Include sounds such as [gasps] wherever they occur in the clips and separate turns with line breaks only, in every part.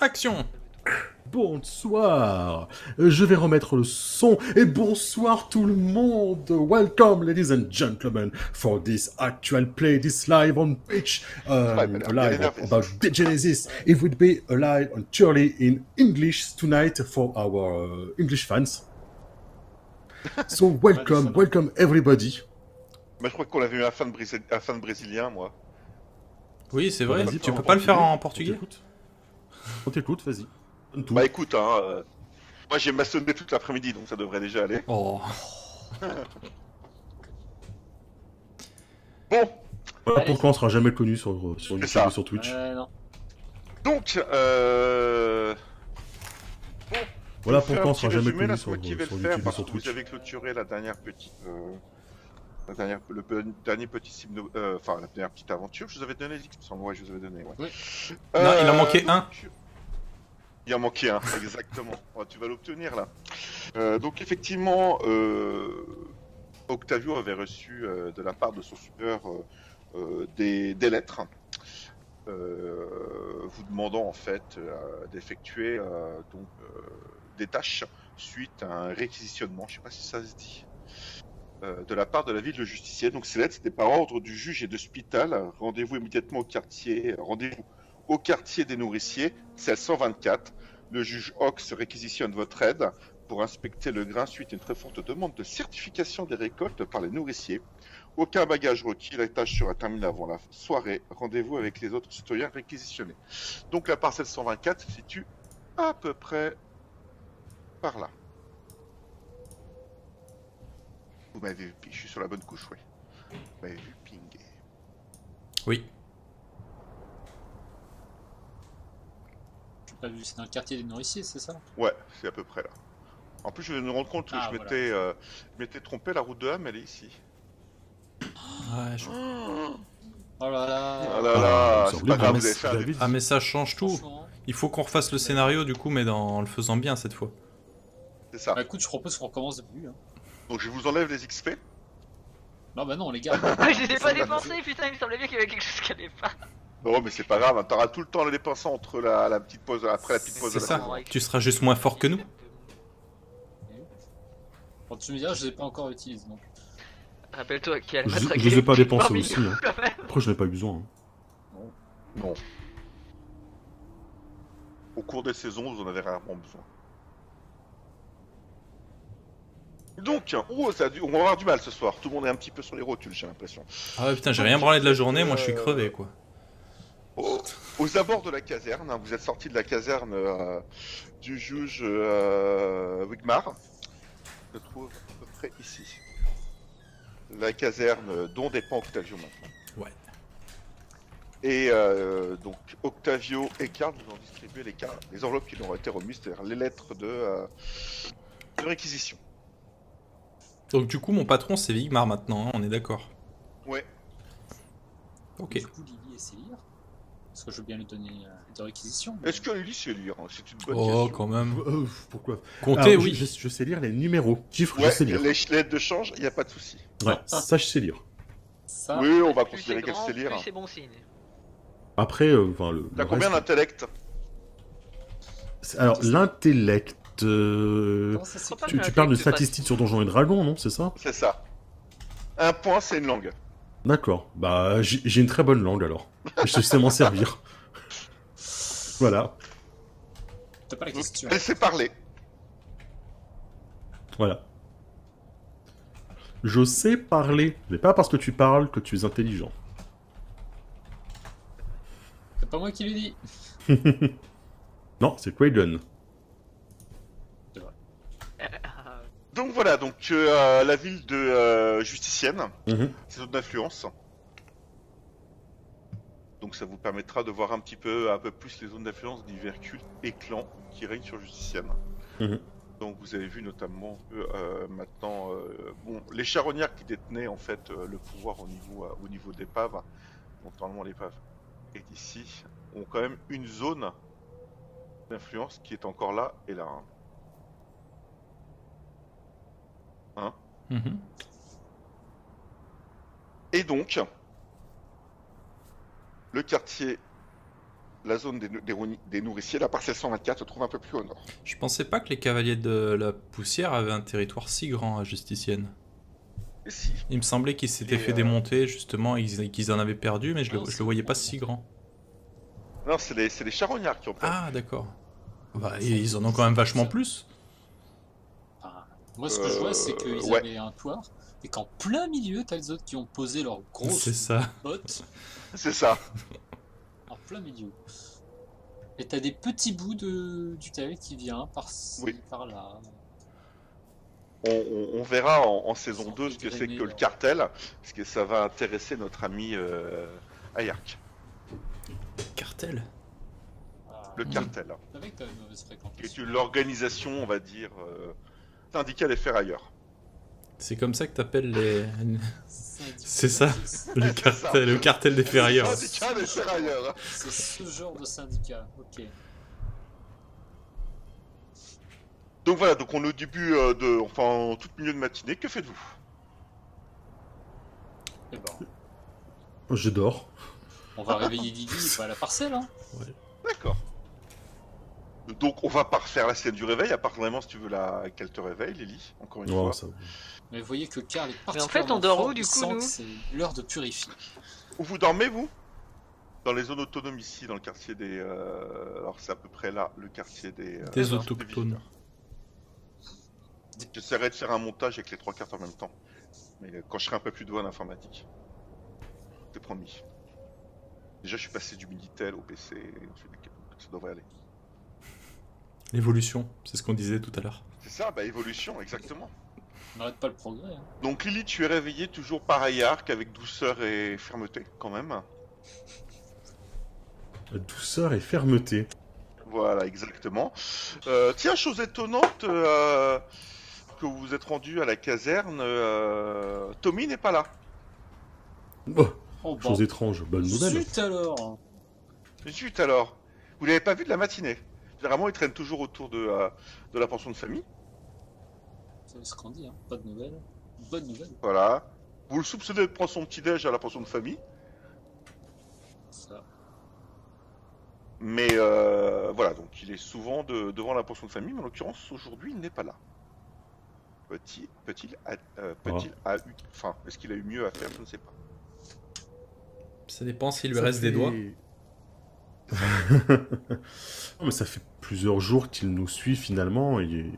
action
Bonsoir, je vais remettre le son et bonsoir tout le monde. Welcome, ladies and gentlemen, for this actual play, this live on Twitch, um,
Ouais, mais alors, il y a des
live
nerfs.
about the Genesis. It would be a live on Turley in English tonight for our uh, English fans.
[laughs]
So welcome, welcome everybody.
Moi, je crois qu'on avait eu un fan, brésil- un fan brésilien, moi.
Oui, c'est vrai.
Vas-y,
Tu
prends
peux
en
pas le faire en
On
portugais
t'écoute. On t'écoute, vas-y. Donne tout.
Bah écoute, hein, euh, moi j'ai maçonné toute l'après-midi, donc ça devrait déjà aller.
Oh.
Bon,
Voilà
Allez.
pourquoi on sera jamais connu sur, sur
C'est
YouTube
ça.
ou sur Twitch.
Euh, non.
donc, euh...
voilà
je vais
pourquoi on
faire
sera
un petit
jamais
résumé,
connu
là, c'est
sur,
moi qui vais
sur
le faire,
YouTube ou
parce
sur
que vous
Twitch.
avez clôturé la dernière petite... euh, La dernière, le pe- dernier petit simno- euh, enfin la dernière petite aventure, je vous avais donné l'X, il me semble, ouais, je vous avais donné. Ouais.
Oui.
Non, il en
Euh,
manquait un.
Il en manquait un, [laughs] exactement. Oh, tu vas l'obtenir là. Euh, donc effectivement, euh, Octavio avait reçu euh, de la part de son super euh, euh, des, des lettres euh, vous demandant en fait euh, d'effectuer euh, donc euh, des tâches suite à un réquisitionnement. Je sais pas si ça se dit. euh, de la part de la ville de Justicier. Donc ces lettres, c'était par ordre du juge et de Spital. Rendez-vous immédiatement au quartier. Rendez-vous au quartier des nourriciers, celle 124. Le juge Ox réquisitionne votre aide pour inspecter le grain suite à une très forte demande de certification des récoltes par les nourriciers. Aucun bagage requis, la tâche sera terminée avant la soirée. Rendez-vous avec les autres citoyens réquisitionnés. Donc la parcelle 124 se situe à peu près par là. Vous m'avez vu, je suis sur la bonne couche, oui. Vous m'avez vu pinguer.
Oui.
J'ai pas vu, c'est dans le quartier des nourriciers, c'est ça
Ouais, c'est à peu près là. En plus, je viens de me rendre compte que
Ah,
je
voilà.
m'étais euh, je m'étais trompé, la route de Ham, elle est ici.
Ouais, je-
Ah
Oh là là
là
Ah, il
là,
me
c'est
semblait
pas
que
grave,
Metz
vous avez fait un
l'avait dit.
Ah mais ça change bah, tout.
Franchement.
Il faut qu'on refasse le scénario du coup, mais dans- en le faisant bien cette fois.
C'est ça.
Bah écoute, je propose qu'on recommence depuis. Hein.
Donc je vous enlève les XP.
Non, bah non, on les
[laughs]
garde.
Ah, [laughs] je les ai pas dépensés, putain, il me semblait bien qu'il y avait quelque chose qui allait pas.
Non mais c'est pas grave, hein, t'auras tout le temps à les dépenser entre la, la petite pause, après la petite pause.
C'est
de la
ça.
pause.
Tu seras juste moins fort que nous.
Quand tu me diras, je les ai pas encore utilisés. Donc.
Rappelle-toi qu'il y a le
Je,
matraqué
je les ai pas
qui est
dépensés
parmi
aussi.
[laughs] nous.
hein. Après, je n'ai pas eu besoin. hein.
Au cours des saisons, vous en avez rarement besoin. Donc, oh, ça a dû- on va avoir du mal ce soir. Tout le monde est un petit peu sur les rotules, j'ai l'impression.
Ah ouais, putain, j'ai rien branlé de la journée, moi je suis crevé quoi.
Au- aux abords de la caserne, hein, vous êtes sorti de la caserne euh, du juge euh, Wigmar. Je trouve à peu près ici. La caserne euh, dont dépend Octavio maintenant.
Ouais.
Et euh, donc Octavio et Karl vous ont distribué les, cartes, les enveloppes qui leur ont été remises, c'est-à-dire les lettres de, euh, de réquisition.
Donc du coup, mon patron c'est Vigmar maintenant, hein, on est d'accord.
Ouais.
Ok.
Du coup, Lily et Célire. Parce que je veux bien lui donner euh, de réquisition.
Mm.
mais-
Est-ce que Lily sait lire hein C'est une bonne
Oh,
question. Ah,
quand même.
Euh, pourquoi
Comptez,
Alors,
oui.
je, je- je sais lire les numéros, chiffres, je sais
Ouais, Ah.
lire.
les lettres de change, il n'y a pas de souci.
Ouais, ça, je sais lire.
Ça,
oui, on va
Plus Ah, c'est
considérer qu'elle
grand,
sait lire.
plus c'est
[laughs]
bon signe.
Après, euh, enfin, le.
T'as
le
combien
reste-
d'intellect
c'est- Alors, l'intellect. euh,
comment ça s'écrit
Pas
Tu,
de
tu parles de
l'intellect, pas de-
statistiques sur Donjons et Dragons, non C'est ça
C'est ça. Un point, c'est une langue.
D'accord. Bah, j'ai j'ai une très bonne langue alors. Je sais m'en
[laughs]
servir. Voilà,
T'as pas la
Donc,
question.
elle sait parler.
voilà. Je sais parler, mais pas parce que tu parles que tu es intelligent.
C'est pas moi qui lui dis.
Non, c'est Quaiden.
Ah,
Donc voilà, donc euh, la ville de euh, Justicienne,
Mhm.
c'est zone d'influence. Donc ça vous permettra de voir un petit peu, un peu plus les zones d'influence divers cultes et clans qui règnent sur Justicienne.
Mhm.
Donc vous avez vu notamment que, euh, maintenant, euh, bon, les charognards qui détenaient en fait euh, le pouvoir au niveau, euh, au niveau d'épave, donc normalement l'épave est ici, ont quand même une zone d'influence qui est encore là et là. hein.
Mhm.
Et donc, le quartier La zone des, des rouni- des nourriciers, la parcelle 124, se trouve un peu plus au nord.
Je pensais pas que les cavaliers de la poussière avaient un territoire si grand à Justicienne.
Et si,
Il me semblait qu'ils s'étaient
Et,
fait
euh,
démonter, justement, et qu'ils qu'ils en avaient perdu, mais je,
Non,
le, je
c'est
le voyais
bon.
pas si grand.
Non, c'est les, c'est les charognards qui ont peur.
Ah, d'accord. Bah, et ils en ont quand même vachement plus.
Enfin, moi, ce que je vois, c'est qu'ils
Euh, ouais.
avaient un toit et qu'en plein milieu, t'as les autres qui ont posé leurs
C'est
grosses
ça.
bottes
C'est ça.
en plein milieu. Et t'as des petits bouts de, du cavalier qui vient par-ci,
Oui.
par-là.
On, on- on verra en, en saison
Sans
2 ce que c'est
drainer,
que le
alors.
cartel, parce que ça va intéresser notre ami euh, Ayark.
Cartel.
Ah,
Le cartel,
Je savais que t'avais une mauvaise
qui est
fréquentation.
une- l'organisation, on va dire, euh, syndicale et ferrailleur.
C'est comme ça que t'appelles [laughs] les...
Syndicat
C'est ça. Ah,
d'artistes.
le cartel, le cartel des ferrailleurs.
Syndicale et ferrailleur.
C'est ce genre de syndicat, ok. Eh
Donc voilà, donc on est au début euh, de, enfin, en tout milieu de matinée, que faites-vous
Et bon,
Je dors.
ben, on va réveiller Guigui, pas à la parcelle, hein.
D'accord. Donc on va pas refaire la scène du réveil, à part vraiment si tu veux la... qu'elle te réveille, Lily, encore une
Ouais,
fois.
ça-
Mais vous voyez que Karl est
Mais en
particulièrement
fait, on dort
fort,
où, du
il
coup,
sent
nous
que C'est l'heure de purifier.
Où vous dormez, vous Dans les zones autonomes ici, dans le quartier des. euh, Alors c'est à peu près là, le quartier des. euh,
Des autochtones.
visiteurs. J'essaierai de faire un montage avec les trois cartes en même temps. Mais euh, quand je serai un peu plus doué en informatique. C'est promis. Déjà, je suis passé du Minitel au PC, ensuite à Capcom, ça devrait aller.
L'évolution, c'est ce qu'on disait tout à l'heure.
C'est ça, bah évolution, exactement.
On n'arrête pas le progrès. hein.
Donc Lily, tu es réveillée toujours par Ayark avec douceur et fermeté quand même.
Douceur et fermeté.
Voilà, exactement. Euh, tiens, chose étonnante, euh, que vous vous êtes rendu à la caserne, euh, Tommy n'est pas là.
Oh,
Oh,
chose
bon.
étrange, bonne nouvelle.
Zut alors
Zut alors, vous l'avez pas vu de la matinée. Généralement, il traîne toujours autour de, euh, de la pension de famille.
C'est ce qu'on dit, hein. Pas de nouvelles. Bonne nouvelle.
Voilà. Vous le soupçonnez de prendre son petit déj à la pension de famille,
Ça.
mais euh, voilà, donc il est souvent de- devant la pension de famille, mais en l'occurrence aujourd'hui, il n'est pas là. Petit, peut-il, a- euh, peut-il a eu, enfin, est-ce qu'il a eu mieux à faire, je ne sais pas.
Ça dépend s'il lui
Ça
reste
fait-
des doigts.
[laughs] non, mais ça fait plusieurs jours qu'il nous suit finalement. Il est...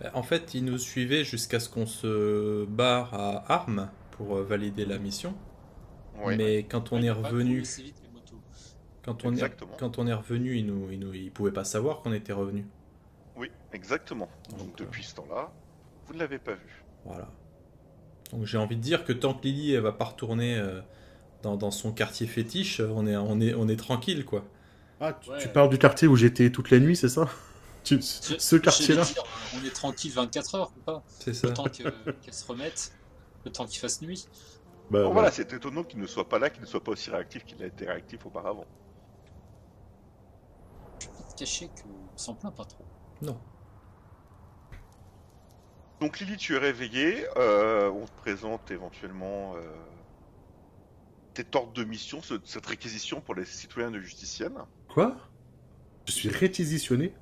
Bah, En fait, ils nous suivaient jusqu'à ce qu'on se barre à Armes pour euh, valider la mission.
Ouais.
Mais quand on est
Ouais, pas courir
revenu,
si vite les motos.
quand on est,
Exactement.
quand on est revenu, ils nous, ils nous, ils pouvaient pas savoir qu'on était revenu.
Oui, exactement. Donc,
Donc, euh,
depuis ce temps-là, vous ne l'avez pas vu.
Voilà. Donc j'ai envie de dire que tant que Lily elle va pas retourner euh, dans, dans son quartier fétiche, euh, on est, on est, on est tranquille quoi.
Ah, tu,
Ouais.
tu parles du quartier où j'étais toute la nuit, c'est ça [laughs] Tu-
Je-
Ce quartier-là
j'allais dire, On est tranquille 24 heures, ou pas
C'est
Le
ça.
temps que- qu'elle se remette, le temps qu'il fasse nuit.
Bah,
Bon,
ouais.
voilà, c'est étonnant qu'il ne soit pas là, qu'il ne soit pas aussi réactif qu'il a été réactif auparavant.
Faut te cacher qu'on s'en plaint pas trop.
Non.
Donc Lily, tu es réveillée. euh, on te présente éventuellement euh, cette ordre de mission, ce- cette réquisition pour les citoyens de Justicienne.
Quoi Je suis réquisitionné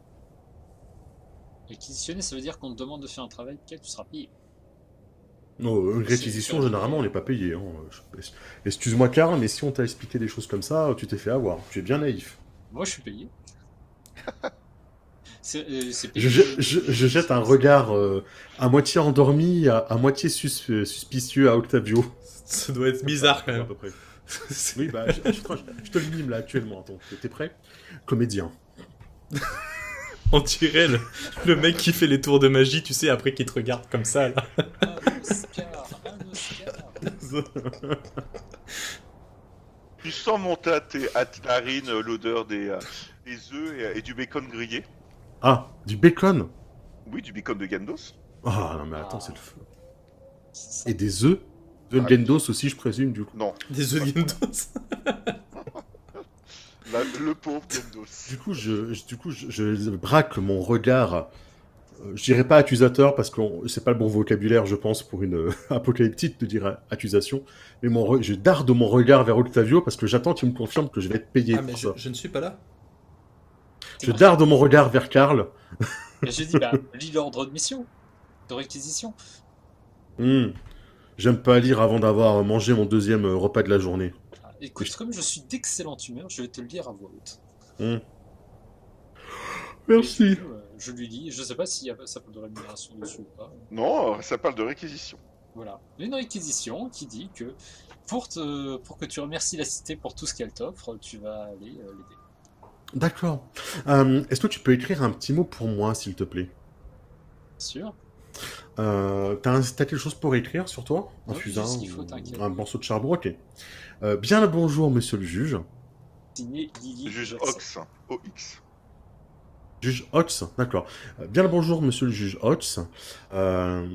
Réquisitionner, ça veut dire qu'on te demande de faire un travail auquel tu seras payé.
Non, une
C'est-
réquisition, généralement, on n'est pas payé. hein. Je- Excuse-moi, Karl, mais si on t'a expliqué des choses comme ça, tu t'es fait avoir. Tu es bien naïf.
Moi, je suis payé. C'est euh, c'est payé.
Je, je- je- je jette un regard euh, à moitié endormi, à, à moitié sus- euh, suspicieux à Octavio.
Ça doit être bizarre quand
À
même. [laughs]
peu près. Oui, bah, je, je te- je te le mime là actuellement. Attends, t'es- t'es prêt Comédien.
on dirait le, le mec qui fait les tours de magie, tu sais, après qui te regarde comme ça. là. [laughs]
Un Oscar, un Oscar.
Tu sens monter à tes, à tes narines euh, l'odeur des, euh, des œufs et, et du bacon grillé.
Ah, du bacon
Oui, du bacon de Gandos.
Ah non, mais attends,
Ah.
c'est le feu.
C'est
Et des œufs De
Ah,
Gendos aussi, je présume, du coup.
Non,
Des œufs Windows.
la- le pauvre Gandos.
Du coup, je, je- du coup, je, je braque mon regard. euh, Je dirais pas accusateur parce que on- c'est pas le bon vocabulaire, je pense, pour une euh, [laughs] apocalyptique de dire a- accusation. Mais mon, re- je darde mon regard vers Octavio parce que j'attends qu'il me confirme que je vais être payé
Ah mais
pour
je,
ça.
je ne suis pas là.
Je darde mon regard vers Karl.
Et je dis, bah, lis l'ordre de mission, de réquisition.
Hmm. J'aime pas lire avant d'avoir mangé mon deuxième euh, repas de la journée.
Ah, Écoute, comme je suis d'excellente humeur, je vais te le lire à voix haute. Et
Merci.
du coup, euh, je lui lis, je sais pas s'il y a ça peut de rémunération dessus ou pas.
Non, euh, ça parle de réquisition.
Voilà. Une réquisition qui dit que pour, te- pour que tu remercies la cité pour tout ce qu'elle t'offre, tu vas aller euh, l'aider.
D'accord. Euh, Est-ce que tu peux écrire un petit mot pour moi, s'il te plaît
Bien sûr.
Euh, T'as un- t'as quelque chose pour écrire sur toi Un
Non,
fusain
c'est ce qu'il faut,
ou
t'inquiète.
Un morceau de charbon Ok. Euh, bien le bonjour, monsieur le juge.
Signé Lily.
Juge
Jackson.
Ox. Oh, OX.
Juge Hotz, d'accord. Euh, Bien le bonjour, monsieur le juge Hotz. Euh,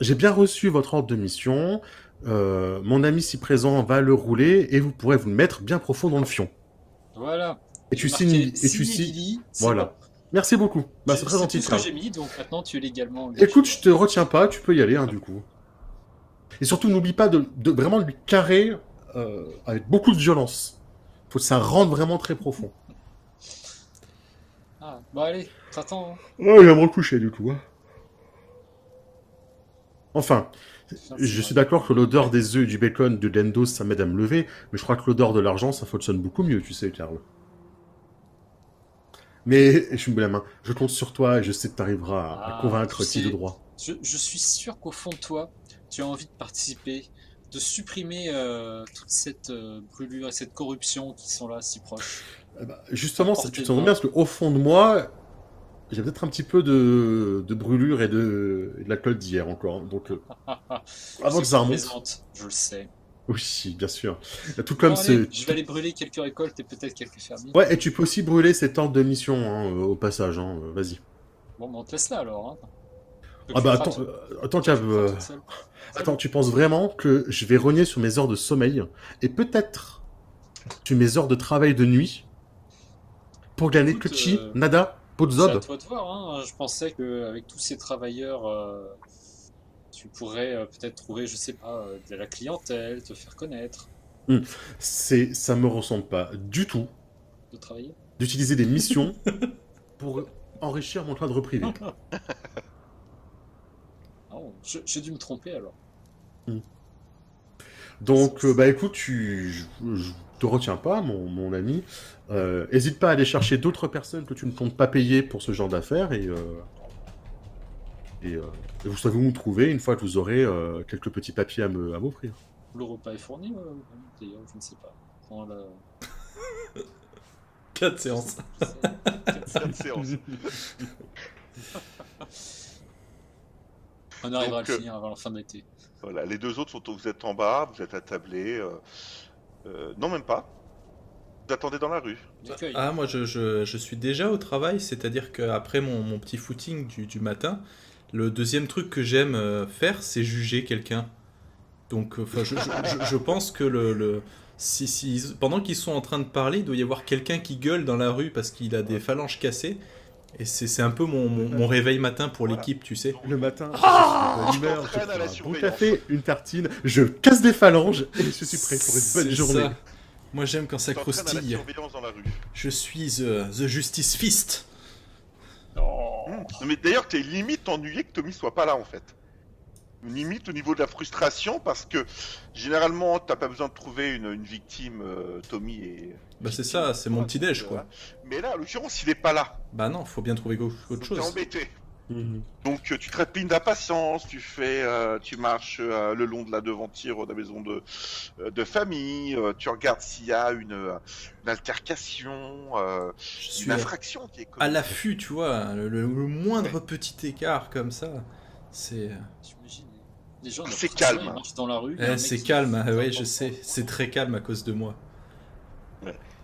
J'ai bien reçu votre ordre de mission. Euh, mon ami si présent va le rouler et vous pourrez vous le mettre bien profond dans le fion.
Voilà.
Et tu
J'ai
signes.
marqué
Et tu
signé
signes.
Lily, c'est
Voilà.
bon.
Merci beaucoup. Bah, c'est très
tout
gentil.
ce
Karl.
que j'ai mis, donc maintenant tu es légalement. engagé.
Écoute, je te retiens pas, tu peux y aller, hein, du coup. Et surtout, n'oublie pas de, de vraiment lui carrer euh, avec beaucoup de violence. Faut que ça rentre vraiment très profond.
Ah, bon, allez, t'attends. hein.
Oh, il va me recoucher, du coup. hein. Enfin,
Putain, Ah, c'est
je suis
vrai.
d'accord que l'odeur des œufs et du bacon de Dendos, ça m'aide à me lever, mais je crois que l'odeur de l'argent, ça fonctionne beaucoup mieux, tu sais, Karl. Mais, je me mets la main, je compte sur toi et je sais que t'arriveras à-
Ah,
à convaincre
tu
qui
sais.
de droit.
Je, je suis sûr qu'au fond de toi, tu as envie de participer, de supprimer euh, toute cette euh, brûlure et cette corruption qui sont là si proches.
Eh ben, justement, ça- tu
Portez-le.
t'en rends bien parce qu'au fond de moi, j'ai peut-être un petit peu de, de brûlure et de, et de la colle d'hier encore. hein. Donc, euh,
[laughs]
avant que ça remonte.
Plaisante, Je le sais.
Oui, bien sûr. Tout comme
Bon, allez,
ce.
Je vais aller brûler quelques récoltes et peut-être quelques fermiers.
Ouais, et tu peux aussi brûler cette ordre de mission hein, euh, au passage. hein, euh, Vas-y.
Bon, mais on te laisse là alors. hein. Tu
Ah bah
feras
attends,
tout-
euh, attends,
tu
qu'à-
feras
euh,
toute seule.
attends, tu penses vraiment que je vais rogner sur mes heures de sommeil et peut-être sur mes heures de travail de nuit pour gagner
Écoute,
que chi,
euh,
nada,
C'est à
potzob
toi de voir. hein. Je pensais qu'avec tous ces travailleurs, euh, tu pourrais euh, peut-être trouver, je sais pas, euh, de la clientèle, te faire connaître,
C'est, ça me ressemble pas du tout.
de
[laughs]
travailler.
d'utiliser des missions pour enrichir mon cadre privé.
Ah bon, je- j'ai dû me tromper alors.
Donc, euh, bah écoute, tu, je, je te retiens pas, mon, mon ami. Euh, Hésite pas à aller chercher d'autres personnes que tu ne comptes pas payer pour ce genre d'affaires et, euh, et, euh, et vous savez où me trouver une fois que vous aurez euh, quelques petits papiers à me- à m'offrir.
Le repas est fourni, euh, d'ailleurs, je ne sais pas. Pendant la...
4 séances.
je sais.
Cette séance. [laughs]
On arrivera à
Donc,
le
euh,
finir avant la fin de l'été.
Voilà, les deux autres sont vous êtes en bas, vous êtes attablés. euh, euh, non, même pas. Vous attendez dans la rue.
L'accueil.
Ah, moi, je, je- je suis déjà au travail, c'est-à-dire qu'après mon, mon petit footing du, du matin, le deuxième truc que j'aime euh, faire, c'est juger quelqu'un. Donc, euh, 'fin, je, je- je- je pense que le, le- si, si ils- pendant qu'ils sont en train de parler, il doit y avoir quelqu'un qui gueule dans la rue parce qu'il a des phalanges cassées. Et c'est c'est un peu mon, mon- mon réveil matin pour
Voilà.
l'équipe, tu sais.
Le matin,
Ah
je suis de bonne humeur, je
Entraîne à
prends
la
un bon
surveillance.
café, une tartine, je casse des phalanges et je suis prêt pour
C'est
une bonne journée.
ça. Moi, j'aime quand ça
Vous êtes en train de la
croustille.
surveillance dans la rue.
Je suis the, the Justice Fist.
Oh.
Mmh. Non, mais d'ailleurs, t'es limite ennuyé que Tommy soit pas là en fait. Limite au niveau de la frustration parce que généralement, t'as pas besoin de trouver une, une victime, euh, Tommy. Et...
Bah, c'est ça, c'est mon petit-déj, quoi.
Mais là, en l'occurrence, il est pas là.
Bah non, faut bien trouver au- autre
T'es
chose.
embêté.
Mhm.
Donc euh, tu trépignes d'impatience, tu fais, euh, tu marches euh, le long de la devanture de la maison de, euh, de famille, euh, tu regardes s'il y a une, euh, une altercation, euh,
Je
une
suis
infraction qui
à
est commise.
l'affût, tu vois, le, le- le moindre petit écart comme ça, c'est
J'imagine. Les gens,
C'est
n'ont pas besoin,
calme.
Ils marchent dans la rue. il y a
Eh,
un mec
c'est
qui-
calme, hein,
qui
ouais,
entend
je sais,
prendre.
c'est très calme à cause de moi.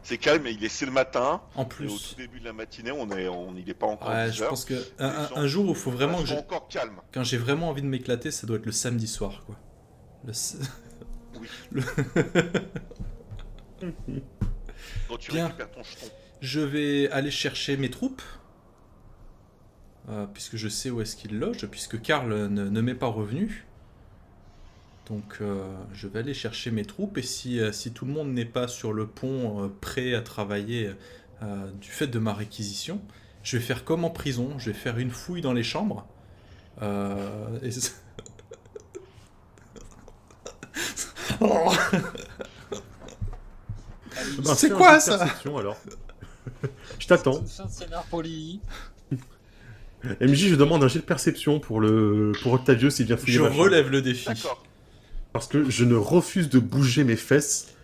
C'est calme, et il est c'est le matin.
En
et au tout
plus,
début de la matinée, on est, on n'y est pas encore.
ouais,
10
je
heures.
pense que un,
Les
un-
gens
un jour où faut vraiment que
sont
je-
encore calme.
quand j'ai vraiment envie de m'éclater, ça doit être le samedi soir, quoi. Le s-
Oui.
Le-
Quand tu
Bien.
récupères ton jeton.
Je vais aller chercher mes troupes. Euh, puisque je sais où est-ce qu'il loge, puisque Karl ne, ne m'est pas revenu. Donc euh, je vais aller chercher mes troupes et si, euh, si tout le monde n'est pas sur le pont euh, prêt à travailler euh, du fait de ma réquisition. Je vais faire comme en prison, je vais faire une fouille dans les chambres. Euh, et ça- Oh,
Allez,
Bah,
C'est
fais un
quoi,
jet de
ça
perception, alors. [laughs] Je t'attends.
Fin de scénar pour Lily.
MJ, je demande un jet de perception pour, le... pour Octavio s'il vient fouiller
je
ma chambre.
relève le défi.
D'accord.
Parce que je ne refuse de bouger mes fesses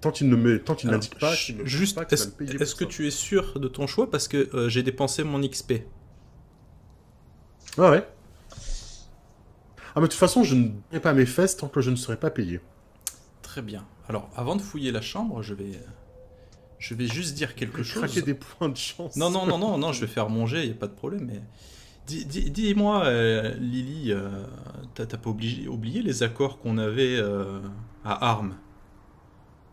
tant il ne me... tant il
Alors,
n'indique pas.
ch-
qu'il me-
juste,
pas qu'il va
est-ce
me payer
est-ce que
pour ça.
tu es sûr de ton choix Parce que euh, j'ai dépensé mon XP.
Ouais, ouais. Ah, mais de toute façon, je ne paierai pas mes fesses tant que je ne serai pas payé.
Très bien. Alors, avant de fouiller la chambre, je vais, je vais juste dire quelque chose.
Craquer des points de chance.
Non, non, non, non, non, je vais faire mon jet, il n'y a pas de problème. Mais... Dis- dis- Dis-moi, euh, Lily, euh, t'as t'as pas obligé- oublié les accords qu'on avait euh, à Armes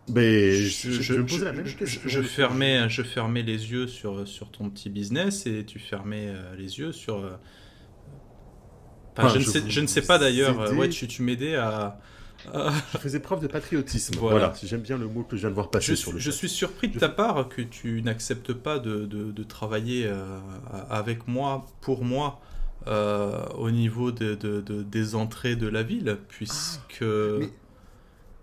Mais
je,
je, je, je vais me poser la même
je-
question.
je fermais, je fermais les yeux sur, sur ton petit business et tu fermais euh, les yeux sur. euh, enfin,
Enfin,
je, ne
je
sais,
vous
je ne sais pas d'ailleurs. euh,
aidais.
Ouais, tu, tu m'aidais à. à-
Je faisais preuve de patriotisme.
Voilà.
Voilà. si j'aime bien le mot que je viens de voir passer
Je,
sur
suis-
le.
je
chat.
suis surpris de
Je
ta part que tu n'acceptes pas de, de- de travailler euh, avec moi, pour moi, euh, au niveau de- de- de- des entrées de la ville, puisque.
mais-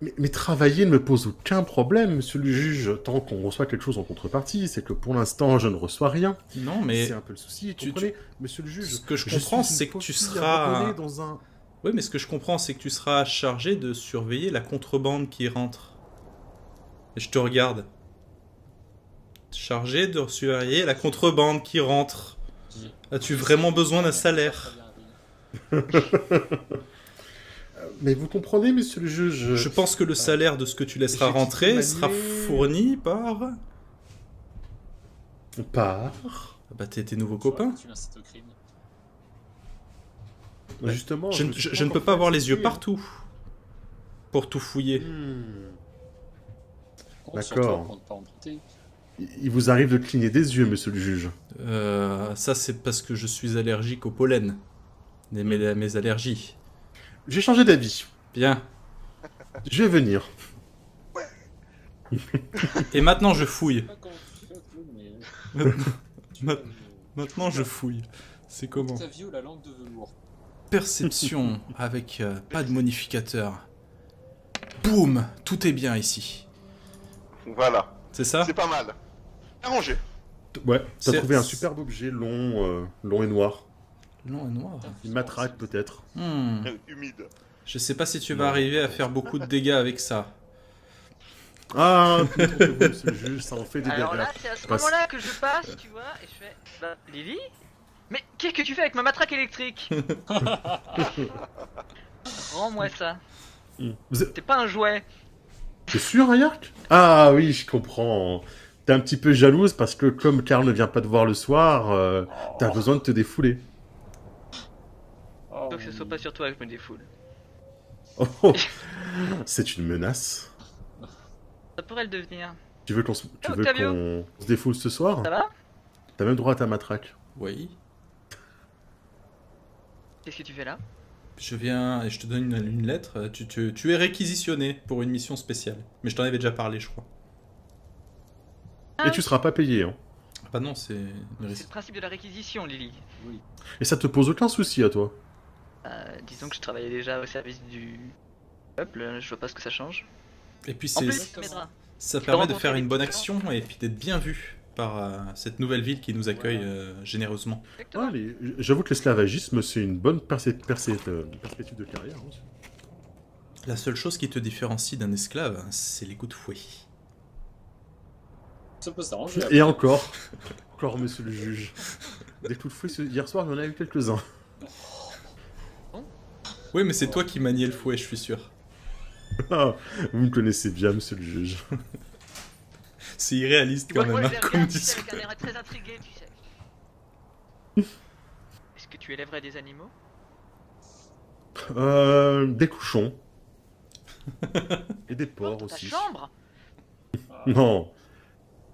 Mais, mais travailler ne me pose aucun problème, monsieur le juge, tant qu'on reçoit quelque chose en contrepartie. C'est que pour l'instant, je ne reçois rien.
Non, mais.
C'est un peu le souci.
tu-
comprenez, monsieur le juge.
Ce que je
suis
comprends,
une
c'est que tu
pauvre fille
seras-
abandonnée dans un.
Oui, mais ce que je comprends, c'est que tu seras chargé de surveiller la contrebande qui rentre. Et je te regarde. Chargé de surveiller la contrebande qui rentre. As-tu vraiment besoin d'un salaire
Mais vous comprenez, monsieur le juge.
Je pense que le salaire de ce que tu laisseras
j'ai dit
rentrer
manuel.
sera fourni par
Pas.
Ah bah, tes, tes nouveaux copains.
Tu l'incites au crime.
Justement.
Je, ne-
me suis
je- je ne
encore
peux pas
fait
avoir les yeux
accepter,
partout pour tout
hein.
fouiller.
Hmm.
Compte sur
D'accord.
toi pour ne pas emprunter.
Il vous arrive de cligner des yeux, monsieur le juge.
Euh, ça, c'est parce que je suis allergique au pollen. Mes- mes- mes allergies.
J'ai changé d'avis.
Bien.
Je vais venir.
Et maintenant, je fouille.
Pas quand tu fais un clown, mais, euh,
[laughs]
tu
Ma-
fais un-
Maintenant, je fouille. C'est comment
Octavio, oh, la langue de velours.
Ah,
Perception [laughs] avec euh, pas de modificateur. Boum Tout est bien ici.
Voilà.
C'est ça
C'est pas mal. Arrangé.
Ouais, t'as
C'est-
trouvé un superbe objet long, euh, long et noir.
Non, et noir.
Une matraque peut-être.
Hmm.
Euh, Humide.
Je sais pas si tu vas arriver à faire beaucoup de dégâts avec ça. [laughs]
Ah, vous, monsieur le juge, ça en fait des
Alors là,
dégâts.
c'est à ce
Passe.
moment-là que je passe, tu vois, et je fais. Bah, Lily Mais qu'est-ce que tu fais avec ma
[laughs]
matraque électrique Rends-moi ça.
Hmm. Vous êtes-
T'es pas un jouet.
T'es sûr, Ayark Ah oui, je comprends. T'es un petit peu jalouse parce que comme Karl ne vient pas te voir le soir, euh, t'as besoin de te défouler. [laughs]
Oh,
Faut que ce soit pas sur toi que je me défoule.
Oh, c'est une menace.
Ça pourrait le devenir.
Tu veux qu'on se, tu
Eh,
veux
Octavio
qu'on se défoule ce soir
Ça va
T'as même droit à ta matraque.
Oui.
Qu'est-ce que tu fais là
Je viens et je te donne une, une lettre. Tu, tu- tu es réquisitionné pour une mission spéciale. Mais je t'en avais déjà parlé, je crois.
Ah
Et tu
oui,
seras pas payé. Hein.
Ah bah non, c'est une
C'est
risque.
le principe de la réquisition, Lily.
Et ça te pose aucun souci à toi.
Euh, disons que je travaillais déjà au service du peuple, hein, je vois pas ce que ça change.
Et puis
En
c'est,
plus, tu m'aideras.
ça
te
permet de
rencontrer
faire
les
une bonne
gens.
action et puis d'être bien vu par euh, cette nouvelle ville qui nous accueille euh, généreusement.
Ouais,
Exactement.
les- J'avoue que l'esclavagisme, c'est une bonne percé- percé- euh, perspective de carrière. hein.
La seule chose qui te différencie d'un esclave, c'est les coups de fouet.
Ça peut s'arranger.
Et encore, encore monsieur le juge. Des coups de fouet, ce- hier soir, il y en a eu quelques-uns. [laughs]
Oui, mais c'est toi qui maniais le fouet, je suis sûr.
Ah, Vous me connaissez bien, monsieur le juge.
C'est irréaliste
Tu
quand même,
vois,
hein,
moi, je les
comme
regarde, tu sais,
discours.
avec un air très intrigué, tu sais. Est-ce que tu élèverais des animaux
Euh, des cochons. Et des
Dans
porcs
ta
aussi.
chambre
Non,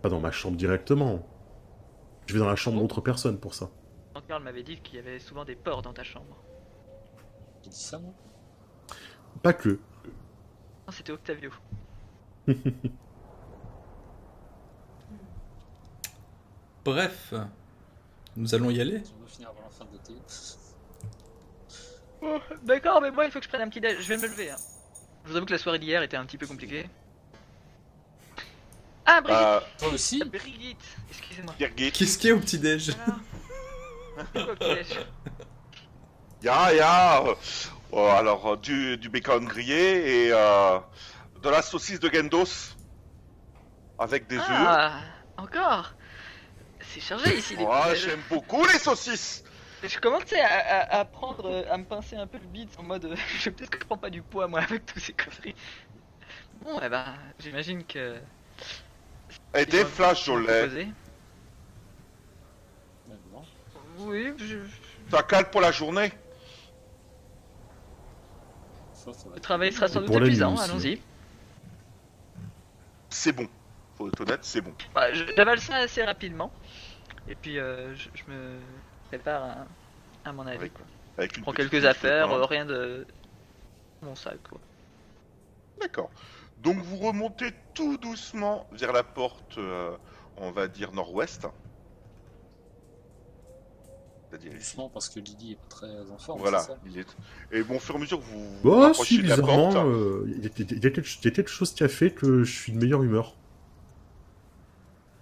pas dans ma chambre directement. Je vais dans la
Oh.
chambre d'autres personnes pour ça.
Quand Karl m'avait dit qu'il y avait souvent des porcs dans ta chambre.
J'ai dit ça, moi
Pas que.
Non, c'était Octavio.
Bref, nous allons y aller.
On va finir avant la fin de l'été.
Oh, [laughs] D'accord, mais moi il faut que je prenne un petit déj. Je vais me lever. hein. Je vous avoue que la soirée d'hier était un petit peu compliquée. Ah, Brigitte
Ah,
Toi aussi
Brigitte Excusez-moi.
Birgit.
Qu'est-ce qu'il y a au petit-déj
Alors.
[laughs]
C'est quoi que j'ai-
Ya, ya. Oh, alors, euh, du, du bacon grillé et euh, de la saucisse de Gendos. Avec des œufs.
Ah, encore C'est chargé ici. les
Moi,
poubelles.
j'aime beaucoup les saucisses.
Je commence tu sais, à, à, à prendre, euh, à me pincer un peu le bide en mode [laughs] euh, je peut-être que je prends pas du poids moi avec tous ces conneries. Bon, eh ben, j'imagine que.
Et des flashs au lait.
Posé.
Ben non.
Oui, je,
T'as cale pour la journée
Ça, ça va
le
être-
travail sera sans
Et
doute
pour la nuit
épuisant,
aussi.
allons-y.
C'est bon. Faut être honnête, c'est bon.
Bah, je- J'avale ça assez rapidement. Et puis, euh, je, je me prépare à, à mon avis.
Avec-
quoi.
Avec
Je
une
prends
petite
quelques
touche de
affaires,
pain.
euh, rien de. Mon sac, quoi.
D'accord. Donc vous remontez tout doucement vers la porte, euh, on va dire nord-ouest. C'est-à-dire ici.
Doucement parce que Lily est pas très en forme.
Voilà.
c'est ça
Il est... Et bon, au fur et à mesure que vous vous
Bah,
rapprochez
si,
de la porte,
bizarrement, euh, il y a il y a quelque il y a quelque chose qui a fait que je suis de meilleure humeur.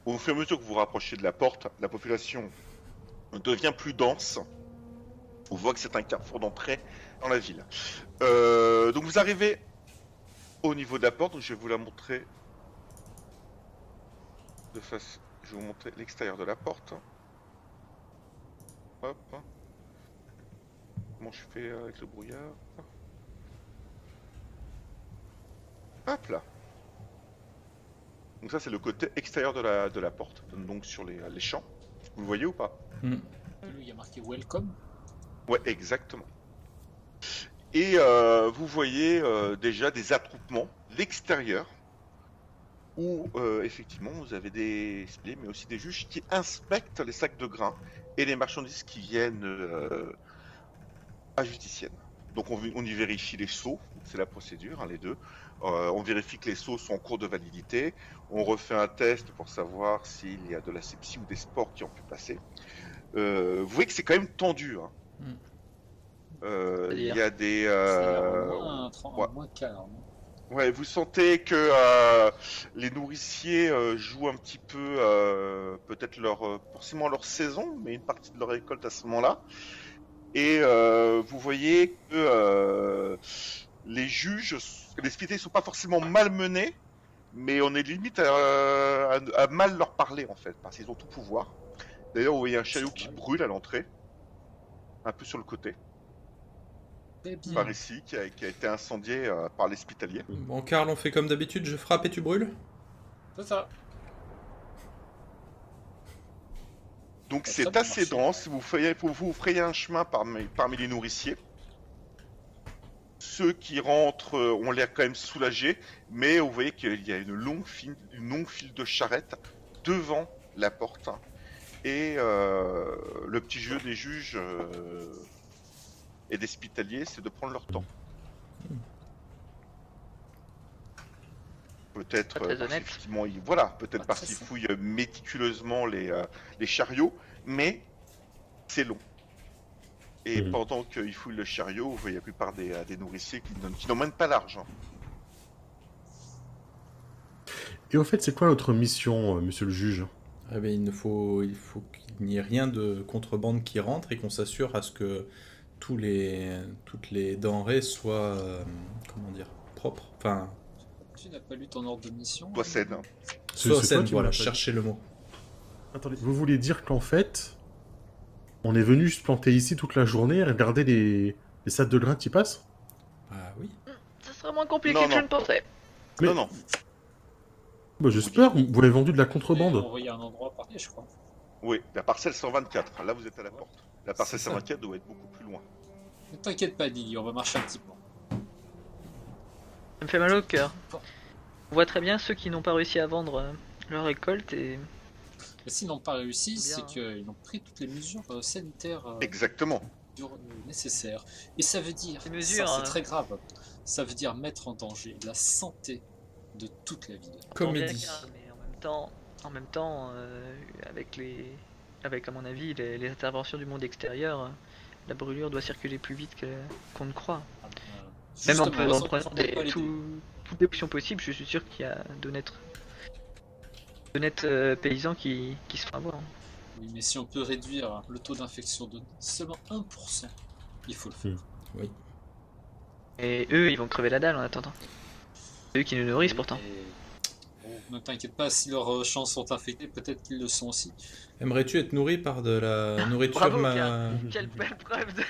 au fur et à mesure que vous vous rapprochez de la porte, la population devient plus dense. On voit que c'est un carrefour d'entrée dans la ville. Euh, donc vous arrivez au niveau de la porte, je vais vous la montrer de face. Je vais vous montrer l'extérieur de la porte. Hop. Comment je fais avec le brouillard Hop là. Donc ça c'est le côté extérieur de la, de la porte, donc sur les, les champs. Vous le voyez ou pas
Lui, il y a marqué Welcome.
Ouais, exactement. Et euh, vous voyez euh, déjà des attroupements d'extérieur où euh, effectivement vous avez des ciblés mais aussi des juges qui inspectent les sacs de grains et les marchandises qui viennent euh, à justicienne. Donc on, on y vérifie les seaux, c'est la procédure, hein, les deux. Euh, on vérifie que les seaux sont en cours de validité. On refait un test pour savoir s'il y a de la sepsie ou des sports qui ont pu passer. Euh, vous voyez que c'est quand même tendu. hein.
Mm.
Euh, il y a
Hmm. C'est-à-dire
des.
Euh...
euh,
Moins, un, tran- un
ouais.
moins quart. non
Ouais, vous sentez que euh, les nourriciers euh, jouent un petit peu, euh, peut-être leur, euh, pas forcément leur saison, mais une partie de leur récolte à ce moment-là. Et euh, vous voyez que euh, les juges, les spirités sont pas forcément malmenés, mais on est limite à, euh, à- à mal leur parler en fait, parce qu'ils ont tout pouvoir. D'ailleurs, vous voyez un chariot qui brûle à l'entrée, un peu sur le côté,
Très Eh bien.
par ici, qui a, qui a été incendié euh, par les spitaliers.
Bon, Karl, on fait comme d'habitude, je frappe et tu brûles
C'est ça.
Donc
Ça
c'est
peut
assez
marcher.
dense, vous frayez, vous, vous frayez un chemin parmi, parmi les nourriciers. Ceux qui rentrent euh, ont l'air quand même soulagés, mais vous voyez qu'il y a une longue file, une longue file de charrettes devant la porte. Et euh, le petit jeu des juges euh, et des spitaliers, c'est de prendre leur temps.
Hmm.
Peut-être
Pas très
euh, parce
honnête.
qu'effectivement, ils- voilà, peut-être
Pas
parce
très
qu'ils
sain.
fouillent euh, méticuleusement les, euh, les chariots, mais c'est long. Et
Mhm.
pendant qu'ils fouillent le chariot, vous voyez la plupart des, euh, des nourriciers qui n'en- qui n'emmènent pas l'argent.
Et au fait, c'est quoi notre mission, euh, monsieur le juge
Eh bien, il ne faut, il faut qu'il n'y ait rien de contrebande qui rentre et qu'on s'assure à ce que tous les, toutes les denrées soient, euh, comment dire, propres. Enfin,
Tu n'as pas lu ton ordre de mission
Toi, c'est
hein
C'est-
soient
c'est
saines,
toi qui
voilà,
m'as pas dit.
cherchez le mot.
Attendez, vous voulez dire qu'en fait, on est venu se planter ici toute la journée et regarder les, les sacs de grains qui passent
Ah oui
Ça sera moins compliqué
Non,
que je
non.
ne pensais.
Mais-
Non, non,
bah, J'espère, vous avez vendu de la contrebande.
On y a un endroit parfait, je crois.
oui, la parcelle 124, là vous êtes à la porte. La parcelle
C'est ça.
124 doit être beaucoup plus loin.
Ne t'inquiète pas, Lily, on va marcher un petit peu.
Ça me fait mal au cœur. On voit très bien ceux qui n'ont pas réussi à vendre euh, leur récolte et.
Mais s'ils n'ont pas réussi,
Bien,
c'est
hein.
qu'ils ont pris toutes les mesures euh, sanitaires euh,
Exactement.
dur- euh, nécessaires. Et ça veut dire,
Les mesures,
ça,
euh,
c'est très grave, ça veut dire mettre en danger la santé de toute la ville.
On dirait
Comédie.
qu'un, Mais en même temps, En même temps, euh, avec les, avec à mon avis les, les interventions du monde extérieur, euh, la brûlure doit circuler plus vite que- qu'on ne croit.
Euh,
Même en, pre- en prenant des- tout- toutes les options possibles, je suis sûr qu'il y a d'honnêtes, d'honnêtes euh, paysans qui, qui se font avoir.
Oui, mais si on peut réduire le taux d'infection de seulement 1%, il faut le faire.
Et eux, ils vont crever la dalle en attendant. C'est eux qui nous nourrissent pourtant.
Et- Bon, ne t'inquiète pas, si leurs euh, champs sont infectés, peut-être qu'ils le sont aussi.
Aimerais-tu être nourri par de la nourriture
Ah, Bravo,
ma-
Pierre. Quelle belle preuve de...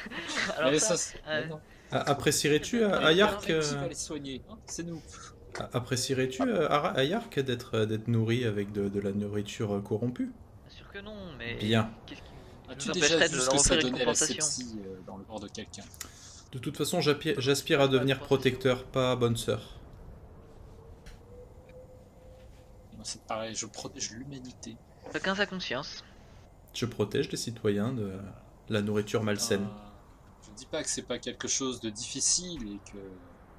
Alors
Mais ça,
ça,
c'est-
euh,
non,
A- Apprécierais-tu euh,
non,
Ayark
c'est qui
euh,
va les soigner, hein, c'est nous.
a- Apprécierais-tu euh, Ara- Ayark d'être euh, d'être nourri avec de, de la nourriture euh, corrompue
bien sûr que non, mais
Bien.
qu'est-ce qui nous
As-tu déjà
empêcherait
vu
de
ce
leur
que ça
offrir une
donnait la
compensation
sepsie euh, dans le corps de quelqu'un
De toute façon, j'appi- j'aspire à devenir protecteur, pas bonne sœur.
Moi, C'est pareil, je protège l'humanité.
Chacun sa conscience.
Je protège les citoyens de la nourriture malsaine.
Ah,
Euh, je ne dis pas que c'est pas quelque chose de difficile et que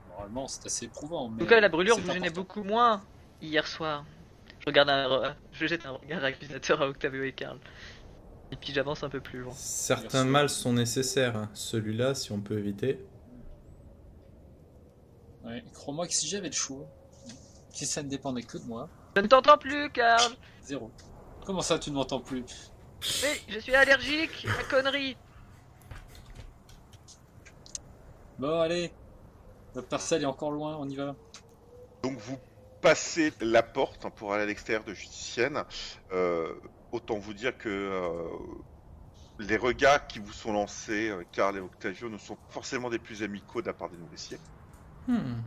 normalement c'est assez éprouvant.
En
Mais
tout cas, la brûlure
c'est
vous gênait
important.
beaucoup moins hier soir. Je regarde un... [laughs] re- Je jette un regard accusateur à Octavio et Karl. Et puis j'avance un peu plus loin.
Certains
Merci.
mâles sont nécessaires. hein. Celui-là, si on peut éviter.
Ouais, Crois-moi que si j'avais le choix, si ça ne dépendait que de moi,
Je ne t'entends plus, Karl
zéro. Comment ça, tu ne m'entends plus
Mais je suis allergique La connerie
Bon, allez, notre parcelle est encore loin, on y va.
Donc vous passez la porte hein, pour aller à l'extérieur de Justicienne. Euh, autant vous dire que euh, les regards qui vous sont lancés, euh, Karl et Octavio, ne sont pas forcément des plus amicaux de la part des nourriciers.
Hmm.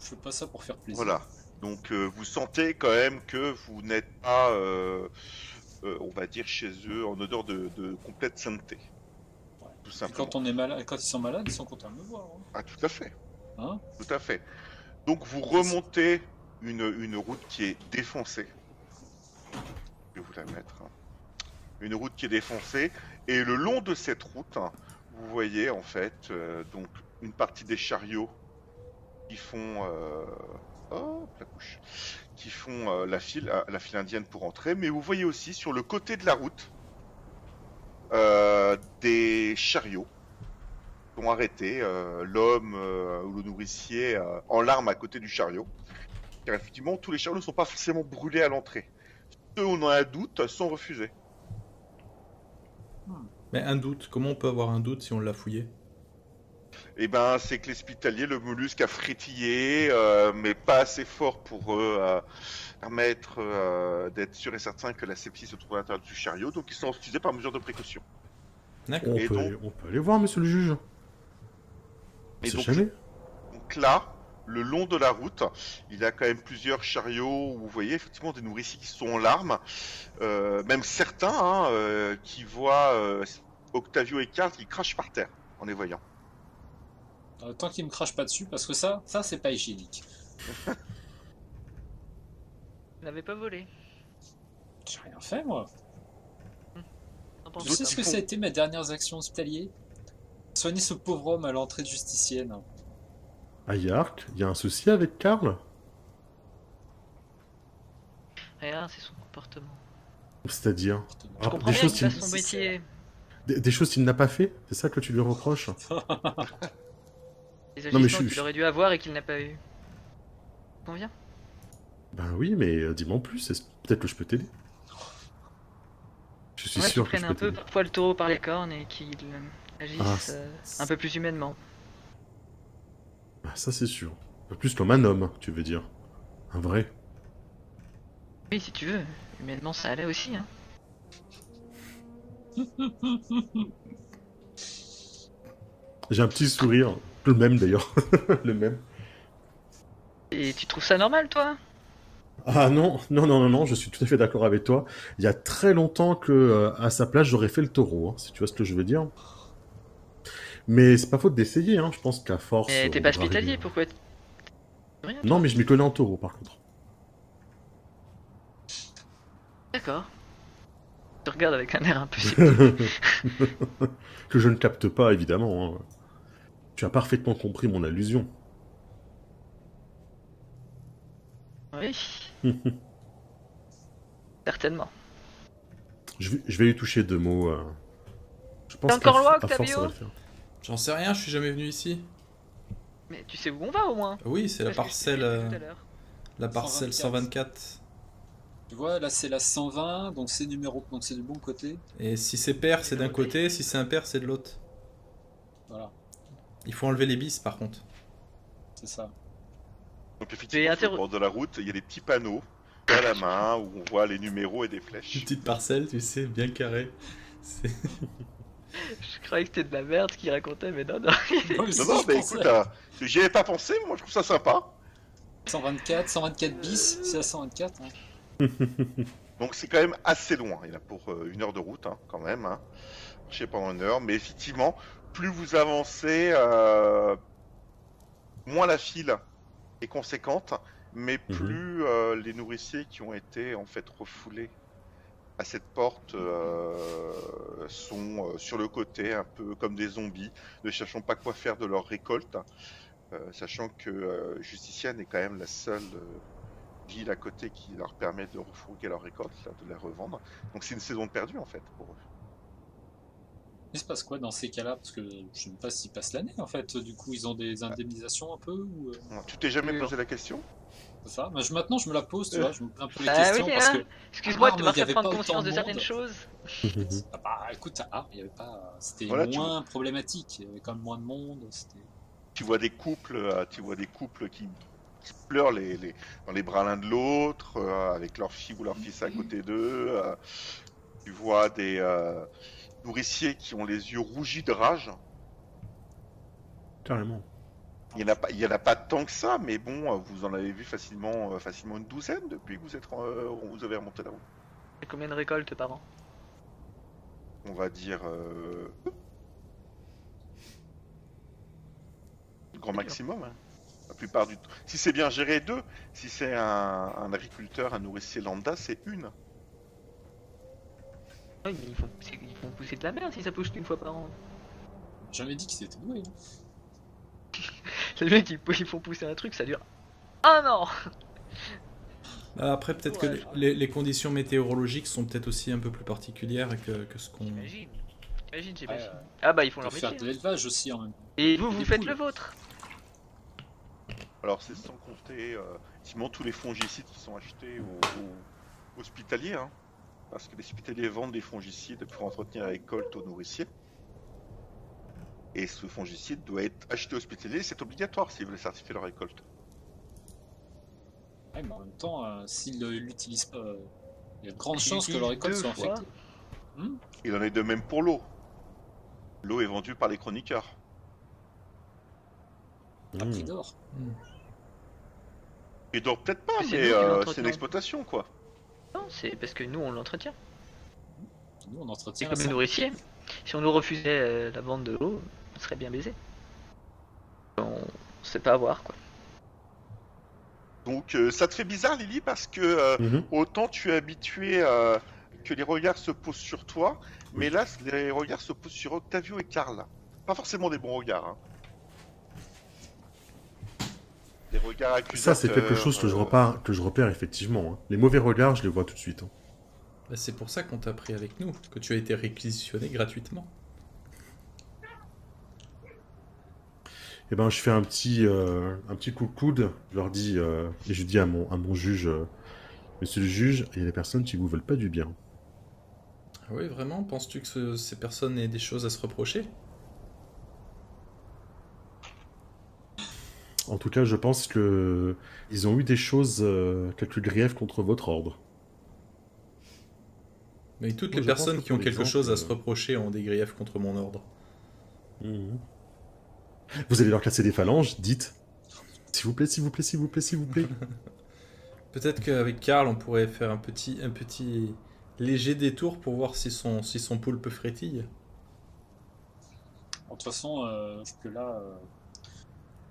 Je fais pas ça pour faire plaisir.
Voilà. Donc euh, vous sentez quand même que vous n'êtes pas, euh, euh, on va dire, chez eux en odeur de, de complète sainteté.
Ouais.
Tout
Et
simplement.
quand on est malade, quand ils sont malades, ils sont contents de me voir. hein.
Ah, tout à fait.
Hein
Tout à fait. Donc vous remontez une, une route qui est défoncée. Je vais vous la mettre. hein. Une route qui est défoncée. Et le long de cette route, hein, vous voyez en fait euh, donc une partie des chariots qui font euh, hop, la couche, qui font euh, la file euh, la file indienne pour entrer. Mais vous voyez aussi sur le côté de la route euh, des chariots ont arrêté euh, l'homme euh, ou le nourricier euh, en larmes à côté du chariot. Car effectivement, tous les chariots ne sont pas forcément brûlés à l'entrée. Ceux où on a un doute sont refusés.
Mais un doute. Comment on peut avoir un doute si on l'a fouillé
Et ben, c'est que l'hospitalier, le mollusque a frétillé, euh, mais pas assez fort pour euh, euh, permettre euh, d'être sûr et certain que la sepsie se trouve à l'intérieur du chariot. Donc ils sont refusés par mesure de précaution.
D'accord.
On
Et
peut,
donc-
aller, on peut aller voir, monsieur le juge. On
Et
sait
donc,
jamais.
Donc là, le long de la route, il y a quand même plusieurs chariots où vous voyez effectivement des nourriciers qui sont en larmes, euh, même certains hein, euh, qui voient euh, Octavio et Karl qui crachent par terre en les voyant.
Euh, tant qu'ils me crachent pas dessus, parce que ça, ça c'est pas hygiénique.
Vous n'avez pas volé.
J'ai rien fait moi.
T'en penses
Tu sais
quoi
ce que
font-
ça a été mes dernières actions hospitalières Soigner ce pauvre homme à l'entrée de justicienne.
À Yark, Ah, il y a un souci avec Karl
Rien, c'est son comportement.
C'est-à-dire
Je
Ah,
comprends
des
bien
choses
qu'il fasse
qui-
son métier.
des, des choses qu'il n'a pas fait C'est ça que tu lui reproches
Des
Non, mais je
agissements
suis-
qu'il aurait dû avoir et qu'il n'a pas eu. Convient
Ben oui, mais euh, dis-moi en plus, est-ce- peut-être que je peux t'aider. Je suis
Ouais, qu'ils
sûr que
prennent
je
un
peux
peu
t'aider.
parfois le taureau par les cornes et qu'ils
Ah,
agissent
c'est-
euh, un peu plus humainement.
Ah, ça c'est sûr. En plus comme un homme, tu veux dire. Un vrai.
Oui, si tu veux. Humainement, ça allait aussi. Hein.
J'ai un petit sourire. Le même d'ailleurs. [laughs] le même.
Et tu trouves ça normal, toi
Ah non, non, non, non, non, je suis tout à fait d'accord avec toi. Il y a très longtemps que euh, à sa place j'aurais fait le taureau, hein, si tu vois ce que je veux dire. Mais c'est pas faute d'essayer, hein. je pense qu'à force.
Mais t'es
on
pas
va arriver.
hospitalier, pourquoi t- Rien.
Non, mais je m'y connais en taureau par contre.
D'accord. Tu regardes avec un air un
[laughs]
peu
que je ne capte pas, évidemment. hein. Tu as parfaitement compris mon allusion.
Oui. Certainement.
Je vais, je vais lui toucher deux mots. euh. Je pense
T'es encore
qu'à f-
loin,
à force, ça va
Octavio
le faire.
J'en sais rien, je suis jamais venu ici.
Mais tu sais où on va au moins
Ah Oui, c'est la
Parce que je t'ai
parcelle,
dit
euh,
tout à l'heure.
la parcelle 124.
Tu vois, là c'est la 120, donc c'est numéro, donc c'est du bon côté.
Et si c'est pair, c'est d'un côté, si c'est impair, c'est de l'autre.
Voilà,
Il faut enlever les bis par contre.
c'est ça.
Donc
Mais
effectivement, sur
interro-
le bord de la route, il y a des petits panneaux à la main où on voit les numéros et des flèches.
Une petite parcelle, tu sais, bien carrée. C'est-
Je croyais que c'était de la merde ce qu'il racontait, mais non, non.
[laughs]
Ah,
Non, non, mais écoute, euh, j'y avais pas pensé, moi je trouve ça sympa.
124, 124 bis, c'est la 124. hein.
Donc c'est quand même assez loin. Il y en a pour euh, une heure de route, hein, quand même. Hein. Marcher pendant une heure, mais effectivement, plus vous avancez, euh, moins la file est conséquente, mais
Mhm.
plus euh, les nourriciers qui ont été en fait refoulés à cette porte euh, sont euh, sur le côté, un peu comme des zombies, ne sachant pas quoi faire de leur récolte, euh, sachant que euh, Justicienne est quand même la seule euh, ville à côté qui leur permet de refourguer leur récolte, là, de la revendre. Donc c'est une saison perdue en fait pour eux.
Il se passe quoi dans ces cas-là Parce que je sais même pas s'ils passent l'année en fait. Du coup, ils ont des indemnisations un peu ou euh,
Ouais. Tu t'es jamais
Oui.
posé la question
c'est ça Mais je- maintenant, je me la pose, tu vois. Je me pose un peu les
Ah
questions
oui,
parce
hein.
que.
Excuse-moi
Ah,
de
mais
devoir
il y
te
avait
prendre
pas autant
conscience de,
de
certaines
monde.
choses.
Ah bah écoute, ça- ah, il y avait pas. C'était
Voilà, tu
moins problématique. Il y avait quand même moins de monde. C'était.
Tu vois des couples, euh, tu vois des couples qui qui pleurent les, les- dans les bras l'un de l'autre, euh, avec leur fille ou leur fils à côté d'eux. euh. tu vois des euh, nourriciers qui ont les yeux rougis de rage.
Carrément.
Il n'y en, a pas- il y en a pas tant que ça, mais bon, euh, vous en avez vu facilement, euh, facilement une douzaine depuis que vous, êtes, en- euh, vous avez remonté la route.
Et combien de récoltes par an
On va dire. euh, Grand maximum. hein. La plupart du temps. Si c'est bien géré, deux. Si c'est un, un agriculteur, un nourricier lambda, c'est une.
Ouais, mais ils font, pousser, ils font pousser de la merde si ça pousse qu'une fois par an.
J'avais dit qu'ils étaient doués. hein.
Les mecs, ils, ils font pousser un truc, ça dure un an
Ah, Après, peut-être que
Ouais,
les- les, les conditions météorologiques sont peut-être aussi un peu plus particulières que, que ce qu'on.
J'imagine. J'imagine,
Ouais,
j'imagine.
euh,
Ah bah, ils font
on peut
leur
faire de
métier.
l'élevage aussi en même temps.
Et vous, vous
des
faites
poules.
le vôtre
Alors c'est sans compter euh, effectivement tous les fongicides qui sont achetés aux, aux hospitaliers. hein. parce que les hospitaliers vendent des fongicides pour entretenir la récolte aux nourriciers. Et ce fongicide doit être acheté aux hospitaliers, c'est obligatoire s'ils veulent certifier leur récolte.
Ouais, mais en même temps, euh, s'ils ne l'utilisent pas, euh, il y a de grandes
Ils
chances que leur récolte soit
l'utilisent deux
infectée.
Il en est de même pour l'eau. L'eau est vendue par les chroniqueurs.
À prix
Mmh.
d'or.
Hmm.
Et donc peut-être pas,
Mais c'est nous
mais
qui
euh,
l'entretenons.
c'est une exploitation quoi.
Non, c'est parce que nous, on l'entretient.
Nous, on
Ah, C'est
entretient
comme les
ça.
nourriciers. Si on nous refusait euh, la vente de l'eau, on serait bien baisé. On sait pas avoir, quoi.
Donc euh, ça te fait bizarre Lily parce que euh,
Mhm.
autant tu es habitué euh, que les regards se posent sur toi, mais là les regards se posent sur Octavio et Karl. Pas forcément des bons regards. hein. Des regards
Ça,
accusateurs.
c'est quelque chose que je,
euh,
repars, que je repère effectivement. hein. Les mauvais regards, je les vois tout de suite. hein.
Bah, c'est pour ça qu'on t'a pris avec nous, que tu as été réquisitionné gratuitement.
Eh ben, je fais un petit, euh, un petit coup de coude. Je leur dis, euh, et je dis à mon, à mon juge, euh, Monsieur le juge, il y a des personnes qui vous veulent pas du bien.
Ah oui, vraiment Penses-tu que ce- ces personnes aient des choses à se reprocher
En tout cas, je pense que ils ont eu des choses, euh, quelques griefs contre votre ordre.
Mais toutes
Moi,
les
je pense
personnes
que
qui ont
pour
quelque
l'exemple,
chose à
euh,
se reprocher ont des griefs contre mon ordre.
Mhm. Vous allez leur casser des phalanges, dites. S'il vous plaît, s'il vous plaît, s'il vous plaît, s'il vous plaît.
Peut-être qu'avec Karl, on pourrait faire un petit, un petit léger détour pour voir si son, si son poulpe frétille.
De toute façon, euh, parce que là, euh,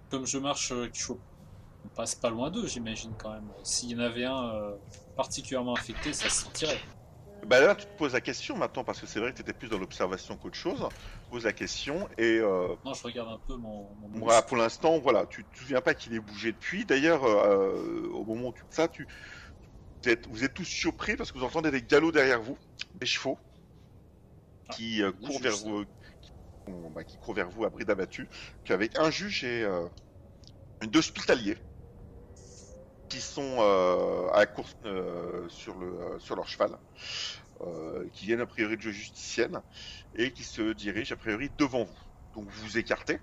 comme je marche, euh, que je- on passe pas loin d'eux, j'imagine quand même. S'il y en avait un euh, particulièrement infecté, ça se sentirait.
Bah là, tu te poses la question maintenant, parce que c'est vrai que tu étais plus dans l'observation qu'autre chose. Tu poses la question et euh,
Non, je regarde un peu mon. mon
Voilà, pour l'instant, voilà, tu te souviens pas qu'il ait bougé depuis. D'ailleurs, euh, au moment où tu ça, tu Vous êtes, vous êtes tous surpris parce que vous entendez des galops derrière vous, des chevaux qui euh,
oui,
courent
je
vers
sais.
vous, qui, courent- bah, qui courent vers vous à bride abattue, puis avec un juge et euh, deux hospitaliers qui sont euh, à la course euh, sur, le, euh, sur leur cheval, euh, qui viennent a priori de justicienne et qui se dirigent a priori devant vous. Donc vous vous écartez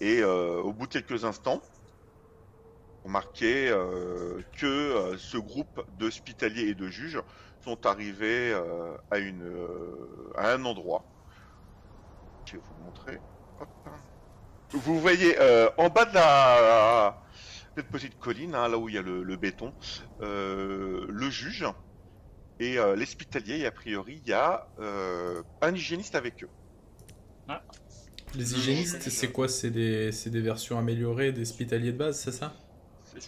et euh, au bout de quelques instants, remarquez euh, que euh, ce groupe d'hospitaliers et de juges sont arrivés euh, à, une, euh, à un endroit. Je vais vous montrer. Hop. Vous voyez euh, en bas de la cette petite colline, hein, là où il y a le, le béton, euh, le juge et euh, l'hospitalier. Et a priori, il y a euh, un hygiéniste avec eux.
Les hygiénistes, c'est quoi C'est des, c'est des versions améliorées des hospitaliers de base, c'est ça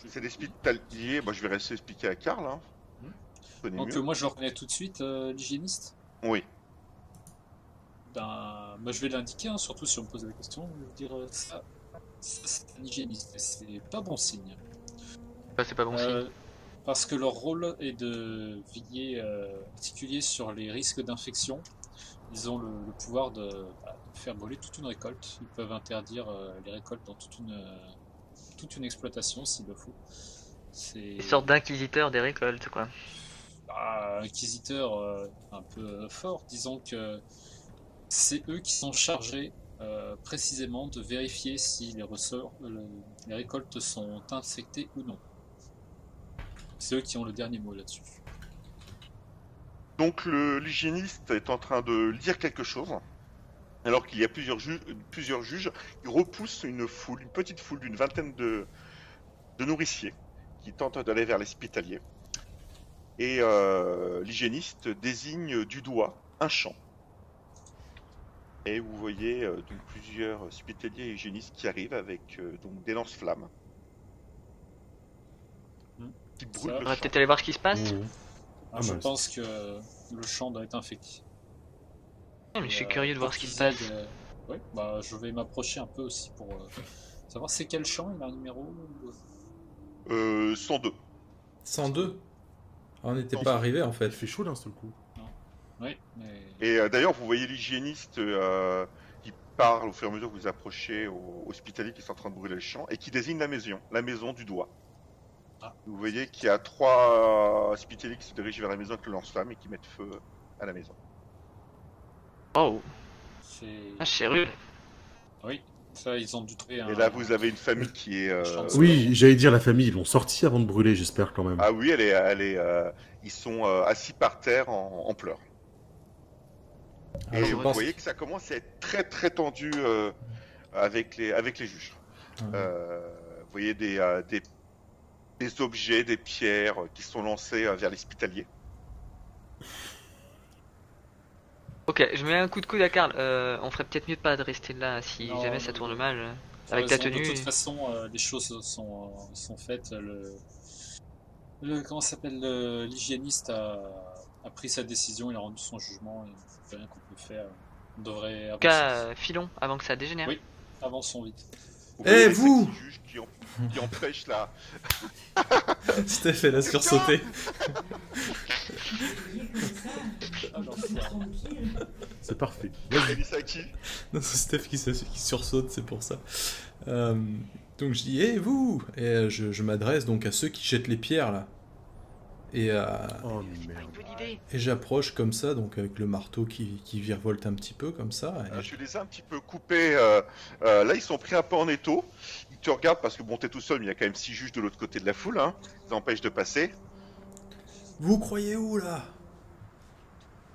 C'est des hospitaliers. Bah, je vais rester expliquer à Karl. Hein.
Mhm.
Vous connaissez
Donc
mieux.
euh, moi je le reconnais tout de suite, euh, l'hygiéniste.
Oui.
Ben, moi je vais l'indiquer, hein, surtout si on me pose la question, je vais dire euh, ça, ça, c'est un hygiéniste, et c'est pas bon signe.
Bah, c'est pas bon signe.
Euh, parce que leur rôle est de veiller euh, en particulier sur les risques d'infection. Ils ont le, le pouvoir de, bah, de faire brûler toute une récolte. Ils peuvent interdire euh, les récoltes dans toute une, euh, toute une exploitation s'il le faut. C'est
Une sorte d'inquisiteur des récoltes, quoi.
bah, inquisiteur euh, un peu euh, fort. Disons que c'est eux qui sont chargés euh, précisément de vérifier si les ressorts, euh, les récoltes sont infectées ou non. C'est eux qui ont le dernier mot là-dessus.
Donc le l'hygiéniste est en train de lire quelque chose, alors qu'il y a plusieurs, ju- plusieurs juges qui repoussent une foule, une petite foule d'une vingtaine de, de nourriciers qui tentent d'aller vers l'hospitalier. Et euh, l'hygiéniste désigne du doigt un champ. Et vous voyez euh, donc plusieurs hospitaliers et hygiénistes qui arrivent avec euh, donc des lance-flammes.
Hmm.
Qui brûlent le
Ça
On
Le
va
champ.
peut-être aller voir ce qui se passe.
Mhm. Ah,
je
mince.
pense que le champ doit être infecté.
Ouais, mais je suis
Et, euh,
curieux de voir ce qui se passe.
euh, ouais, bah, je vais m'approcher un peu aussi pour euh, savoir c'est quel champ, il a un numéro. ou-
Euh, 102.
102 Ah, On n'était
Non.
pas arrivé en
Il
fait.
fait chaud d'un seul coup.
Ouais, mais...
Et euh, d'ailleurs, vous voyez l'hygiéniste euh, qui parle au fur et à mesure que vous approchez au hospitalier qui est en train de brûler le champ et qui désigne la maison, la maison du doigt.
Ah.
Vous voyez qu'il y a trois hospitaliers qui se dirigent vers la maison avec le lance-flamme et qui mettent feu à la maison.
Oh,
c'est...
ah, c'est rude.
Oui, ça ils ont dû trouver un...
Et là, vous avez une famille qui est. euh,
Je pense.
Oui, j'allais dire la famille, ils l'ont sorti avant de brûler, j'espère quand même.
Ah oui, elle est, elle est, euh, ils sont euh, assis par terre en, en pleurs.
Ah,
et
je
vous
pense-
voyez que ça commence à être très très tendu euh, avec, les, avec les juges.
Ah.
Euh, vous voyez des, euh, des, des objets, des pierres euh, qui sont lancées euh, vers l'hospitalier.
Ok, je mets un coup de coude à Karl. Euh, on ferait peut-être mieux de pas de rester là si
Non,
jamais ça
non.
tourne mal. euh,
T'as
Avec ta
raison,
tenue.
De toute façon, euh, les choses sont, euh, sont faites. Le, le- comment ça s'appelle le- l'hygiéniste a, a pris sa décision, il a rendu son jugement. Il n'y a rien qu'on peut faire. On devrait
En tout cas,
avancer,
euh, filons avant que ça dégénère.
Oui. avançons vite.
Vous
Eh,
voyez les
vous
sexy juges qui, en- qui
[laughs]
empêchent la...
[laughs] Steph, elle a sursauté.
Alors,
C'est parfait.
Elisaki.
Non, c'est Steph qui, se- qui sursaute, c'est pour ça. Euh, donc je dis, hé vous Et euh, je, je m'adresse donc à ceux qui jettent les pierres là. Et, euh,
Oh merde.
bonne idée.
et j'approche comme ça, donc avec le marteau qui, qui virevolte un petit peu comme ça.
Euh,
et-
tu les as un petit peu coupés. euh, euh, là, ils sont pris un peu en étau. Ils te regardent parce que bon, t'es tout seul, mais il y a quand même six juges de l'autre côté de la foule. Hein. Ils empêchent de passer.
Vous croyez où là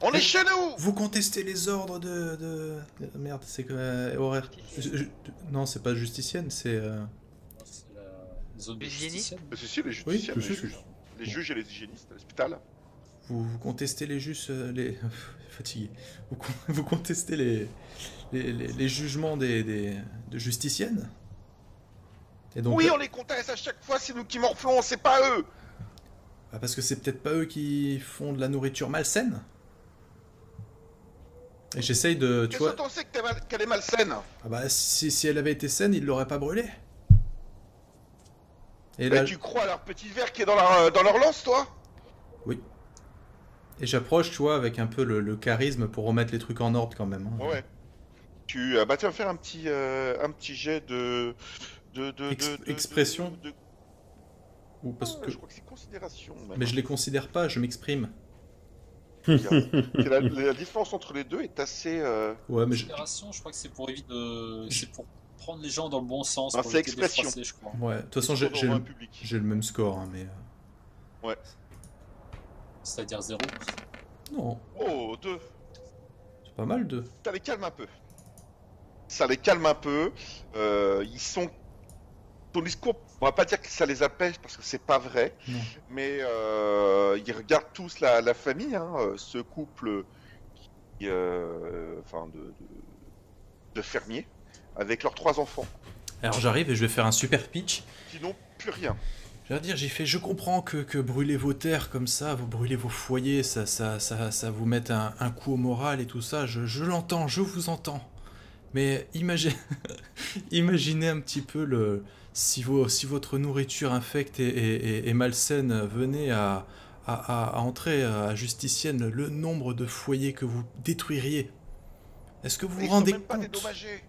Eh.
On est chez nous
Vous contestez les ordres de... de- de- Merde, c'est quoi euh, horaire Je- je- Non, c'est pas justicienne, c'est... euh,
c'est la zone de
L'hygiéniste
justicienne.
C'est Euh, si, les,
Oui,
justiciables,
je
les
sais,
juges, les juges et les hygiénistes à l'hôpital.
Vous, vous contestez les jus, euh, les [laughs] fatigué. Vous, con- [laughs] vous contestez les, les, les- les jugements des, des de justiciennes. Et donc, euh,
Oui, on les conteste à chaque fois, c'est nous qui morflons, c'est pas eux
Ah, parce que c'est peut-être pas eux qui font de la nourriture malsaine. Et j'essaye de, tu
Qu'est-ce que
vois,
t'en sais que t'es mal- qu'elle est malsaine
ah bah si, si elle avait été saine, ils l'auraient pas brûlée. Et
Mais
là,
tu crois à leur petit verre qui est dans leur, euh, dans leur lance, toi
et j'approche, tu vois, avec un peu le, le charisme pour remettre les trucs en ordre quand même. hein.
Ouais. Tu, euh, bah, tiens, faire un petit, euh, un petit jet de. de, de,
Ex-
de- de-
expression
de- de-
Ou parce que...
Je crois que c'est considération. même.
Mais je les considère pas, je m'exprime. [laughs]
C'est La, la différence entre les deux est assez. euh,
Ouais, mais je...
Considération, je crois que c'est pour éviter de. C'est pour prendre les gens dans le bon sens.
Non,
pour
Ah, c'est
éviter de les
expression.
froisser, je crois.
Ouais, de toute façon, j'ai j'ai
dans un
le,
public.
j'ai le même score, hein, mais... euh,
C'est-à-dire zéro.
Non,
Oh, deux.
c'est pas mal de...
Ça les calme un peu. Ça les calme un peu. Euh, ils sont. Ton discours, on va pas dire que ça les apaise parce que c'est pas vrai,
Non.
mais euh, ils regardent tous la, la famille, hein, euh, ce couple qui, euh, enfin de, de, de fermiers, avec leurs trois enfants,
Alors j'arrive et je vais faire un super pitch.
qui n'ont plus rien.
Je vais dire, j'ai fait, je comprends que, que brûler vos terres comme ça, vous brûlez vos foyers, ça, ça, ça, ça vous met un, un coup au moral et tout ça, je, je l'entends, je vous entends. Mais imagine- [laughs] imaginez un petit peu le, si, vos- si votre nourriture infecte et, et- et- et malsaine venait à, à- à- à entrer à Justicienne, le nombre de foyers que vous détruiriez. Est-ce que vous
ils
vous
sont
rendez
même pas
compte
dédommagés.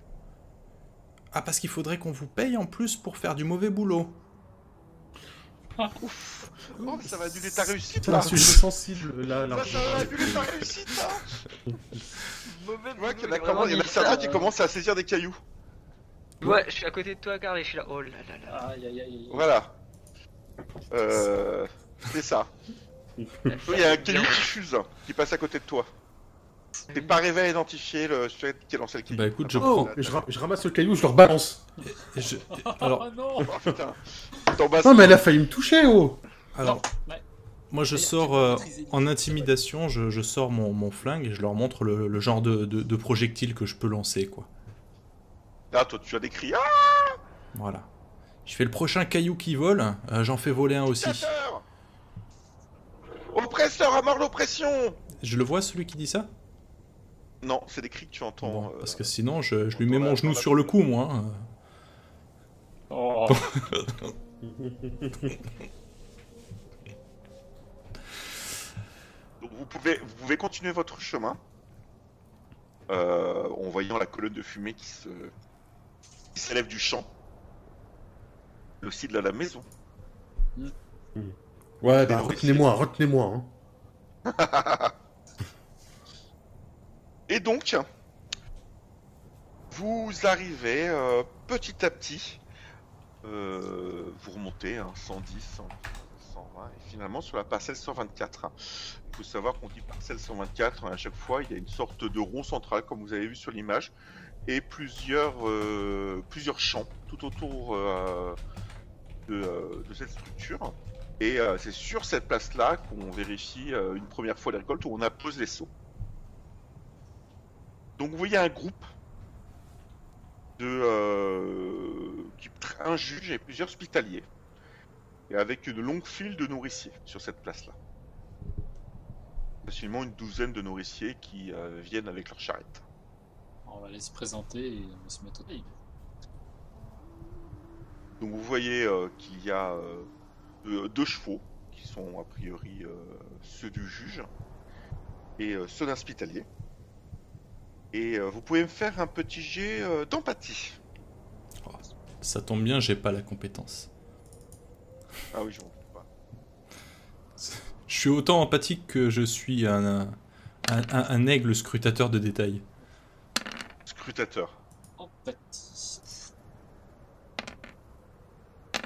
Ah, parce qu'il faudrait qu'on vous paye en plus pour faire du mauvais boulot.
Oh, mais ça va annuler ta réussite
C'est un
là.
sujet sensible, là,
Ça,
l'argent.
ça va annuler ta réussite là.
Mauvais
Tu vois qu'il y en a,
boulot,
comment- il y en a
vraiment,
certains
dit
qui
ça.
commencent à saisir des cailloux.
Ouais, je suis à côté de toi, Carl, et je suis là. Oh là là là.
Aïe aïe aïe.
Voilà. Euh, c'est ça. Il y a un caillou qui fuse, qui passe à côté de toi. T'es pas arrivé à identifier le sujet qui a lancé le caillou.
Bah, écoute, je
Oh, et je, ra- je ramasse le caillou, je le rebalance.
Et [laughs] je- alors,
[laughs] Alors... Ah non
Oh putain. T'en bas,
Non, mais elle a failli me toucher, oh
Alors,
Non, ouais.
moi je
D'ailleurs,
sors
tu peux
euh,
maîtriser
en
l'idée.
intimidation, je, je sors mon, mon flingue et je leur montre le, le genre de, de- de projectile que je peux lancer, quoi.
Ah, toi, tu as des cris. Ah,
Voilà. Je fais le prochain caillou qui vole, euh, j'en fais voler un aussi.
dictateur Oppresseur, à mort l'oppression
Je le vois celui qui dit ça
Non, c'est des cris que tu entends.
Bon,
euh,
Parce que sinon, je, je lui
dans
mets
la-
mon
dans
genou
la-
sur le cou, moi. hein.
Oh.
Donc vous pouvez, vous pouvez continuer votre chemin euh, en voyant la colonne de fumée qui se qui s'élève du champ, le site de la maison.
Ouais, bah retenez-moi, retenez-moi. hein.
Et donc, vous arrivez euh, petit à petit, euh, vous remontez hein, 110, 100, 120, et finalement sur la parcelle 124. hein. Il faut savoir qu'on dit parcelle 124, hein, à chaque fois il y a une sorte de rond central, comme vous avez vu sur l'image, et plusieurs, euh, plusieurs champs tout autour euh, de, euh, de cette structure. Et euh, c'est sur cette place-là qu'on vérifie euh, une première fois les récoltes, où on appose les seaux. Donc vous voyez un groupe de euh, qui- un juge et plusieurs hospitaliers, et avec une longue file de nourriciers sur cette place-là. Facilement une douzaine de nourriciers qui euh, viennent avec leurs charrettes.
On va aller se présenter et on va se mettre au pays.
Donc vous voyez euh, qu'il y a euh, deux, deux chevaux qui sont a priori euh, ceux du juge et euh, ceux d'un hospitalier. Et euh, vous pouvez me faire un petit jet euh, d'empathie.
Ça tombe bien, j'ai pas la compétence.
Ah oui, je m'en fous pas.
Je suis autant empathique que je suis un, un, un- un aigle scrutateur de détails.
Scrutateur.
Empathie.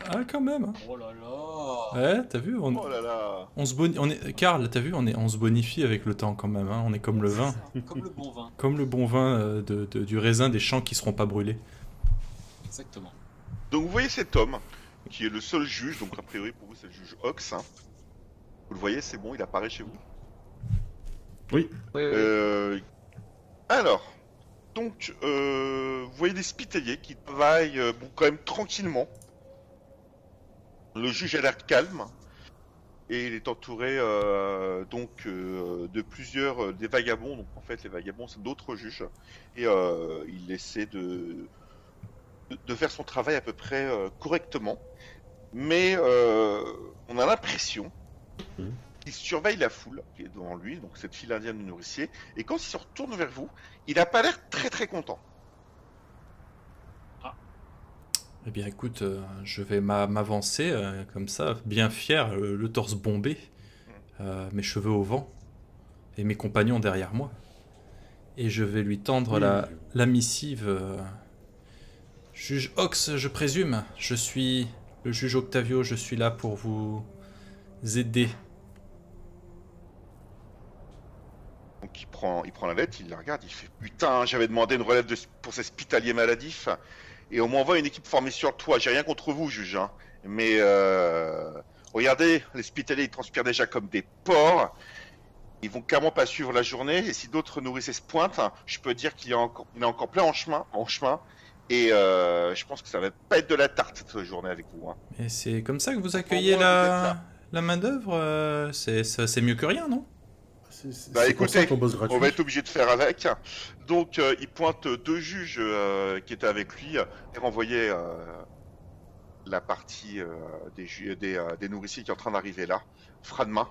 Ah, quand même hein.
Oh là là
Ouais, t'as vu on...
Oh là là
on se boni- on est... Karl, t'as vu, on, est... on se bonifie avec le temps quand même, hein. on est comme le
C'est
vin.
ça, Comme le bon vin,
Comme le bon vin euh, de, de- du raisin des champs qui seront pas brûlés.
exactement.
Donc vous voyez cet homme, qui est le seul juge, donc a priori pour vous c'est le juge Ox. hein. Vous le voyez, c'est bon, il apparaît chez vous.
Ouais, ouais.
Euh, Alors, donc euh, vous voyez des spitaliers qui travaillent euh, bon, quand même tranquillement. Le juge a l'air calme. Et il est entouré euh, donc euh, de plusieurs euh, des vagabonds. Donc en fait les vagabonds c'est d'autres juges. Et euh, il essaie de, de de faire son travail à peu près euh, correctement. mais euh, on a l'impression
Mhm.
qu'il surveille la foule qui est devant lui, donc cette fille indienne du nourricier, et quand il se retourne vers vous, il n'a pas l'air très très content.
Eh bien, écoute, euh, je vais m'a- m'avancer euh, comme ça, bien fier, euh, le torse bombé, euh, mes cheveux au vent, et mes compagnons derrière moi. Et je vais lui tendre la, la missive. euh, Juge Ox, je présume. Je suis le juge Octavio, je suis là pour vous aider.
Donc il prend, il prend la lettre, il la regarde, il fait putain, j'avais demandé une relève de, pour ces spitaliers maladifs, et on m'envoie une équipe formée sur le toit. J'ai rien contre vous, juge, hein, mais euh, regardez, les spitaliers ils transpirent déjà comme des porcs. Ils vont clairement pas suivre la journée, et si d'autres nourrissent se pointent, je peux dire qu'il y a encore, il y en a encore plein en chemin, en chemin, et euh, je pense que ça va pas être de la tarte cette journée avec vous. hein.
Et c'est comme ça que vous accueillez
Au moins, vous êtes
la,
là.
la main-d'œuvre euh, C'est ça- c'est mieux que rien, non
C'est- C'est
Bah,
c'est pour
écoutez,
ça qu'on bosse gratuit.
On va être obligé de faire avec. Donc, euh, il pointe deux juges euh, qui étaient avec lui euh, et renvoyait euh, la partie euh, des, ju- des, euh, des nourriciers qui est en train d'arriver là, frein de main.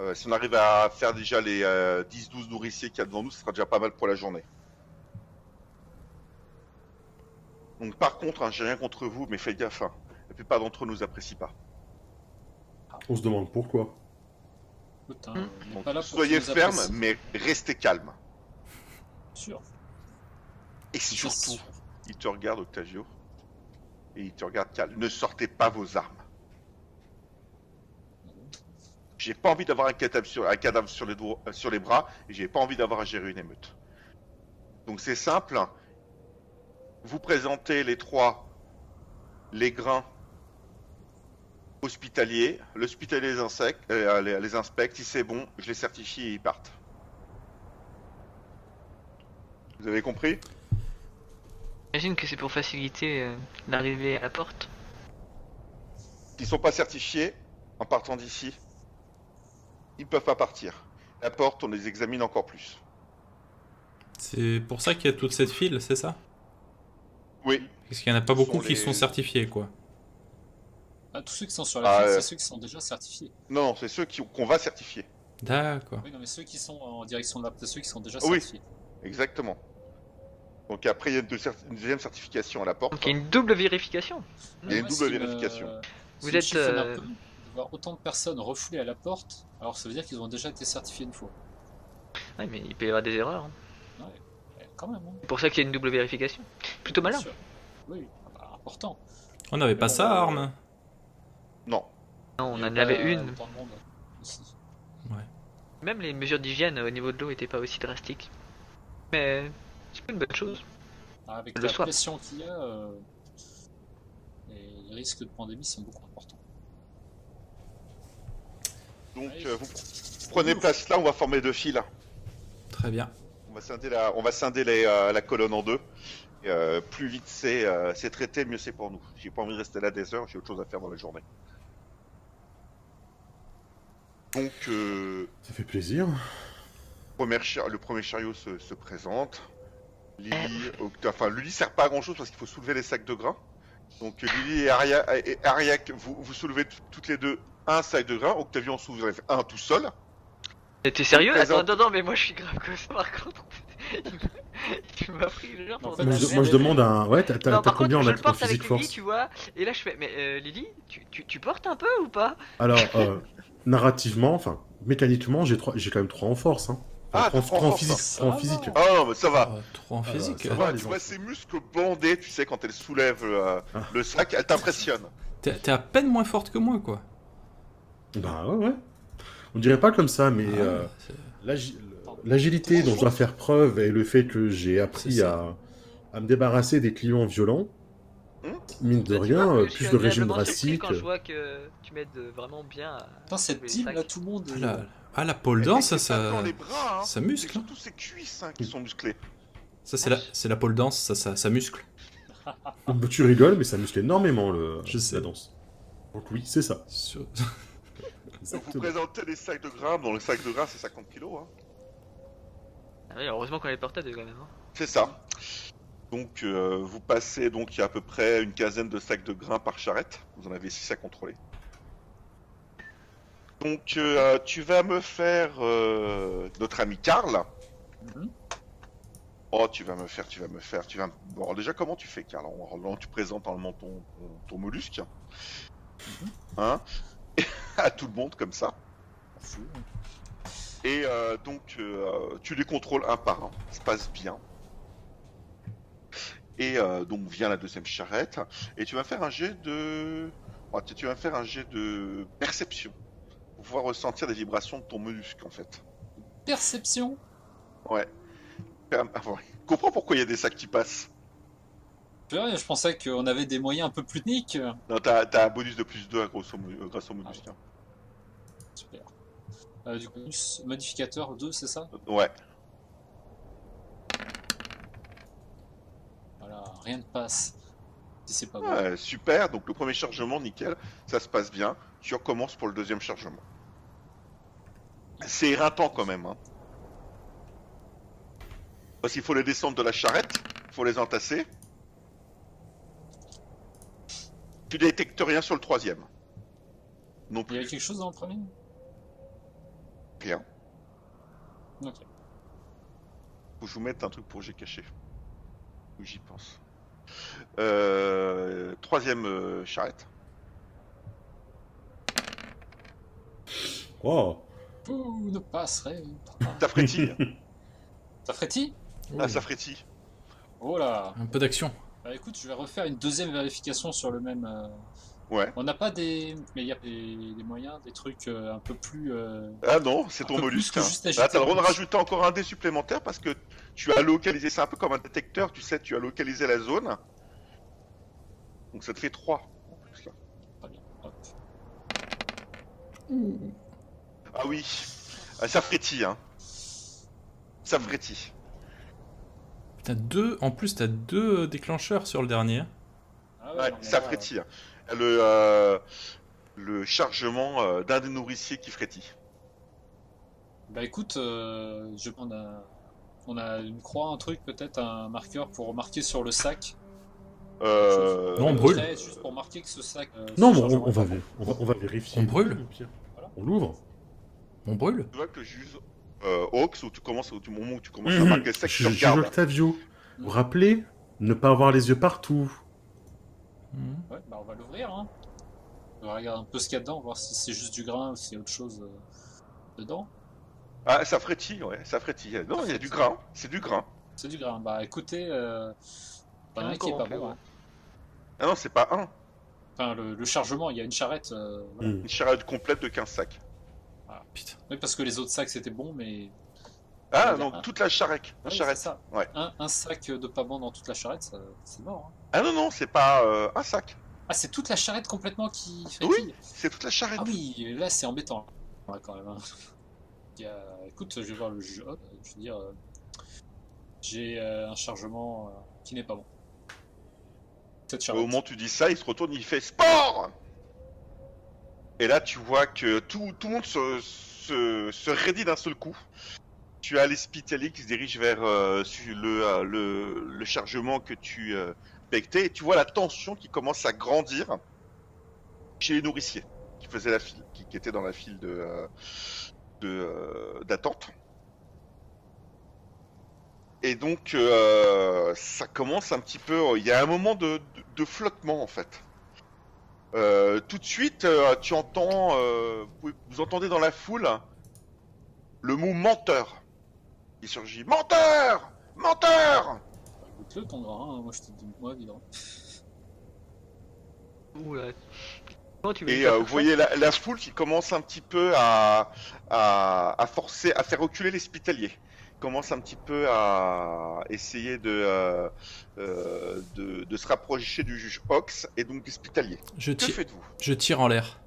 Euh, si on arrive à faire déjà les euh, 10-12 nourriciers qu'il y a devant nous, ce sera déjà pas mal pour la journée. Donc, par contre, hein, j'ai rien contre vous, mais faites gaffe. hein. La plupart d'entre eux nous apprécient pas.
On se demande pourquoi.
Putain,
Hmm.
hein, on n'est
Donc,
pas là pour
soyez
que tu nous
ferme,
apprécies.
mais restez calme.
Sûr.
Et
Sûr,
surtout,
sûr.
Il te regarde, Octavio. Et il te regarde calme. Ne sortez pas vos armes. J'ai pas envie d'avoir un cadavre sur, un cadavre sur les, doigts- euh, sur les bras et j'ai pas envie d'avoir à gérer une émeute. Donc c'est simple. Vous présentez les trois, les grains hospitaliers, l'hospitalier les, insectes, euh, les, les inspecte, si c'est bon, je les certifie et ils partent. Vous avez compris
J'imagine que c'est pour faciliter euh, l'arrivée à la porte.
Ils sont pas certifiés en partant d'ici. Ils peuvent pas partir. La porte, on les examine encore plus.
C'est pour ça qu'il y a toute cette file, c'est ça
Oui.
Parce qu'il n'y en a pas
Ce sont
beaucoup qui
les-
sont certifiés, quoi.
Ah, tous ceux qui sont sur la
Ah,
file,
ouais.
c'est ceux qui sont déjà certifiés.
Non, non, c'est ceux qui- qu'on va certifier.
D'accord.
Oui, non, mais ceux qui sont en direction de la... c'est ceux qui sont déjà
Oui.
certifiés.
Exactement. Donc après, il y a une, deux- une deuxième certification à la porte.
Donc il y a une double vérification.
Il y a une
Moi,
double
ce qui me-
vérification.
ce
Vous
qui me
êtes,
chiffonne un
euh,
peu, de voir autant de personnes refoulées à la porte, alors ça veut dire qu'ils ont déjà été certifiés une fois.
Ouais, mais il peut y avoir des erreurs. hein.
Ouais, quand même, hein.
C'est pour ça qu'il y a une double vérification. Plutôt
Bien
malin.
sûr. Oui, ah bah, important.
On n'avait pas
Euh,
ça, Arme
Non.
Non, on
Il y
en
a
avait
pas
une.
autant de Euh, monde ici.
Même les mesures d'hygiène euh, au niveau de l'eau n'étaient pas aussi drastiques. Mais c'est pas une bonne chose.
Ah, Avec
Le
la
soir.
pression qu'il y a, euh, les les risques de pandémie sont beaucoup importants.
Donc
Ouais,
euh, vous prenez place là, on va former deux files.
Très bien.
On va scinder la, on va scinder les, euh, la colonne en deux. Et, euh, plus vite c'est euh, c'est traité, mieux c'est pour nous. J'ai pas envie de rester là des heures, j'ai autre chose à faire dans la journée. Donc euh,
Ça fait plaisir.
Première char- le premier chariot se, se présente. Lily, Octa- enfin, Lily sert pas à grand chose parce qu'il faut soulever les sacs de grains. Donc euh, Lily et, Aria, et Ariac, vous, vous soulevez t- toutes les deux un sac de grains. Octavien en soulève un tout seul.
T'es sérieux Attends,
Présente.
attends, attends, mais moi je suis grave comme ça par contre. [laughs] Il m'a- il m'a pris le genre
Mais en
pour
fait,
de
Moi
la
la
je,
merde.
moi,
merde.
je demande un. Ouais, t'as- t'as
Non,
t'as
par
combien
contre, je
en,
le
ath- en
porte avec
physique
Lily,
force
tu vois, et là je fais, mais euh, Lily, tu, tu, tu portes un peu ou pas
Alors, euh, narrativement, enfin, mécaniquement, j'ai trois... j'ai quand même trois en force. Hein.
Ah,
Enfin, trois,
trois en
trois en
force,
physique.
ça
trois en
va.
physique.
Ah non, mais ça va.
Euh, trop en
Ah,
physique.
ça va,
tu
les
vois
enfants.
ses muscles bandés, tu sais, quand elle soulève euh,
Ah.
le sac, elle t'impressionne.
T'es t'es à peine moins forte que moi, quoi.
Bah ouais, ouais. On dirait pas comme ça, mais
Ah,
euh,
c'est-
l'agi- l'agilité dont je dois faire preuve et le fait que j'ai
C'est
appris
ça.
à... à me débarrasser des clients violents,
Hum
mine de
Bah, tu
rien,
vois,
euh,
je suis
plus de régime
agréablement surpris
drastique. euh.
Quand je vois que tu m'aides vraiment bien à.
Putain, cette
soulever les
team
sacs.
là, tout le monde. est-
Ah, la, ah, la pole
Elle
dance, ça,
t'éclate dans
ça,
les bras, hein.
ça
C'est
muscle. hein.
surtout ses cuisses hein, qui sont musclées.
Ça, c'est la, c'est la pole dance, ça, ça, ça muscle.
Bah, Tu rigoles, mais ça muscle énormément le...
Je sais.
la danse. Donc oui, c'est ça.
Sur-
Donc vous
Exactement.
présentez les sacs de grains. Dans le sac de grains, c'est 50 kilos. Hein.
Ah oui, heureusement qu'on les porte à deux quand même. hein.
C'est ça. Donc euh, vous passez, donc il y a à peu près une quinzaine de sacs de grains par charrette. Vous en avez 6 à contrôler. Donc euh, tu vas me faire euh, notre ami Karl.
Mhm.
Oh tu vas me faire, tu vas me faire, tu vas. me- Bon alors déjà comment tu fais Karl En en- tu présentes normalement ton, ton, ton mollusque, hein, [laughs] à tout le monde comme ça.
On fout.
Et euh, donc, euh, tu les contrôles un par un. Ça se passe bien. Et euh, donc vient la deuxième charrette. Et tu vas faire un jet de... oh, tu tu vas faire un jet de perception. Pour pouvoir ressentir des vibrations de ton mollusque, en fait.
Perception
Ouais. [laughs] Ah, ouais. Comprends pourquoi il y a des sacs qui passent.
Ouais, Je pensais qu'on avait des moyens un peu plus techniques.
Non, t'as t'as un bonus de plus 2 grâce au, mo- grâce au mollusque. hein.
Super. Euh, du coup, plus modificateur 2, c'est ça
Ouais.
Voilà, rien ne passe. Si c'est pas Ah, bon.
Ouais, Euh, super. Donc le premier chargement, nickel. Ça se passe bien. Tu recommences pour le deuxième chargement. C'est éreintant quand même. Hein. Parce qu'il faut les descendre de la charrette. Il faut les entasser. Tu détectes rien sur le troisième. Non
Il y
plus.
avait quelque chose dans le premier
Rien.
Ok.
Faut que je vous mette un truc pour j'ai caché. Où j'y pense. Euh, troisième euh,
[laughs]
charrette.
Oh
Vous ne passerez pas.
Ça frétille.
Ça frétille
hein. ah, ça frétille.
Oh là
[laughs] Un peu d'action.
Bah écoute, je vais refaire une deuxième vérification sur le même. euh,
Ouais.
On n'a pas des. Mais il y a des, des moyens, des trucs euh, un peu plus. euh,
Ah non, c'est
Un
ton
peu plus
mollusque.
que
hein.
juste agiter
Là, t'as le droit de
le
rajouter encore un dé supplémentaire parce que tu as localisé, c'est un peu comme un détecteur, tu sais, tu as localisé la zone. Donc ça te fait 3. en plus, là.
Pas bien. Hop.
Ah oui, Ah, ça frétille, hein. Ça frétille.
T'as deux. En plus, t'as deux euh, déclencheurs sur le dernier.
Ah
Ouais,
non, mais
ça
là,
frétille. hein. Le, euh, le chargement euh, d'un des nourriciers qui frétille.
Bah écoute, euh, je on a, on a une croix, un truc peut-être, un marqueur pour marquer sur le sac.
Euh,
Non, on
Euh,
brûle.
peut-être Juste pour marquer que ce sac. euh,
Non,
ce
mais on, on va,
chargement-
on, va, on va vérifier.
On brûle
Voilà.
On l'ouvre
On brûle
Tu vois que le juge euh, Hawks, où tu commences, au moment où tu commences à
Mhm.
marquer le sac, tu
Je- je-
regardes.
Octavio, vous vous rappelez Ne pas avoir les yeux partout.
Mhm.
Ouais, bah on va l'ouvrir. Hein. On va regarder un peu ce qu'il y a dedans, voir si c'est juste du grain ou si c'est autre chose euh, dedans.
Ah, ça frétille, ouais, ça frétille. Non, il y a du grain, c'est du grain.
C'est du grain. Bah écoutez, euh, pas
Ah,
un qui est
encore
pas
en fait,
bon.
ouais.
hein.
Ah non, c'est pas un.
Enfin, le, le chargement, il y a une charrette. euh, voilà.
Hmm.
Une charade complète de 15 sacs.
Putain.
Oui, parce que les autres sacs c'était bon, mais.
Ah,
Ouais,
donc
un.
toute la charrette. La
Ouais,
charrette.
c'est ça.
ouais.
Un, un sac de pas bon dans toute la charrette, ça- c'est mort. hein.
Ah non, non, c'est pas euh, un sac.
Ah, c'est toute la charrette complètement qui frétille.
C'est toute la charrette.
Ah oui, là c'est embêtant là, quand même. hein. [laughs] Il y a- Écoute, je vais voir le jeu. Hop, Je veux dire, euh, j'ai euh, un chargement euh, qui n'est pas bon. Cette
Au
charrette.
moment où tu dis ça, il se retourne, il fait sport Et là, tu vois que tout, tout le monde se, se, se raidit d'un seul coup. Tu as l'Espitalier qui se dirige vers euh, su- le, euh, le, le chargement que tu euh, pectais, et tu vois la tension qui commence à grandir chez les nourriciers qui faisaient la file, qui, qui étaient dans la file de euh, de, euh, d'attente. et donc euh, ça commence un petit peu. Il y a un moment de, de- de flottement en fait. Euh, tout de suite, euh, tu entends, euh, vous, pouvez- vous entendez dans la foule le mot menteur. Il surgit menteur, menteur.
Goûte-le ton grain, hein, moi je te dis, moi vivant.
Oula. Comment tu veux
Et
faire
euh,
pour
vous
ça
voyez la, la foule qui commence un petit peu à, à, à forcer, à faire reculer l'hospitalier. Commence un petit peu à essayer de, euh, euh, de, de se rapprocher du juge Ox et donc l'hospitalier.
Je,
Que
ti-
faites-vous
je tire en l'air.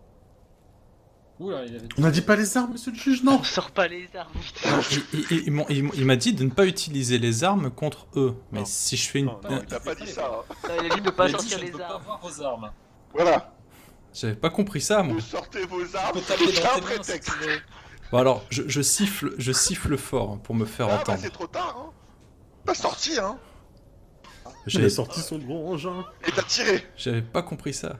Oula, il avait
On n'a dit pas les armes, monsieur le juge, non
[laughs] On sort pas les armes, putain.
Il- il- il- ils m'ont- ils m'ont- il m'a dit de ne pas utiliser les armes contre eux. Mais
Non.
si je fais une.
Oh. Non, non, il t'a pas dit ça. hein.
Non, il a dit de pas
Il a dit,
sortir
je ne
les
peux pas
armes.
voir vos armes.
Voilà,
J'avais pas compris ça, moi.
vous sortez vos
Tu
armes, [laughs]
peux taper
c'est un
dans tes mains si
prétexte.
tu veux.
Bon, alors, je, je siffle, je siffle fort hein, pour me faire
Ah bah
entendre.
c'est trop tard, hein. Pas sorti, hein.
J'avais sorti son gros [laughs] engin.
Et t'as tiré
J'avais pas compris ça.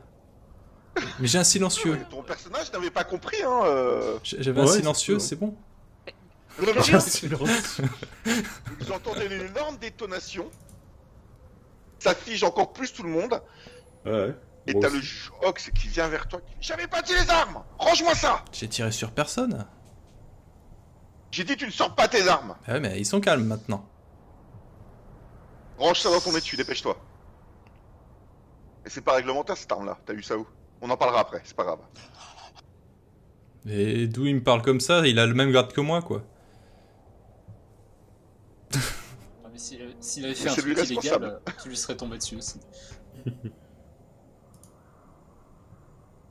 Mais j'ai un silencieux.
Ton personnage n'avait pas compris, hein
[laughs]
euh...
J'avais un
Ouais,
silencieux,
c'est
c'est bon
J'entendais
Ah, c'est drôle.
une énorme détonation. Ça fige encore plus tout le monde.
Ouais.
Et
Moi
t'as
aussi.
le juge Ox qui vient vers toi. qui dit, J'avais pas dit les armes Range-moi ça
J'ai tiré sur personne.
J'ai dit tu ne sors pas tes armes
Ah ouais, mais ils sont calmes maintenant.
Range ça dans ton étui, dépêche-toi. Et c'est pas réglementaire cette arme-là. T'as eu ça où On en parlera après, c'est pas grave.
Et d'où il me parle comme ça Il a le même grade que moi, quoi.
Ah, mais s'il avait- s'il avait fait un
C'est lui
truc illégal,
responsable.
euh, tu lui serais tombé dessus aussi.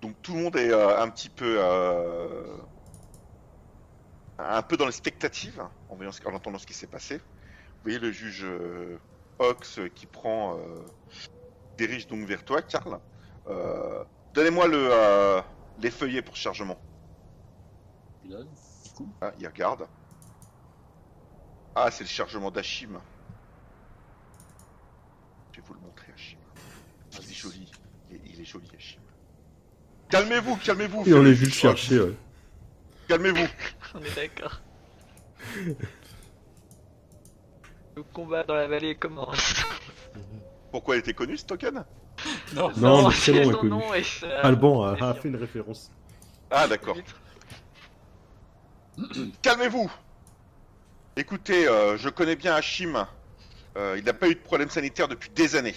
Donc tout le monde est euh, un petit peu euh, un peu dans les spectatives en, voyant ce- en entendant ce qui s'est passé. Vous voyez le juge euh, Ox euh, qui prend euh, dirige donc vers toi, Karl. Euh, Donnez-moi le euh, les feuillets pour chargement.
Tu lui donnes, du coup.
Hein, il regarde. Ah, c'est le chargement d'Achim. Je vais vous le montrer, Achim. Ah, il est joli. Il est, il est joli, Achim. Calmez-vous, calmez-vous.
Et on les
les
vu le chercher, ouais.
Calmez-vous.
On est
[laughs]
d'accord. Le combat dans la vallée [laughs] commence.
Pourquoi il était connu ce token
Non,
Non, mais c'est bon,
c'est son
on a connu.
nom et ça-
Alban a,
c'est
a
bien.
fait une référence.
Ah d'accord. Calmez-vous. Écoutez, euh, je connais bien Hachim. Euh, il n'a pas eu de problème sanitaire depuis des années.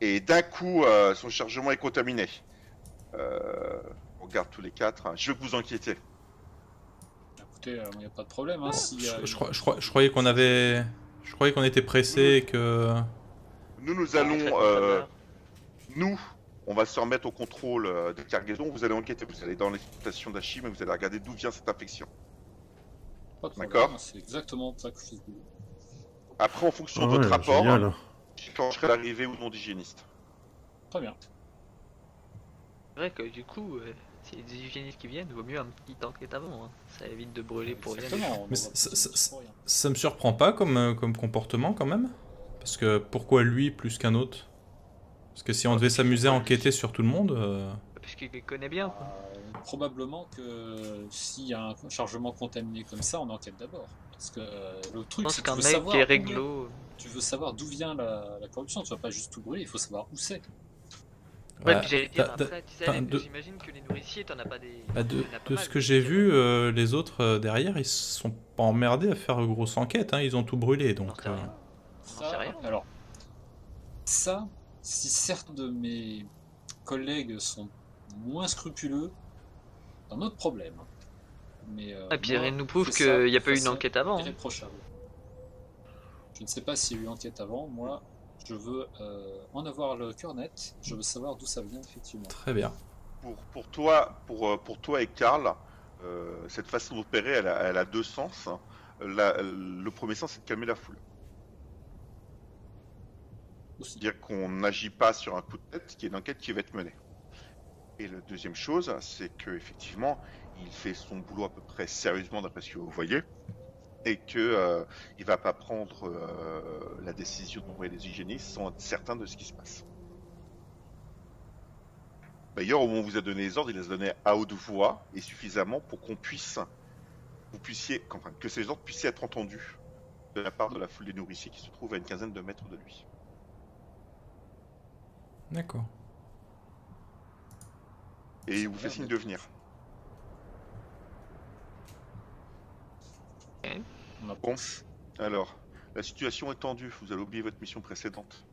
Et d'un coup, euh, son chargement est contaminé. Euh, on regarde tous les quatre. hein. Je veux que vous inquiéter.
écoutez, il n'y a pas de problème. Hein, si,
Je,
euh,
je crois- je crois- je croyais qu'on avait... Je croyais qu'on était pressé et que...
Nous, nous
On est
allons,
très
euh,
conservateurs.
nous, on va se remettre au contrôle euh, des cargaisons. Vous allez enquêter. Vous allez dans l'exploitation d'Hachim et vous allez regarder d'où vient cette infection.
pas de problème,
d'accord.
hein, C'est exactement ça que je voulais.
Après, en fonction
Ah
de votre
ouais,
rapport,
génial, hein.
je déclencherai l'arrivée ou non d'hygiéniste.
Très bien.
C'est vrai que du coup, euh, si les hygiénistes qui viennent, vaut mieux un petit enquête avant. hein. Ça évite de brûler pour rien.
Exactement. on
Mais
aura
ça-
pas de
ça-
soucis pour rien.
Ça me surprend pas comme, euh, comme comportement, quand même. Parce que pourquoi lui plus qu'un autre Parce que si on devait s'amuser à enquêter sur tout le monde... euh,
Parce qu'il les connaît bien. quoi.
Euh, probablement que s'il y a un chargement contaminé comme ça, on enquête d'abord. Parce que euh, le
Je
truc,
pense
c'est que tu
qu'un
veux
mec
savoir
qui est
d'où-
réglo.
Tu veux savoir d'où vient la, la corruption. Tu vas pas juste tout brûler. Il faut savoir où c'est.
Ouais,
ouais.
puis j'allais
t'as-
dire
t'as-
après, tu sais,
t'as- de-
j'imagine que les nourriciers, t'en as pas des.
Bah, de,
t'en as pas
de
mal,
ce que
des
j'ai
nourriciers.
vu, euh, les autres euh, derrière, ils se sont pas emmerdés à faire une grosse enquête. hein, Ils ont tout brûlé,
J'en
donc...
sais rien.
euh,
On en sait rien.
Alors, ça, si certains de mes collègues sont moins scrupuleux, c'est un autre problème. Mais euh,
Ah, puis
moi,
rien ne nous prouve
c'est ça,
qu'il n'y a
de
pas eu une
façon
enquête avant. hein.
irréprochable. Je ne sais pas s'il y a eu enquête avant. Moi, je veux euh, en avoir le cœur net. Je veux savoir d'où ça vient, effectivement.
Très bien.
pour, pour toi, pour, euh, pour toi et Karl, euh, cette façon d'opérer, elle, a- elle a deux sens. La- le premier sens, c'est de calmer la foule.
Aussi.
C'est-à-dire qu'on n'agit pas sur un coup de tête, qui est une enquête qui va être menée. Et la deuxième chose, c'est que effectivement, il fait son boulot à peu près sérieusement d'après ce que vous voyez, et que euh, il va pas prendre euh, la décision d'envoyer les hygiénistes sans être certain de ce qui se passe. D'ailleurs, au moment où on vous a donné les ordres, il les a donnés à haute voix et suffisamment pour qu'on puisse, vous puissiez, enfin, que ces ordres puissent être entendus de la part de la foule des nourriciers qui se trouve à une quinzaine de mètres de lui.
D'accord.
Et il vous fait signe de venir.
On a-
Bon, alors, la situation est tendue, vous allez oublier votre mission précédente.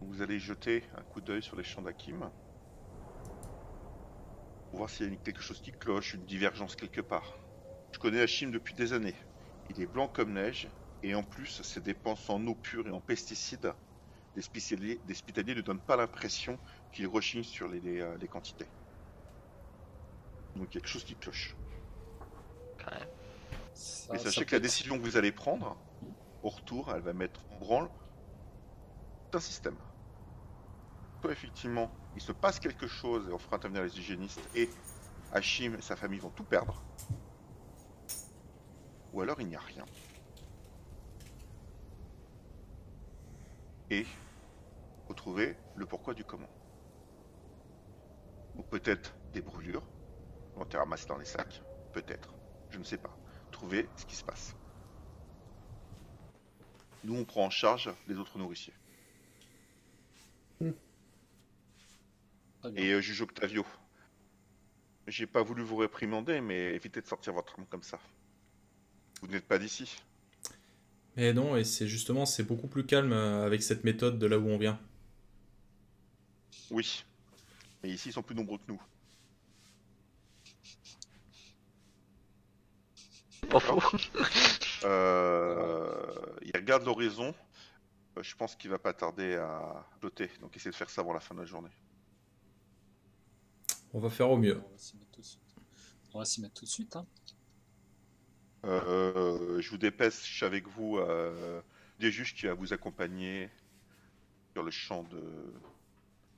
Vous allez jeter un coup d'œil sur les champs d'Akim. Pour voir s'il y a une- quelque chose qui cloche, une divergence quelque part. Je connais Hachim depuis des années. Il est blanc comme neige, et en plus, ses dépenses en eau pure et en pesticides, les spéciali- les hospitaliers ne donnent pas l'impression qu'il rechigne sur les- les, euh, les quantités. Donc quelque chose qui cloche.
Quand même.
ça-
Mais
ça
sachez que
peut
la
être-
décision que vous allez prendre, au retour, elle va mettre en branle tout un système. Soit effectivement, il se passe quelque chose et on fera intervenir les hygiénistes et Hachim et sa famille vont tout perdre. Ou alors il n'y a rien. et retrouver le pourquoi du comment. Ou peut-être des brûlures, on été ramassées dans les sacs, peut-être, je ne sais pas. Trouver ce qui se passe. Nous, on prend en charge les autres nourriciers.
Très bien.
Et euh, juge Octavio, j'ai pas voulu vous réprimander, mais évitez de sortir votre arme comme ça. Vous n'êtes pas d'ici.
Mais non, et c'est justement, c'est beaucoup plus calme euh, avec cette méthode de là où on vient.
Oui. Mais ici, ils sont plus nombreux que nous.
Pas faux.
Euh, il regarde l'horizon. Euh, Je pense qu'il va pas tarder à doter. Donc, essayez de faire ça avant la fin de la journée.
On va faire au mieux.
On va s'y mettre tout de suite. On va s'y mettre tout de suite. Hein.
Euh, je vous dépêche avec vous euh, des juges qui va vous accompagner sur le champ de.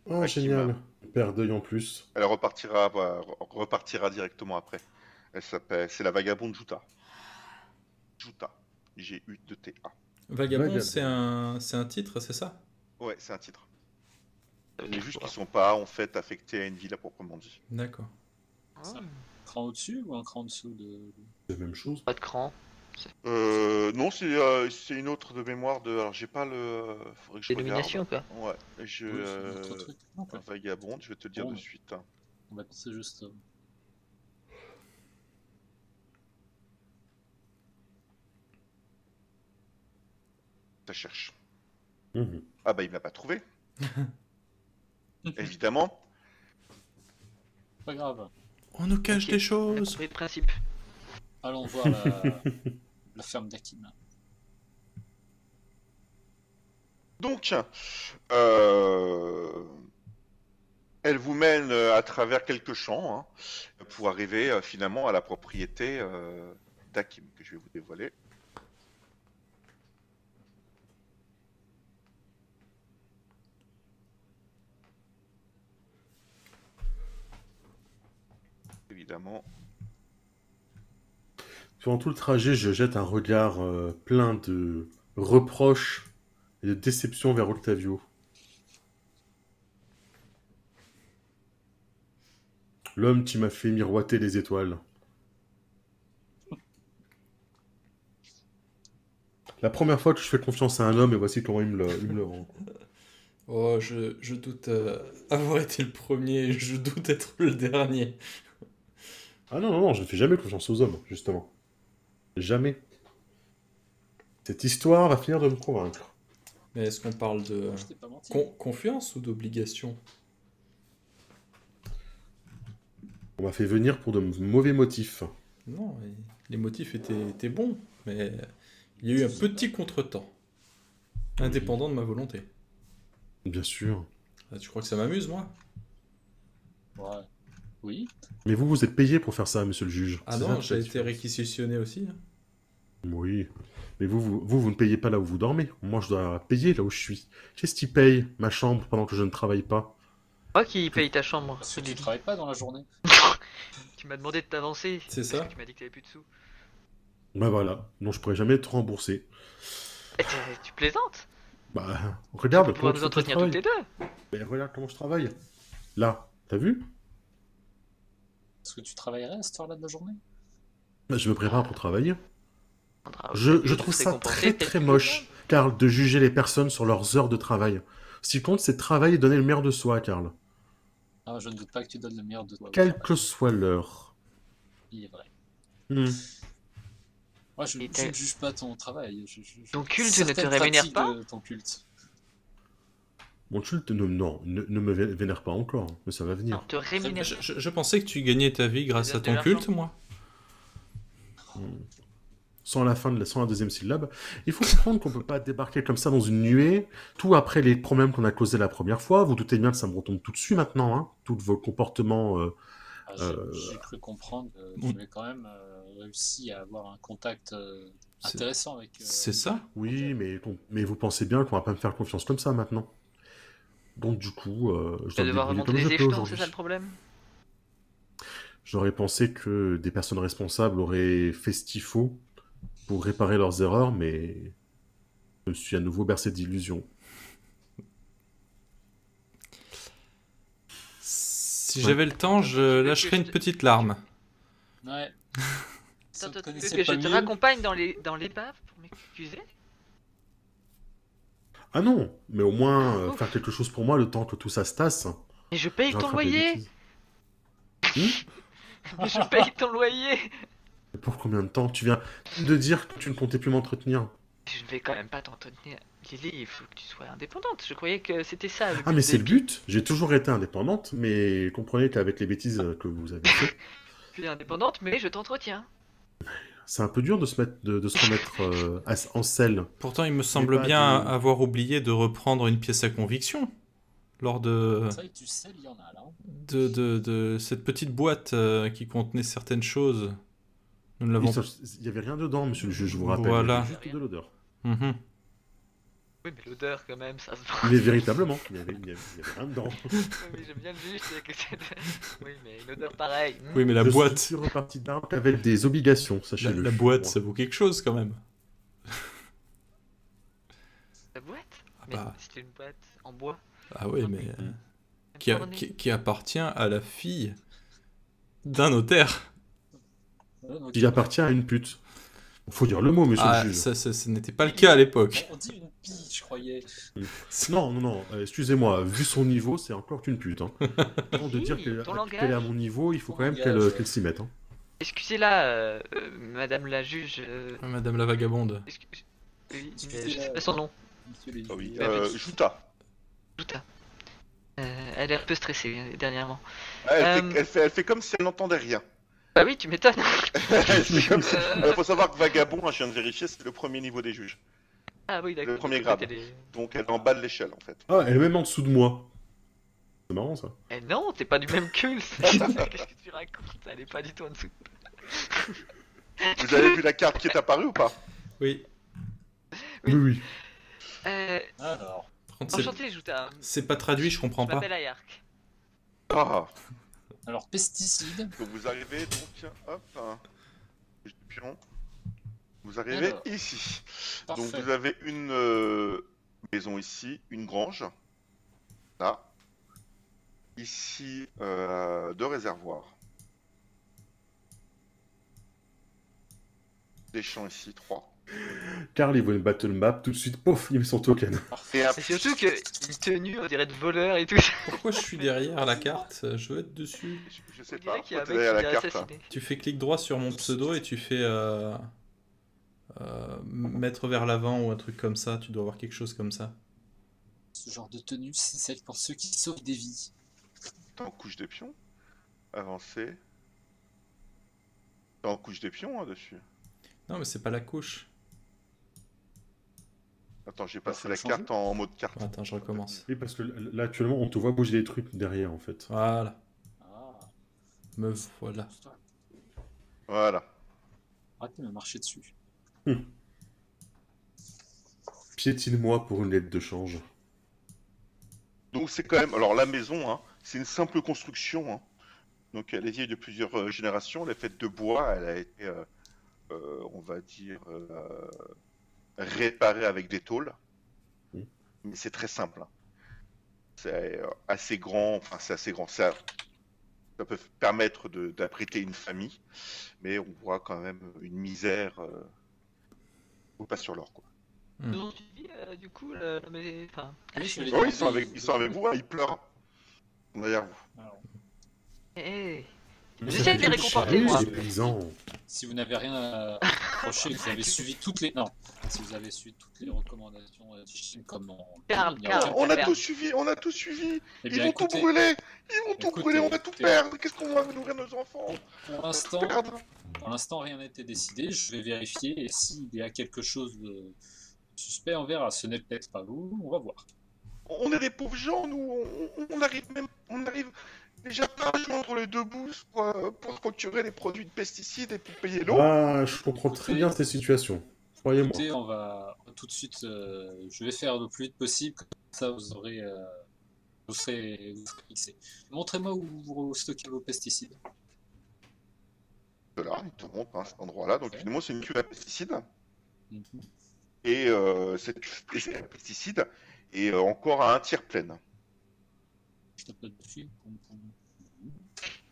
Oh,
Ah,
génial. Père d'œil en plus.
Elle repartira, bah, re- repartira directement après. Elle s'appelle, c'est la vagabonde Juta. Juta. G U T A.
Vagabond,
Vagabond.
c'est un, c'est un titre, c'est ça
Ouais, c'est un titre.
Ça veut
Les
dire
juges
quoi
qui sont pas en fait affectés à une ville à proprement dit.
D'accord.
Ah,
Cran au-dessus ou un cran en dessous de.
C'est la même chose.
Pas de cran.
Euh, non, c'est euh, c'est une autre de mémoire de. Alors j'ai pas le. Faudrait que je regarde.
Dénomination quoi.
Ouais. Je.
Oui, c'est
euh,
notre truc. Non, quoi.
Vagabonde, je vais te le dire
Bon,
de
bah.
suite. hein.
On va penser juste. euh,
Ça cherche.
Mhm.
Ah bah il m'a pas
[laughs]
trouvé. Évidemment.
Pas grave.
On nous cache
Ok.
des
On a
choses
compris le principe.
[laughs]
Allons voir la, la ferme
Euh,
d'Akim.
Donc, euh, elle vous mène euh, à travers quelques champs hein, pour arriver euh, finalement à la propriété euh, d'Akim que je vais vous dévoiler. Évidemment.
Pendant tout le trajet, je jette un regard euh, plein de reproches et de déception vers Octavio. L'homme qui m'a fait miroiter les étoiles. La première fois que je fais confiance à un homme, et voici comment il me le, il me le rend.
Oh, je, je doute euh, avoir été le premier, et je doute être le dernier.
Ah non, non, non, je ne fais jamais confiance aux hommes, justement. Jamais. Cette histoire va finir de me convaincre.
Mais est-ce qu'on parle de
Oh, Je t'ai pas menti.
con- confiance ou d'obligation
On m'a fait venir pour de mauvais motifs.
Non, et- les motifs étaient, étaient bons, mais il y a eu un petit contretemps, indépendant de ma volonté.
Bien sûr.
Ah, tu crois que ça m'amuse, moi
Ouais. Oui.
Mais vous, vous êtes payé pour faire ça, monsieur le juge.
Ah
C'est ça,
non,
la
j'ai été
différence.
réquisitionné aussi. hein.
Oui. Mais vous vous, vous, vous ne payez pas là où vous dormez. Moi, je dois payer là où je suis. Qu'est-ce qui paye ma chambre pendant que je ne travaille pas
Moi qui paye ta chambre.
Parce que tu
Lily.
travailles pas dans la journée.
Tu m'as demandé de t'avancer.
C'est
parce
ça
que Tu m'as dit que t'avais plus de sous.
Bah voilà. Non, je pourrais jamais te rembourser.
Eh, t'es- tu plaisantes
Bah, regarde.
On pourra
comment
nous
je
entretenir
travaille.
toutes les deux.
Mais regarde Ben comment je travaille. Là, t'as vu
Est-ce que tu travaillerais à cette heure-là de la journée
Bah, Je me prépare pour travailler.
On devra
Je,
peut-être
je
nous
trouve ça
récompenser
très
peut-être
très
que-
moche, Karl, de juger les personnes sur leurs heures de travail. Ce qui compte, c'est travailler et donner le meilleur de soi, Karl.
Ah, je ne doute pas que tu donnes le meilleur de toi.
Quelle que soit l'heure.
Il est vrai.
Hmm.
Moi, je,
Et
je
t'as-
ne juge pas ton travail. Je, je- je-
Ton culte ne te
certaines
rémunère
pratiques
pas
de Ton culte.
Mon culte, ne- non, ne, ne me vé- vénère pas encore, mais ça va venir.
On te rémunère.
je, je- je pensais que tu gagnais ta vie grâce à
donne de
ton
l'argent.
culte, moi.
Sans la fin de la, sans la deuxième syllabe, il faut comprendre qu'on peut pas débarquer comme ça dans une nuée, tout après les problèmes qu'on a causés la première fois. Vous doutez bien que ça me retombe tout dessus maintenant, hein, tous vos comportements. euh,
Ah, j'ai-
Euh,
J'ai cru comprendre euh, que
oui.
tu avais quand même euh, réussi à avoir un contact euh,
C'est-
intéressant avec. euh,
C'est ça
Oui, mais, qu'on- mais vous pensez bien qu'on va pas me faire confiance comme ça maintenant. Donc du coup, euh, je
Tu
dois
vas
me
devoir
débrouiller
remonter
comme je
les
peux
échelons, c'est
aujourd'hui.
ça le problème
J'aurais pensé que des personnes responsables auraient fait ce qu'il faut pour réparer leurs erreurs, mais je me suis à nouveau bercé d'illusions.
Si j'avais le temps, je lâcherais une petite larme.
Ouais. Si
Attends,
on te
attends, tu veux
connaissait
que je
pas
te
mieux,
raccompagne dans les dans l'épave pour m'excuser
Ah non, mais au moins euh,
Ouf.
faire quelque chose pour moi le temps que tout ça se tasse. hein.
Mais je paye
J'ai
ton
rattrapé les
loyer
bêtises.
Mais je paye ton loyer
Mais Hmm Pour combien de temps Tu viens de dire que tu ne comptais plus m'entretenir.
Je ne vais quand même pas t'entretenir. Lily, il faut que tu sois indépendante. Je croyais que c'était ça.
Ah mais c'est le
des
but. J'ai toujours été indépendante, mais comprenez qu'avec les bêtises euh, que vous avez faites,
filles indépendantes, mais je t'entretiens.
c'est un peu dur de se mettre, de, de se remettre euh, à- en selle.
Pourtant, il me semble
pas
bien
de-
avoir oublié de reprendre une pièce à conviction lors de,
C'est vrai que tu sais, il y en a là.
de, de- de cette petite boîte euh, qui contenait certaines choses. Nous ne l'avons pas.
Il n'y avait rien dedans, monsieur le juge, je vous rappelle.
Voilà.
Il y avait Juste de l'odeur.
Mhm.
Oui, mais l'odeur quand même, ça se [laughs]
Mais véritablement, il n'y avait, il y avait- il y avait rien dedans.
mais j'aime bien le juge, c'est que c'est... Oui, mais une odeur pareille. Hmm,
Oui, mais la
je
boîte,
suis reparti d'un avec des obligations,
la,
sachez-le.
la boîte, ça vaut quelque chose quand même.
La boîte
Ah,
Mais
bah,
c'était une boîte en bois.
ah oui,
Ah,
mais
mais-
euh, qui, a- qui- qui appartient à la fille d'un notaire.
Ouais, donc,
Il appartient à une pute. Faut dire le mot, monsieur
Ah,
le juge.
ça, ça- ce n'était pas le cas à l'époque.
On dit une pie, je croyais.
Non, non, non, euh, excusez-moi, vu son niveau, c'est encore qu'une pute. Hein. Avant de
Oui,
dire qu'elle
ton
qu'elle
langage.
est à mon niveau, il faut
Ton
quand même
langage,
qu'elle
ouais.
qu'elle s'y mette. hein.
Excusez-la, euh, euh, madame la juge. euh,
Ah, Madame la vagabonde.
excuse- Oui, mais je
Excusez-la,
sais pas son nom.
Monsieur les
Ah oui,
Ah,
euh,
mais-
Juta.
Tout à. Euh, elle est un peu stressée euh, dernièrement.
Elle,
Euh.
fait, elle, fait, elle fait comme si elle n'entendait rien.
Bah oui, tu [laughs] m'étonnes.
c'est comme si... Euh, faut savoir que Vagabond, hein, je viens de vérifier, c'est le premier niveau des juges.
Ah oui, d'accord.
Le premier
En fait,
grade.
Elle, est-
Donc elle est en bas de l'échelle en fait.
Ah, elle est même en dessous de moi. C'est marrant ça.
Eh non, t'es pas du même [laughs] culte. Qu'est-ce que tu racontes Elle est pas du tout en dessous.
Vous avez vu la carte qui est apparue ou pas
Oui.
Oui,
Oui.
oui.
Euh,
Alors,
Par contre, c'est-
enchanté, Jouta.
C'est pas traduit, je comprends
Je
pas.
m'appelle Ayark.
Ah
alors pesticide.
Donc vous arrivez donc, hop, hein, j'ai du pion. Vous arrivez
Alors.
ici.
Parfait.
Donc vous avez une euh, maison ici, une grange, là. Ici, euh, deux réservoirs. Des champs ici, trois.
Carl, il voit une battle map, tout de suite, pof, il met son token.
Et un
Et surtout que une tenue, on dirait de voleur et tout.
Pourquoi je suis derrière la carte euh, Je veux être dessus.
Je, je
On
sais pas,
dirait qu'il y a un
pourquoi t'es
mec qui
à la
l'a
carte.
assassiné.
Tu fais clic droit sur mon pseudo et tu fais euh, euh, mettre vers l'avant ou un truc comme ça. Tu dois avoir quelque chose comme ça.
Ce genre de tenue, c'est celle pour ceux qui sauvent des vies.
T'es en couche de pion. Avancer. T'es en couche de pion hein, dessus.
Non, mais c'est pas la couche.
Attends, j'ai
Bah,
passé
faut
la
le changer.
carte en mode carte.
Attends, je recommence.
Oui, parce que là, actuellement, on te voit bouger des trucs derrière, en fait.
Voilà.
Ah,
Me voilà.
putain.
Voilà.
Arrêtez de me marcher dessus.
Ah,
Piétine-moi pour une lettre de change.
Donc c'est quand même. Alors la maison, hein, c'est une simple construction. hein. Donc elle est vieille de plusieurs euh, générations. Elle est faite de bois. Elle a été, euh, euh, on va dire, euh, réparée avec des tôles.
Mm.
Mais c'est très simple. hein. C'est euh, assez grand. Enfin, c'est assez grand. Ça, ça peut permettre de- d'abriter une famille. Mais on voit quand même une misère. euh, ou pas sur l'or, quoi.
Ils ont suivi, euh, du coup, le- le- mais- enfin,
Oui, je vais
Oh, ils, sont avec, ils sont avec vous. hein, ils pleurent. Derrière vous.
Alors,
hé, hé.
Mais
J'essaie
ça
de
fait
les
tout
réconforter,
chier,
moi.
ces paysans.
si vous n'avez rien à reprocher, vous avez suivi toutes les. Non, si vous avez suivi toutes les recommandations euh, d'Hichin comme en.
Carl,
Il y a aucun-
Carl.
Ah, On a
Merde.
tout suivi, on a tout suivi.
Eh
Ils
bien,
vont tout
écoutez,
brûler Ils vont tout
écoutez,
brûler, on va tout
écoutez.
perdre Qu'est-ce qu'on va nourrir nos enfants
pour l'instant,
Perdre
Pour l'instant, rien n'a été décidé. Je vais vérifier et s'il y a quelque chose de suspect, on verra. Ce n'est peut-être pas vous, on va voir.
On est des pauvres gens, nous, on- on- on arrive même... On arrive déjà pas à joindre les deux bouts pour, euh, pour se procurer les produits de pesticides et pour payer l'eau.
Ah, je comprends très bien ces situations. Croyez-moi.
Écoutez, on va tout de suite. euh, je vais faire le plus vite possible. Comme ça, vous aurez. euh, vous serez, vous serez fixé. Montrez-moi où vous stockez vos pesticides.
Voilà, ils te montrent hein, cet endroit-là. Donc finalement, c'est une cuve à pesticides.
Mhm.
Et euh, cette cuve à pesticides est euh, encore à un tiers pleine.
Je tape là-dessus. Poum, poum.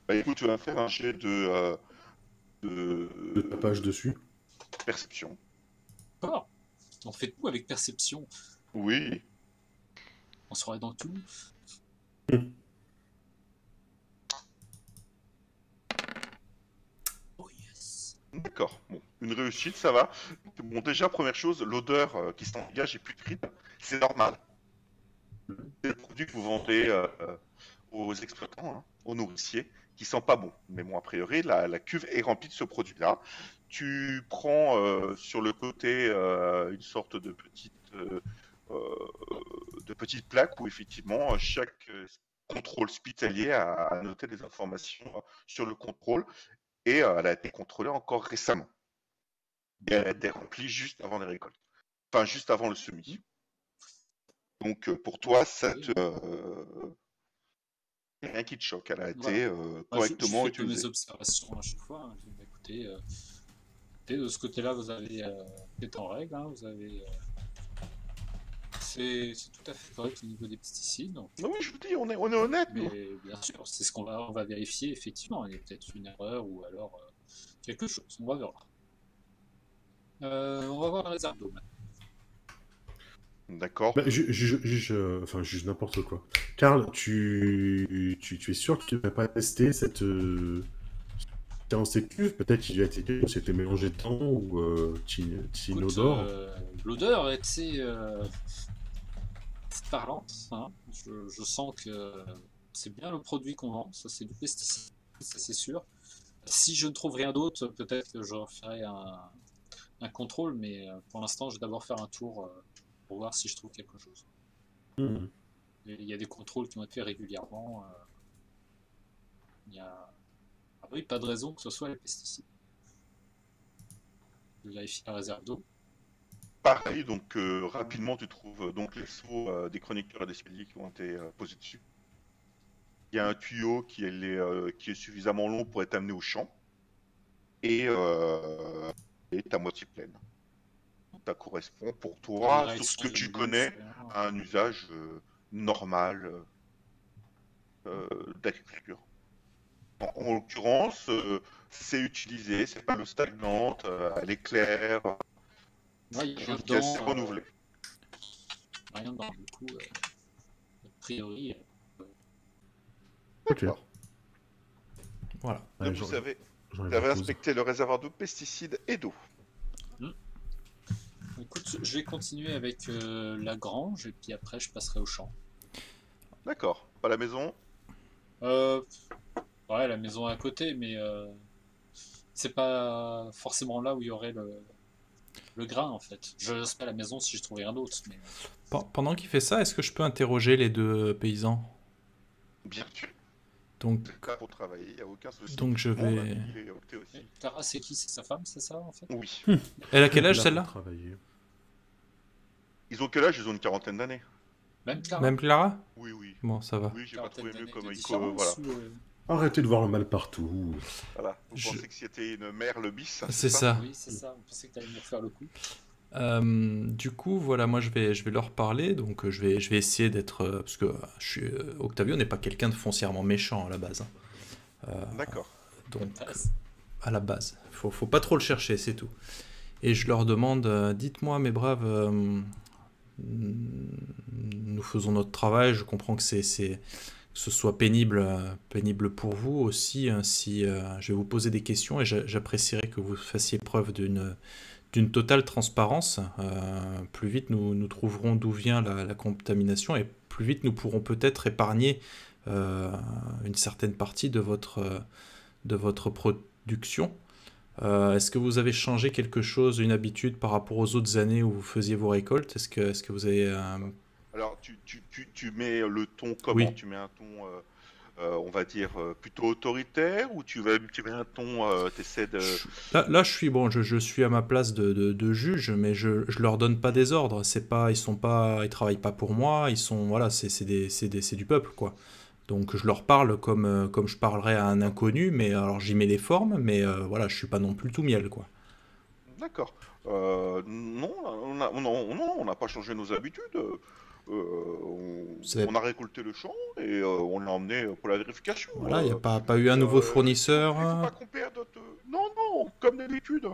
Bah écoute, tu vas faire un jet de, euh, de...
Le tapage dessus.
perception.
D'accord. On fait tout avec perception.
Oui.
On serait dans tout.
Hmm.
Oh yes.
D'accord. Bon, une réussite, ça va. Bon, déjà, première chose, l'odeur euh, qui s'en dégage est putride. C'est normal. C'est le produit que vous vendez euh, euh, aux exploitants, hein, aux nourriciers, qui sent pas bon. Mais bon, a priori, la, la cuve est remplie de ce produit-là. Tu prends euh, sur le côté euh, une sorte de petite, euh, euh, de petite plaque où effectivement chaque euh, contrôle hospitalier a, a noté des informations sur le contrôle et euh, elle a été contrôlée encore récemment. Et elle a été remplie juste avant les récoltes. Enfin, juste avant le semis. Donc euh, pour toi, ça te. euh, Rien qui te choque, elle a été
Voilà.
euh,
Bah, je-
correctement
je, fais de
utilisée.
mes observations à chaque fois. hein. Je dis, bah, écoutez, euh, écoutez, de ce côté-là, vous avez euh, vous êtes en règle. hein, vous avez. euh, c'est c'est tout à fait correct au niveau des pesticides. donc.
Non, Ah oui, je vous dis, on est, on est honnête. nous.
Mais bien sûr, c'est ce qu'on va, on va vérifier effectivement. Il y a peut-être une erreur ou alors euh, quelque chose. On va voir. Euh, on va voir la réserve d'eau. maintenant.
D'accord.
Bah, ju- ju- juge, euh, enfin, juge n'importe quoi. Karl, tu, tu, tu es sûr que tu vas pas tester cette euh, séance de cuve Peut-être qu'il a été on s'était mélangé de temps ou euh, t'in-
Écoute,
t'inodore.
euh, L'odeur est assez euh, parlante. hein. Je, je sens que c'est bien le produit qu'on vend. Ça, c'est du pesticide, ça, c'est sûr. Si je ne trouve rien d'autre, peut-être que je ferai un, un contrôle, mais euh, pour l'instant, je vais d'abord faire un tour euh, pour voir si je trouve quelque chose.
Hmm.
Et Il y a des contrôles qui ont été faits régulièrement. euh, Il y a... Ah oui, pas de raison que ce soit les pesticides. Je vérifie la réserve d'eau.
Pareil, donc euh, rapidement, tu trouves euh, donc les seaux euh, des chroniqueurs et des spéliers qui ont été euh, posés dessus. Il y a un tuyau qui est, les, euh, qui est suffisamment long pour être amené au champ et euh, est à moitié pleine. Ça correspond pour toi,
La
sur ce
réaction
que
de
tu
l'eau,
connais,
c'est vraiment-
à un usage euh, normal euh, euh, d'agriculture. En, en l'occurrence, euh, c'est utilisé, c'est pas le stagnante, euh, elle est claire,
Ouais, il y a rien
chose qui est assez
dedans, euh,
renouvelée.
rien dedans. Du coup, euh, a priori, euh,
Ok.
D'accord.
Voilà.
euh,
Ouais,
Donc,
j'en-
vous avez,
j'en ai
vous avez
pour cause.
respecté le réservoir de pesticides et d'eau.
écoute, je vais continuer avec euh, la grange et puis après, je passerai au champ.
D'accord. Pas la maison.
Euh, ouais, la maison à côté, mais euh, c'est pas forcément là où il y aurait le, le grain en fait. Je laisse pas la maison si je trouve rien d'autre, mais.
Pen- Pendant qu'il fait ça, est-ce que je peux interroger les deux euh, paysans
Bien sûr.
Donc,
C'est Là pour travailler, il n'y a aucun souci.
donc je
Bon, bah,
vais.
il est opté aussi.
Tara, euh, c'est qui C'est sa femme, c'est ça en fait
Oui.
Elle a quel âge
Là,
celle-là
pour travailler.
Ils ont quel âge Ils ont une quarantaine d'années.
Même Clara.
Même Clara
Oui, oui.
Bon, ça va.
Oui, j'ai pas
Quarantaine
trouvé mieux
d'années
comme
de
Ico. euh, Voilà.
différence ou, euh,
Arrêtez de voir le mal partout.
voilà. Vous
Je-
pensez que c'était une mère le bis ça,
C'est ça.
Oui, c'est ça. On pensait que t'allais me faire le coup.
Euh, du coup, voilà, moi je vais, je vais leur parler, donc euh, je vais, je vais essayer d'être. euh, parce que euh, je suis, euh, Octavio n'est pas quelqu'un de foncièrement méchant à la base. hein. Euh,
D'accord.
donc,
Passe.
à la base. Faut, faut pas trop le chercher, c'est tout. Et je leur demande, euh, dites-moi mes braves, euh, mm, nous faisons notre travail, je comprends que, c'est, c'est- que ce soit pénible, euh, pénible pour vous aussi, hein, si euh, je vais vous poser des questions et j'a- j'apprécierais que vous fassiez preuve d'une, d'une totale transparence. Euh, plus vite nous, nous trouverons d'où vient la, la contamination et plus vite nous pourrons peut-être épargner euh, une certaine partie de votre... euh, de votre production. Euh, Est-ce que vous avez changé quelque chose, une habitude par rapport aux autres années où vous faisiez vos récoltes Est-ce que, est que vous avez... euh,
Alors, tu, tu, tu, tu mets le ton comment
Oui.
Tu mets un ton, euh, euh, on va dire, euh, plutôt autoritaire ou tu, vas, tu mets un ton, euh, t'essaies de.
je- là, là, je suis bon, je, je suis à ma place de, de- de juge, mais je, je leur donne pas des ordres. C'est pas, ils sont pas, ils travaillent pas pour moi. Ils sont, voilà, c'est c'est des- c'est des- c'est du peuple, quoi. Donc je leur parle comme, euh, comme je parlerais à un inconnu, mais alors j'y mets les formes, mais euh, voilà, je suis pas non plus tout miel, quoi.
D'accord. Euh, non, on a- on a- on- non, on n'a pas changé nos habitudes. euh,
C'est-
on, on a récolté le champ et euh, on l'a emmené pour la vérification.
Voilà, il n'y a
Euh,
pas, pas eu un nouveau
euh,
fournisseur.
il faut
hein.
pas qu'on perde de- euh, Non, non, comme d'habitude,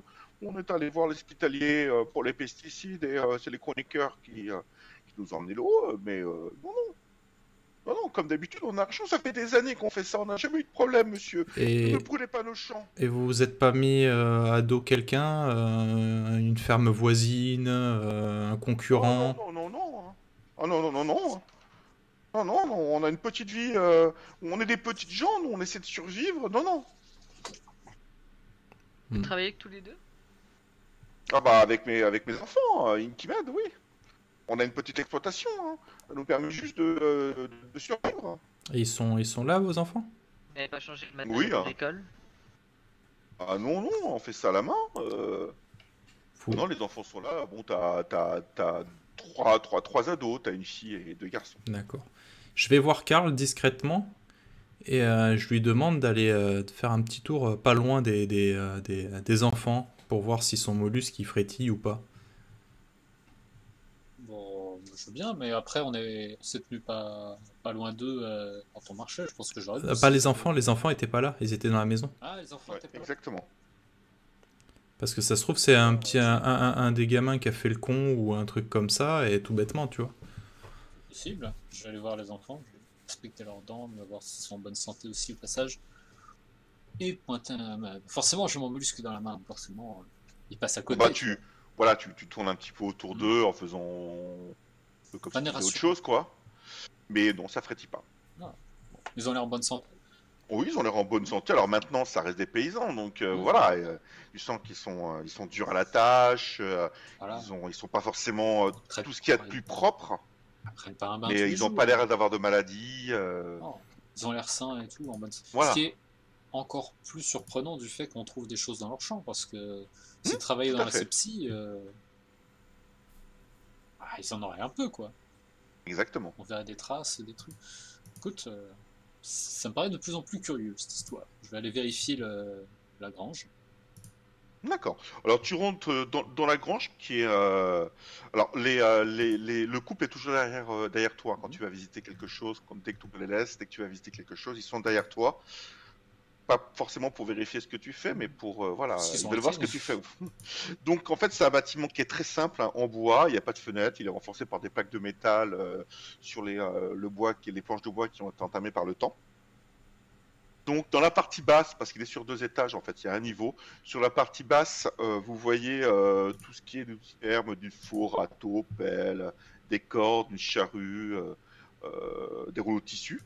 on est allé voir l'hospitalier euh, pour les pesticides et euh, c'est les chroniqueurs qui, euh, qui nous ont emmené l'eau, euh, mais euh, non, non. Non, non, comme d'habitude, on a le champ. Ça fait des années qu'on fait ça. On n'a jamais eu de problème, monsieur.
Et,
Ne brûlez pas nos champs.
et vous vous êtes pas mis euh, à dos quelqu'un, euh, une ferme voisine, euh, un concurrent
Non, non, non, non. hein. Ah non, non, non, non. hein. Non, non, non, on a une petite vie. euh, on est des petites gens, nous, on essaie de survivre. Non, non.
Vous travaillez que tous les deux
Ah bah, avec mes, avec mes enfants, euh, ils qui m'aident, oui. On a une petite exploitation. hein. Ça nous permet juste de, euh, de survivre.
Et ils sont, ils sont là, vos enfants
Vous n'avez pas changé le
Oui,
matériel
hein.
agricole
Ah non, non, on fait ça à la main. euh.
Faut-
Non, les enfants sont là. Bon, t'as, t'as, t'as trois, trois, trois ados, t'as une fille et deux garçons.
D'accord. Je vais voir Karl discrètement et euh, je lui demande d'aller euh, faire un petit tour euh, pas loin des, des, euh, des- des enfants pour voir si son mollusque il frétille ou pas.
Bon, je veux bien, mais après, on est- on s'est tenu pas, pas loin d'eux euh, quand on marchait. Je pense que j'aurais.
Euh, Pas les enfants, les enfants étaient pas là, ils étaient dans la maison.
Ah, les enfants
Ouais,
étaient pas là.
exactement.
Parce que ça se trouve, c'est un petit un, un- un des gamins qui a fait le con ou un truc comme ça, et tout bêtement, tu vois.
possible. Je vais aller voir les enfants, je vais respecter leurs dents, me voir s'ils sont en bonne santé aussi au passage. Et pointer un... ma- Forcément, j'ai mon mollusque dans la main, donc forcément, euh, il passe à côté.
Bah, tu, voilà, tu, tu tournes un petit peu autour d'eux en faisant un peu comme si
Manière
c'était autre
rassurante.
chose, quoi. Mais non, ça frétille pas.
Ils ont l'air en bonne santé.
Oui, ils ont l'air en bonne santé. Alors maintenant, ça reste des paysans, donc euh,
Mhm.
voilà, et, euh, tu sens qu'ils sont, euh, ils sont durs à la tâche. euh,
Voilà.
Ils ont, ils sont pas forcément euh,
Très- Ben,
tout ce qu'il y a de plus propre,
Ils prennent pas un bain tous
mais
les
ils ont
jours.
pas l'air d'avoir de maladie. euh,
Non. Ils ont l'air sains et tout, en bonne santé.
Voilà.
Ce qui est encore plus surprenant du fait qu'on trouve des choses dans leur champ, parce que s'ils travaillaient
Mmh, tout
dans
à
la
fait.
sepsie, euh, ah, ils en auraient un peu, quoi.
Exactement.
on verrait des traces, des trucs. Écoute, euh, ça me paraît de plus en plus curieux cette histoire. Je vais aller vérifier le- la grange.
D'accord. Alors tu rentres euh, dans, dans la grange qui est. euh, Alors les, euh, les, les- le couple est toujours derrière, euh, derrière toi
Mhm.
quand tu vas visiter quelque chose, comme dès que tu les laisses, dès que tu vas visiter quelque chose, ils sont derrière toi. Pas forcément pour vérifier ce que tu fais, mais pour euh, voilà,
Parce qu'ils
ils
sont
veulent voir ce que tu
intimes.
fais. [laughs] Donc en fait c'est un bâtiment qui est très simple, hein, en bois, il n'y a pas de fenêtre, il est renforcé par des plaques de métal euh, sur les, euh, le bois, qui, les planches de bois qui ont été entamées par le temps. Donc dans la partie basse, parce qu'il est sur deux étages en fait, il y a un niveau. Sur la partie basse, euh, vous voyez euh, tout ce qui est du ferme, du four à taux, pelle, des cordes, une charrue, euh, euh, des rouleaux de tissu.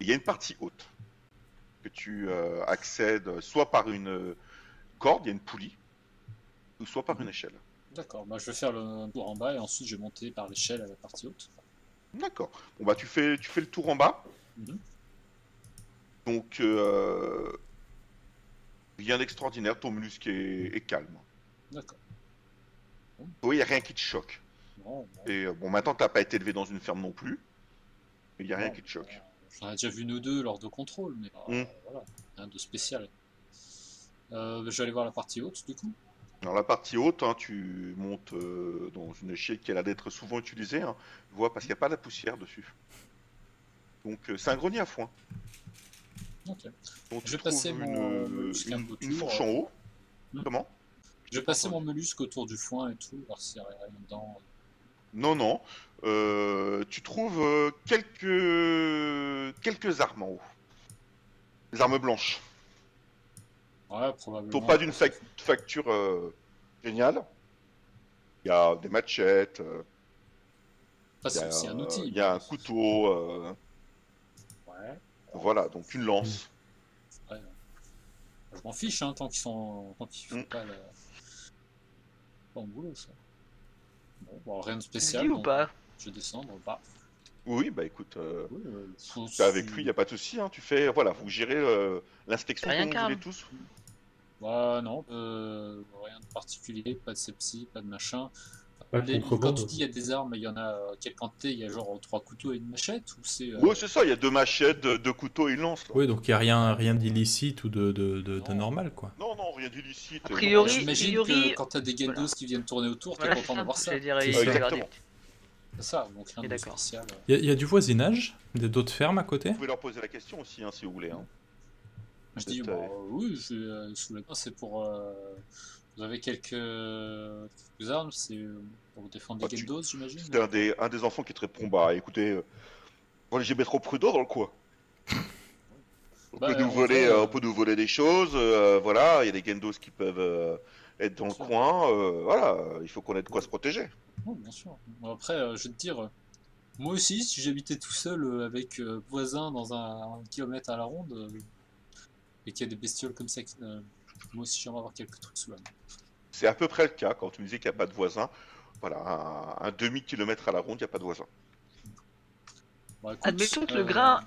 Il y a une partie haute que tu euh, accèdes soit par une corde, il y a une poulie, ou soit par une échelle.
D'accord, bah, je vais faire le tour en bas et ensuite je vais monter par l'échelle à la partie haute.
D'accord. Bon bah tu fais tu fais le tour en bas.
Mhm.
Donc euh, rien d'extraordinaire, ton mollusque est, est calme.
D'accord.
Oui, il n'y a rien qui te choque.
Non, bon,
Et euh, bon, maintenant, t'as pas été élevé dans une ferme non plus. Il n'y a rien
Non.
qui te choque.
j'en ai déjà vu nous deux lors de contrôle, mais euh,
Mm.
voilà, rien de spécial. Euh, je vais aller voir la partie haute du coup.
Alors, la partie haute, hein, tu montes euh, dans une échelle qui a l'air d'être souvent utilisée. Hein, tu vois, parce qu'il n'y a pas la poussière dessus. Donc, euh, c'est un grenier à foin.
Ok.
Donc, tu
Je vais
trouves
passer
une,
mon-
euh,
jusqu'à
une-
mon
une
tour,
fourche en haut.
Hmm.
Comment
Je vais passer mon mollusque autour du foin et tout, voir s'il y a rien dedans.
Non, non. Euh, tu trouves euh, quelques... quelques armes en haut. Des armes blanches.
Ouais, probablement.
Ils sont pas d'une fac- facture euh, géniale. Il y a des machettes. euh,
Enfin,
Il y a,
c'est c'est un
euh,
outil.
Il y a un couteau, euh,
Ouais.
voilà, donc une lance.
Ouais. Je m'en fiche, hein, tant qu'ils sont, tant qu'ils font
Mm.
pas le... bon boulot, ça. Bon, bon, rien de spécial.
Oui ou
donc
pas
Je vais descendre, bah.
Oui, bah écoute, euh,
Ouais, ouais.
sous-
t'es avec
sous-
lui, il n'y a pas de souci, hein, tu fais, voilà, vous gérez euh, l'inspection
Rien
comme vous
qu'un.
voulez tous.
Bah, non, euh, rien de particulier, pas de sepsis, pas de machin.
Pas de
Les- quand
contrebande. hein.
tu dis il y a des armes, il y en a euh, quelle quantité? Il y a genre trois couteaux et une machette ou c'est euh,
Ouais, c'est ça, il y a deux machettes, deux, deux couteaux et une lance. là.
Oui, donc il n'y a rien, rien d'illicite ou de, de, de- de
Non.
normal, quoi.
Non, non, rien d'illicite.
A
euh,
priori-
J'imagine
Yuri-
que quand t'as des gandos
Voilà.
qui viennent tourner autour, t'es
Voilà, c'est
content
ça.
d'avoir ça.
C'est-à-dire,
C'est
il
ça.
va y avoir des
Exactement.
petits-
C'est ça, donc rien
Et
de
d'accord.
spécial.
Il y, a- il y a du voisinage, des- d'autres fermes à côté
Vous pouvez leur poser la question aussi, hein, si vous voulez. hein.
Je dis,
Peut-être,
bah,
ouais.
euh, oui, je, euh, je voulais pas, c'est pour. euh, vous avez quelques, quelques armes, c'est euh, pour défendre
Ah,
des
tu-
game doses, j'imagine
C'est un des, un des enfants qui te répond Bah écoutez, euh, on est jamais trop prudent dans le coin. On,
Bah,
peut nous
en
voler,
vrai,
euh,
euh,
on peut nous voler des choses, euh, voilà, il y a des gendos qui peuvent euh, être dans le
Sûr.
coin, euh, voilà, il faut qu'on ait de quoi se protéger.
Non, Oh, bien sûr. Bon, après, euh, je vais te dire, euh, moi aussi, si j'habitais tout seul euh, avec euh, voisin dans un, un kilomètre à la ronde, euh, et qu'il y a des bestioles comme ça, qui, euh, moi aussi j'aimerais avoir quelques trucs sous la main.
C'est à peu près le cas quand tu me disais qu'il n'y a pas de voisins. Voilà, un, un demi-kilomètre à la ronde, il n'y a pas de voisins.
Bon, écoute,
Admettons que le
euh,
grain-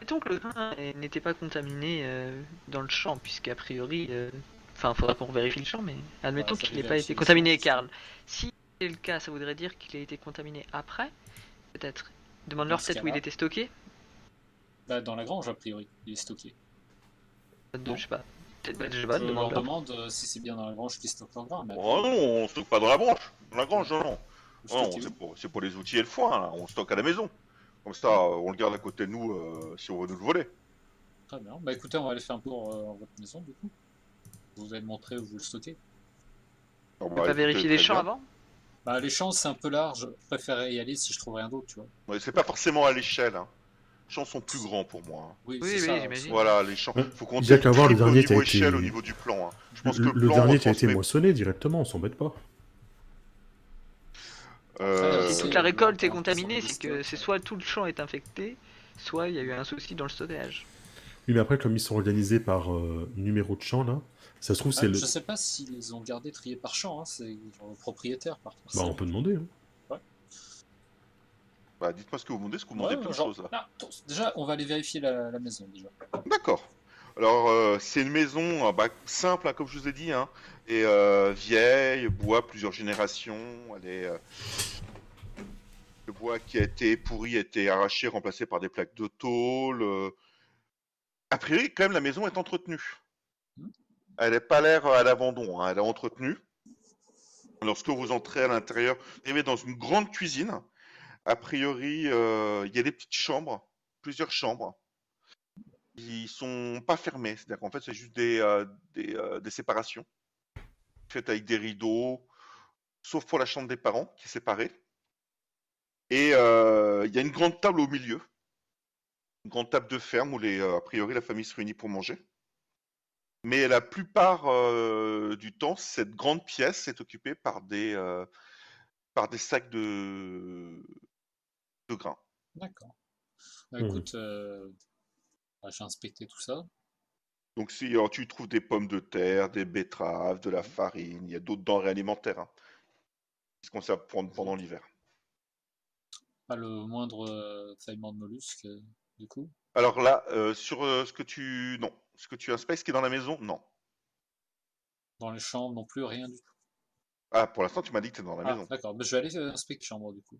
Mettons que le grain euh, n'était pas contaminé euh, dans le champ, puisqu'a priori. euh, Enfin, faudra qu'on vérifie le champ, mais admettons
Ouais, Ah, ça,
qu'il
les
n'ait pas été
vérifier,
contaminé,
c'est-
Karl. Si c'est le cas, ça voudrait dire qu'il a été contaminé après, peut-être. Demande-leur
Dans ce
peut-être où il
cas-là.
était stocké.
bah, dans la grange, a priori, il est stocké.
De- Euh, je sais pas. Peut-être, bah, je sais
Je
pas,
leur
demande-leur.
demande euh, si c'est bien dans la grange qu'ils stockent leur grain. mais-
Oh non, on stocke pas dans la branche, dans la grange, non, non.
Stocké
Non,
où
c'est pour, c'est pour les outils et le foin, là. on stocke à la maison. Comme ça, euh, on le garde à côté de nous euh, si on veut nous le voler.
Très bien. Bah écoutez, on va aller faire un tour euh, en votre maison du coup. Vous allez me montrer où vous le stockez.
On
On va vérifier les champs avant
Bah les champs c'est un peu large, je préférerais y aller si je trouve rien d'autre, tu vois.
Ouais, c'est pas forcément à l'échelle. Hein. Les champs sont plus grands pour moi. hein.
Oui,
c'est
oui,
ça,
j'imagine.
Voilà, les champs.
Ouais.
Faut compter
Il y a qu'à voir le
triple
dernier
au niveau
qui a été-
échelle, au niveau du plan. hein. Je pense que
Le,
le,
le
plan
dernier qui a été
retransmet-
moissonné directement, on s'embête pas.
Euh,
Si toute
c'est-
la récolte est
on- on-
contaminée,
on-
c'est que c'est soit tout le champ est infecté, soit il y a eu un souci dans le stockage.
Oui, mais après, comme ils sont organisés par euh, numéro de champ, là, ça se trouve,
Ah,
c'est le.
Je sais pas s'ils les ont gardés triés par champ, hein, c'est genre propriétaire par
Bah,
parcelle.
on peut demander. hein.
bah, Dites-moi ce que vous demandez, ce que vous
Ouais,
demandez plein de
genre-
choses là.
Ah, attends, déjà, on va aller vérifier la, la maison déjà.
D'accord. Alors, euh, c'est une maison euh, bah, simple, hein, comme je vous ai dit, hein, et euh, vieille, bois, plusieurs générations. Elle est, euh, Le bois qui a été pourri a été arraché, remplacé par des plaques de tôle. euh. A priori, quand même, la maison est entretenue. Elle n'est pas l'air à l'abandon, hein, elle est entretenue. Lorsque vous entrez à l'intérieur, vous arrivez dans une grande cuisine. A priori, euh, il y a des petites chambres, plusieurs chambres. Ils sont pas fermés, c'est-à-dire qu'en fait, c'est juste des, euh, des, euh, des séparations faites avec des rideaux, sauf pour la chambre des parents qui est séparée. Et euh, il y a une grande table au milieu, une grande table de ferme où les, euh, a priori la famille se réunit pour manger. Mais la plupart euh, du temps, cette grande pièce est occupée par des, euh, par des sacs de, de grains.
D'accord. Bah,
Mhm.
écoute, euh, bah, j'ai inspecté tout ça.
Donc si alors, tu trouves des pommes de terre, des betteraves, de la farine, il y a d'autres denrées alimentaires hein, qui se conservent pour- pendant l'hiver.
Pas le moindre euh, taillement de mollusque, euh, du coup.
Alors là, euh, sur euh, ce que tu... Non. Ce que tu inspectes, ce qui est dans la maison, non.
Dans les chambres non plus, rien du tout.
Ah, pour l'instant, tu m'as dit que tu dans la
Ah,
maison.
d'accord. Bah, je vais aller euh, inspecter les chambres, du coup.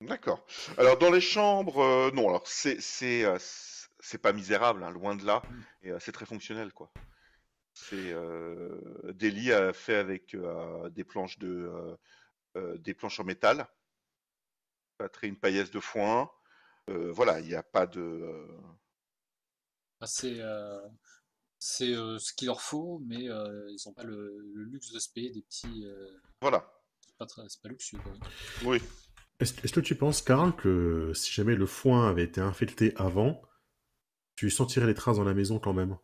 D'accord. Alors, dans les chambres, euh, non, alors c'est c'est euh, c'est- c'est pas misérable, hein, loin de là, et euh, c'est très fonctionnel, quoi. C'est euh, des lits euh, faits avec euh, des planches de euh, euh, des planches en métal, très une paillasse de foin. Euh, voilà, il n'y a pas de euh,
Bah, c'est euh, c'est euh, ce qu'il leur faut, mais euh, ils n'ont pas le, le luxe de se payer des petits. euh,
voilà.
c'est pas, très- c'est pas luxueux, quoi.
Oui.
Est-ce est-ce que tu penses, Karl, que si jamais le foin avait été infecté avant, tu sentirais les traces dans la maison quand même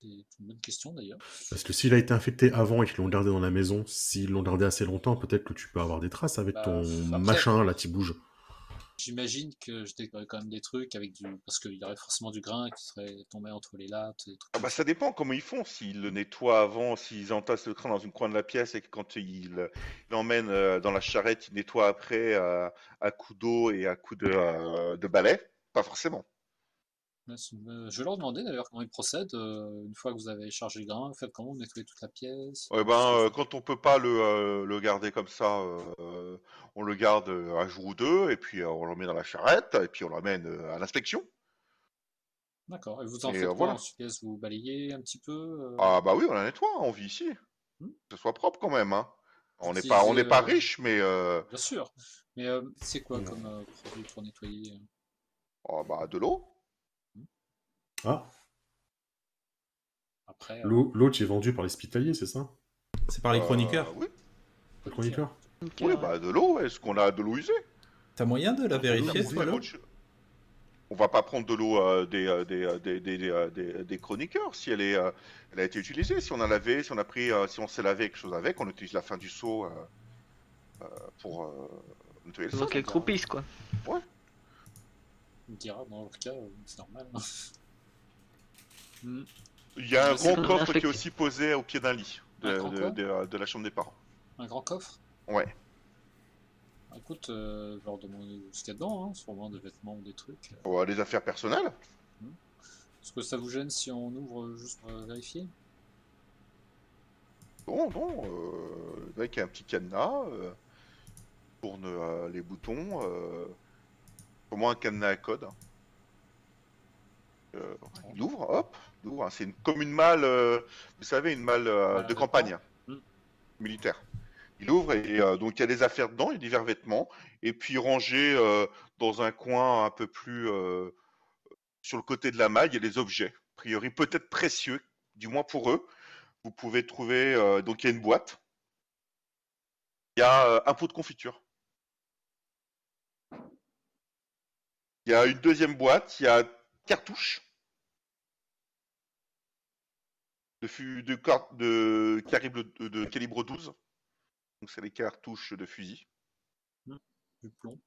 C'est une bonne question, d'ailleurs.
Parce que s'il a été infecté avant et qu'ils l'ont gardé dans la maison, s'ils l'ont gardé assez longtemps, peut-être que tu peux avoir des traces avec
Bah,
ton
après-
machin là qui bouge.
J'imagine que je décorais quand même des trucs avec du. Parce qu'il y aurait forcément du grain qui serait tombé entre les lattes. Des trucs
Ah
comme
bah ça dépend comment ils font, s'ils le nettoient avant, s'ils entassent le crâne dans une coin de la pièce et que quand ils l'emmènent euh, dans la charrette, ils nettoient après euh, à coups d'eau et à coups de, euh, de balai, pas forcément.
Ouais, c'est une- euh, Je vais leur demander d'ailleurs comment ils procèdent. euh, une fois que vous avez chargé le grain, vous faites comment vous nettoyez toute la pièce?
Eh ben, euh, quand on peut pas le, euh, le garder comme ça, euh, on le garde euh, un jour ou deux, et puis euh, on le met dans la charrette, et puis on l'emmène euh, à l'inspection.
D'accord. Et vous en
Et,
faites
euh,
quoi
voilà.
ensuite? Est-ce que Vous balayez un petit peu? euh,
Ah bah oui, on la nettoie, hein, on vit ici.
Hmm.
Que ce soit propre quand même. Hein. On n'est
Si,
pas,
si,
on n'est pas
euh,
riche, mais euh,
Bien sûr. Mais euh, c'est quoi
Non.
comme euh, produit pour nettoyer euh
oh, bah, de l'eau.
Ah,
après euh,
l'eau l'eau qui est vendue par l'hospitalier, c'est ça
C'est par les
Euh,
chroniqueurs.
oui,
euh,
Le chroniqueur
Nickel,
oui,
ouais.
bah, de l'eau. Est-ce qu'on a de l'eau usée
T'as moyen de la vérifier,
On
toi, là
autre chose. On va pas prendre de l'eau euh, des, euh, des, euh, des, des, des, euh, des- des chroniqueurs si elle, est, euh, elle a été utilisée. Si on a lavé, si on a pris, euh, si on s'est lavé quelque chose avec, on utilise la fin du seau euh, euh, pour euh, nettoyer le
Faut
sol.
qu'elle croupisse euh, quoi.
on dira dans leur cas, euh, c'est normal. Hmm.
Il y a un
C'est
grand
pas
coffre
infecté.
qui est aussi posé au pied d'un lit
Un
de,
grand
de-
quoi
de- euh, de la chambre des parents.
Un grand coffre
Ouais.
Écoute, euh, je leur demander ce qu'il y a dedans, hein, sûrement des vêtements ou des trucs.
Pour euh, les affaires personnelles,
Est-ce que ça vous gêne si on ouvre euh, juste pour euh, vérifier
non, non. Euh, le mec a un petit cadenas, euh, tourne euh, les boutons. Euh, pour moi, un cadenas à code. hein. Euh, il ouvre, hop, il ouvre. hein. C'est une, comme une malle, euh, vous savez, une malle euh,
Voilà,
de
d'accord.
campagne
Mm.
militaire. Il ouvre et euh, donc il y a des affaires dedans, il y a divers vêtements, et puis rangé euh, dans un coin un peu plus euh, sur le côté de la malle, il y a des objets, a priori peut-être précieux, du moins pour eux. Vous pouvez trouver, euh, donc il y a une boîte, il y a euh, un pot de confiture. Il y a une deuxième boîte, il y a cartouches de, fu- de, cor- de, calibre, de, de calibre 12. Donc c'est les cartouches de fusil.
Du plomb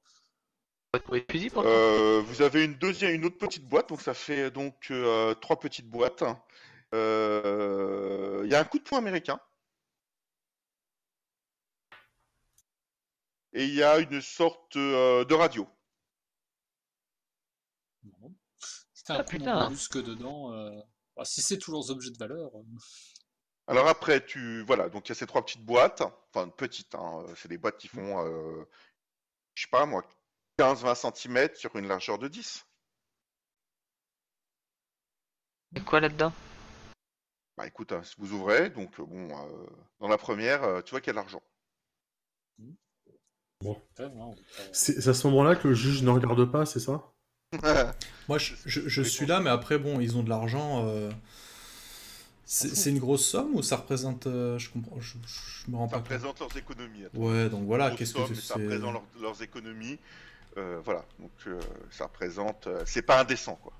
Faut trouver le fusil pour
Euh, vous avez une deuxième, une autre petite boîte, donc ça fait donc euh, trois petites boîtes. Euh, Il y a un coup de poing américain. Et il y a une sorte euh, de radio.
Non. Putain,
Ah,
après,
putain.
on a plus que dedans. euh, bah, si c'est toujours objets de valeur, euh,
Alors après, tu voilà, donc il y a ces trois petites boîtes, enfin petites, hein, euh, c'est des boîtes qui font, euh, je sais pas moi, 15-20 cm sur une largeur de 10.
Y a quoi là-dedans
Bah écoute, hein, si vous ouvrez, donc euh, bon, euh, dans la première, euh, tu vois qu'il y a de l'argent.
quand même, hein, on est pas-
C'est c'est à ce moment-là que le juge ne regarde pas, c'est ça
Moi, je, je- je
Mais
suis là, mais après, bon, ils ont de l'argent. euh,
Ah,
C'est c'est une grosse somme ou ça représente. euh, Je comprends, je, je me rends
Ça
pas compte.
représente leurs économies. attends.
Ouais, donc voilà,
Grosse
qu'est-ce
somme,
que
mais Ça
c'est
représente leur- leurs économies. Euh, voilà, donc euh, ça représente. euh, c'est pas indécent, quoi.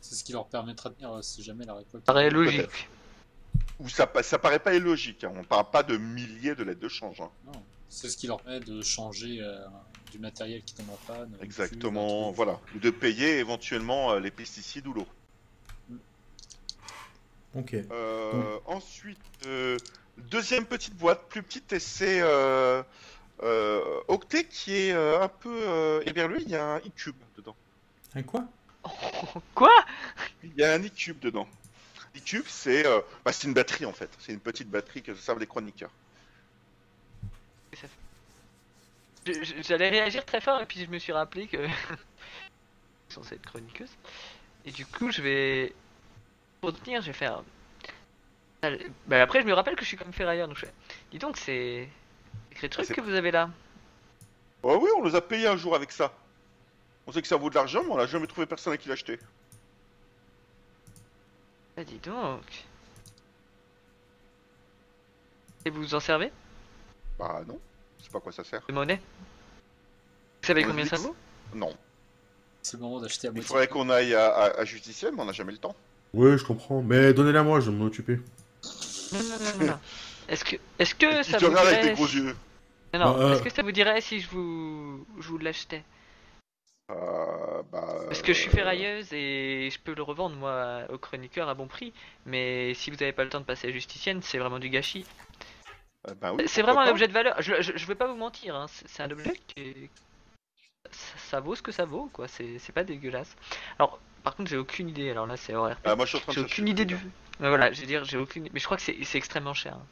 C'est ce qui leur permettra de tenir euh, si jamais la récolte.
Paraît logique. [laughs]
Ou ça, pa- ça paraît pas illogique. hein, On parle pas de milliers de lettres de change. hein.
Non. C'est ce qui leur permet de changer euh, du matériel qui tombe en panne. euh,
Exactement,
du-
voilà. Ou de payer éventuellement euh, les pesticides ou l'eau.
Ok.
Euh, ensuite, euh, deuxième petite boîte, plus petite, et c'est euh, euh, Octet qui est euh, un peu euh, éberlué. Il y a un e-cube dedans.
Un quoi
Quoi
Il y a un e-cube dedans. E-cube, c'est euh, bah, c'est une batterie en fait. C'est une petite batterie que se servent les chroniqueurs.
Je- je- J'allais réagir très fort et puis je me suis rappelé que. [laughs] censé être chroniqueuse. Et du coup, je vais. Pour tenir, je vais faire. Bah après, je me rappelle que je suis comme ferrailleur donc je fais. Dis donc, c'est. Sacré truc
c'est-
que vous avez là.
Oh oui, on nous a payé un jour avec ça. On sait que ça vaut de l'argent, mais on n'a jamais trouvé personne à qui l'acheter.
Bah dis donc. Et vous vous en servez
Bah non, je sais pas à quoi ça sert.
De monnaie Vous savez
On
combien
dit
ça
que
vaut
Non.
C'est le moment d'acheter à
Il
moitié.
faudrait qu'on aille à, à, à Justiciel, mais on n'a jamais le temps.
Oui, je comprends. Mais donnez-la moi, je vais m'en occuper.
Non, non, non, non, non. Est-ce que, est-ce que
Il
ça
te
vous
regarde avec
dirait
des gros
si-
yeux.
Non, non,
Bah, euh.
est-ce que ça vous dirait si je vous, je vous l'achetais
Euh, bah,
Parce que je suis
euh,
ferrailleuse et je peux le revendre moi au chroniqueur à bon prix. Mais si vous n'avez pas le temps de passer à justicienne, c'est vraiment du gâchis.
euh, bah oui,
C'est
pourquoi
vraiment un
pas.
objet de valeur. Je, je, je veux pas vous mentir, hein. c'est c'est un objet qui est- ça, ça vaut ce que ça vaut, quoi. C'est c'est pas dégueulasse. Alors, par contre, j'ai aucune idée. Alors là, c'est horreur.
Ah, moi je suis en train de
J'ai
chercher
aucune
le
idée
prix,
du.
là.
Ouais, Voilà, je veux dire, j'ai aucune. Mais je crois que c'est c'est extrêmement cher. hein.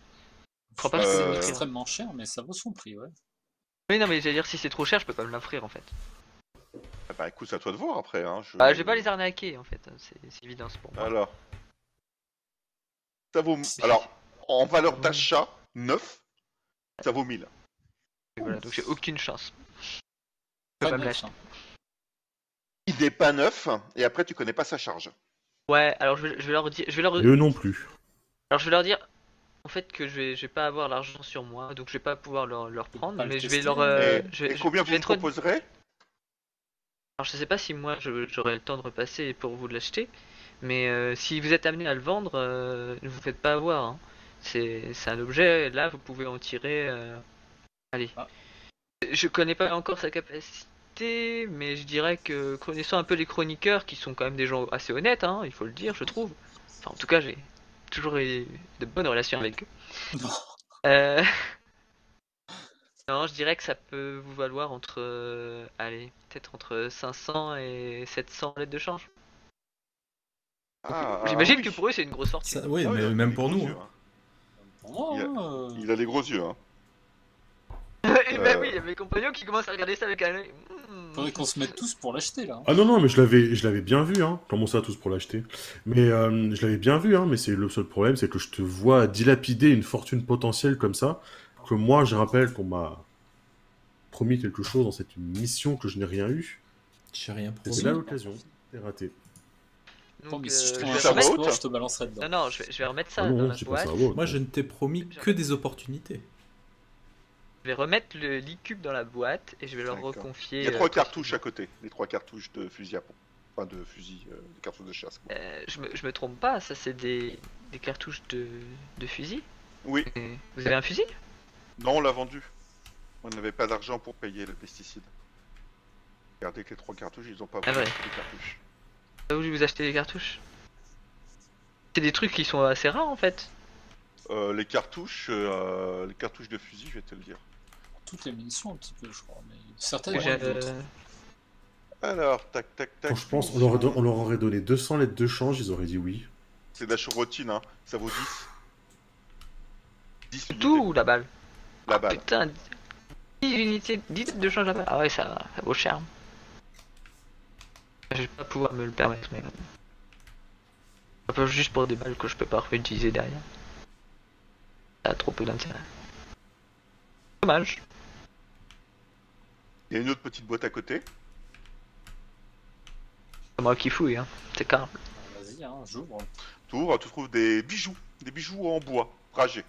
Je crois pas que
que
je
Euh,
peux vous
c'est
l'offrir.
extrêmement cher, mais ça vaut son prix, ouais.
Oui, non, mais j'allais dire, si c'est trop cher, je peux pas me l'offrir en fait.
Ah, bah écoute, c'est à toi de voir après. Hein. Je...
Bah, je vais pas les arnaquer en fait, hein, c'est c'est évidence pour
[laughs]
moi.
Alors.
[laughs]
Ça vaut. Alors, en valeur
Ouais.
d'achat, neuf, Ça vaut 1000.
Et voilà, donc j'ai aucune chance.
Pas
va
de
me [laughs]
neuf, hein.
Il n'est pas neuf, et après, tu connais pas sa charge.
Ouais, alors je vais, je vais leur dire, je vais leur,
Euh,
Et eux non plus.
alors je vais leur dire, en fait que je vais, je vais pas avoir l'argent sur moi, donc je vais pas pouvoir leur, leur prendre,
Pas le
mais je vais
tester,
leur, euh,
et,
je,
et
je-
combien
je
vous
vais
me
trop-
proposerez
Alors je sais pas si moi je- j'aurai le temps de repasser pour vous l'acheter, mais euh, si vous êtes amené à le vendre, euh, ne vous faites pas avoir. hein. C'est c'est un objet, là vous pouvez en tirer. euh, Allez.
Ah.
Je connais pas encore sa capacité, mais je dirais que connaissant un peu les chroniqueurs, qui sont quand même des gens assez honnêtes, hein, il faut le dire, je trouve. Enfin, en tout cas, j'ai toujours eu de bonnes relations avec eux.
Non.
Euh, [laughs] Non, je dirais que ça peut vous valoir entre, euh, allez, peut-être entre 500 et 700 lettres de change.
Ah,
J'imagine
ah oui.
que pour eux c'est une grosse fortune.
Ça-
[laughs]
oui,
Ah oui,
mais
il a
même
des
pour
gros
nous.
yeux,
hein.
hein.
Pour moi,
Il y a-
hein, euh,
Il a des gros
[laughs]
yeux. hein.
et bah
Euh.
oui, il y a mes compagnons qui commencent à regarder ça avec un œil. Hmm.
faudrait qu'on se mette tous pour l'acheter là. hein.
Ah non, non, mais je l'avais, je l'avais bien vu, hein. Comment ça, tous pour l'acheter Mais euh, je l'avais bien vu, hein. Mais c'est le seul problème, c'est que je te vois dilapider une fortune potentielle comme ça, que moi, je rappelle qu'on m'a promis quelque chose dans cette mission que je n'ai rien eu.
J'ai rien
C'était
promis.
là l'occasion. C'est raté.
Donc,
Attends, mais
euh,
si je
je
trouve
vais
un
ça va
remettre-
haute,
transport,
hein.
je te balancerai dedans.
Non, non, je vais, je vais remettre ça
Ah
dans
non,
la
j'ai pas
boîte.
ça à voir.
Moi, je ne t'ai promis que des opportunités.
Je vais remettre le l'e-cube dans la boîte et je vais leur
D'accord.
reconfier.
Il y a
euh,
trois
tout ce
cartouches à côté. Les trois cartouches de fusil à pompe. Enfin, de fusil, euh, de cartouches de chasse. quoi.
Euh, je, me, je me trompe pas, ça c'est des, des cartouches de, de fusil.
Oui.
Et Vous avez un fusil
Non, on l'a vendu. On n'avait pas d'argent pour payer le pesticide. Regardez que les trois cartouches, ils ont pas
Ah
vendu
ouais.
les cartouches.
Vous voulu vous acheter des cartouches C'est des trucs qui sont assez rares en fait.
Euh, les cartouches, euh, les cartouches de fusil, je vais te le dire.
Toutes les munitions un petit peu, je crois. Mais certaines
J'ai-
moins que d'autres. hein,
euh,
Alors, tac, tac, tac.
Quand je pense, on leur, don- on leur aurait donné 200 lettres de change, ils auraient dit oui.
C'est de la chevrotine, hein. Ça vaut 10. 10
Tout
unités,
ou la balle
la balle.
Putain, 10 unités, 10 types de change la balle. Ah ouais, ça va, ça vaut cher. Je vais pas pouvoir me le permettre, mais. Un peu juste pour des balles que je peux pas réutiliser derrière. Ça a trop peu d'intérêt. Dommage.
Il y a une autre petite boîte à côté.
C'est moi qui fouille, hein. C'est carré.
Vas-y, hein, j'ouvre.
Tour, tu trouves des bijoux. Des bijoux en bois, ragés.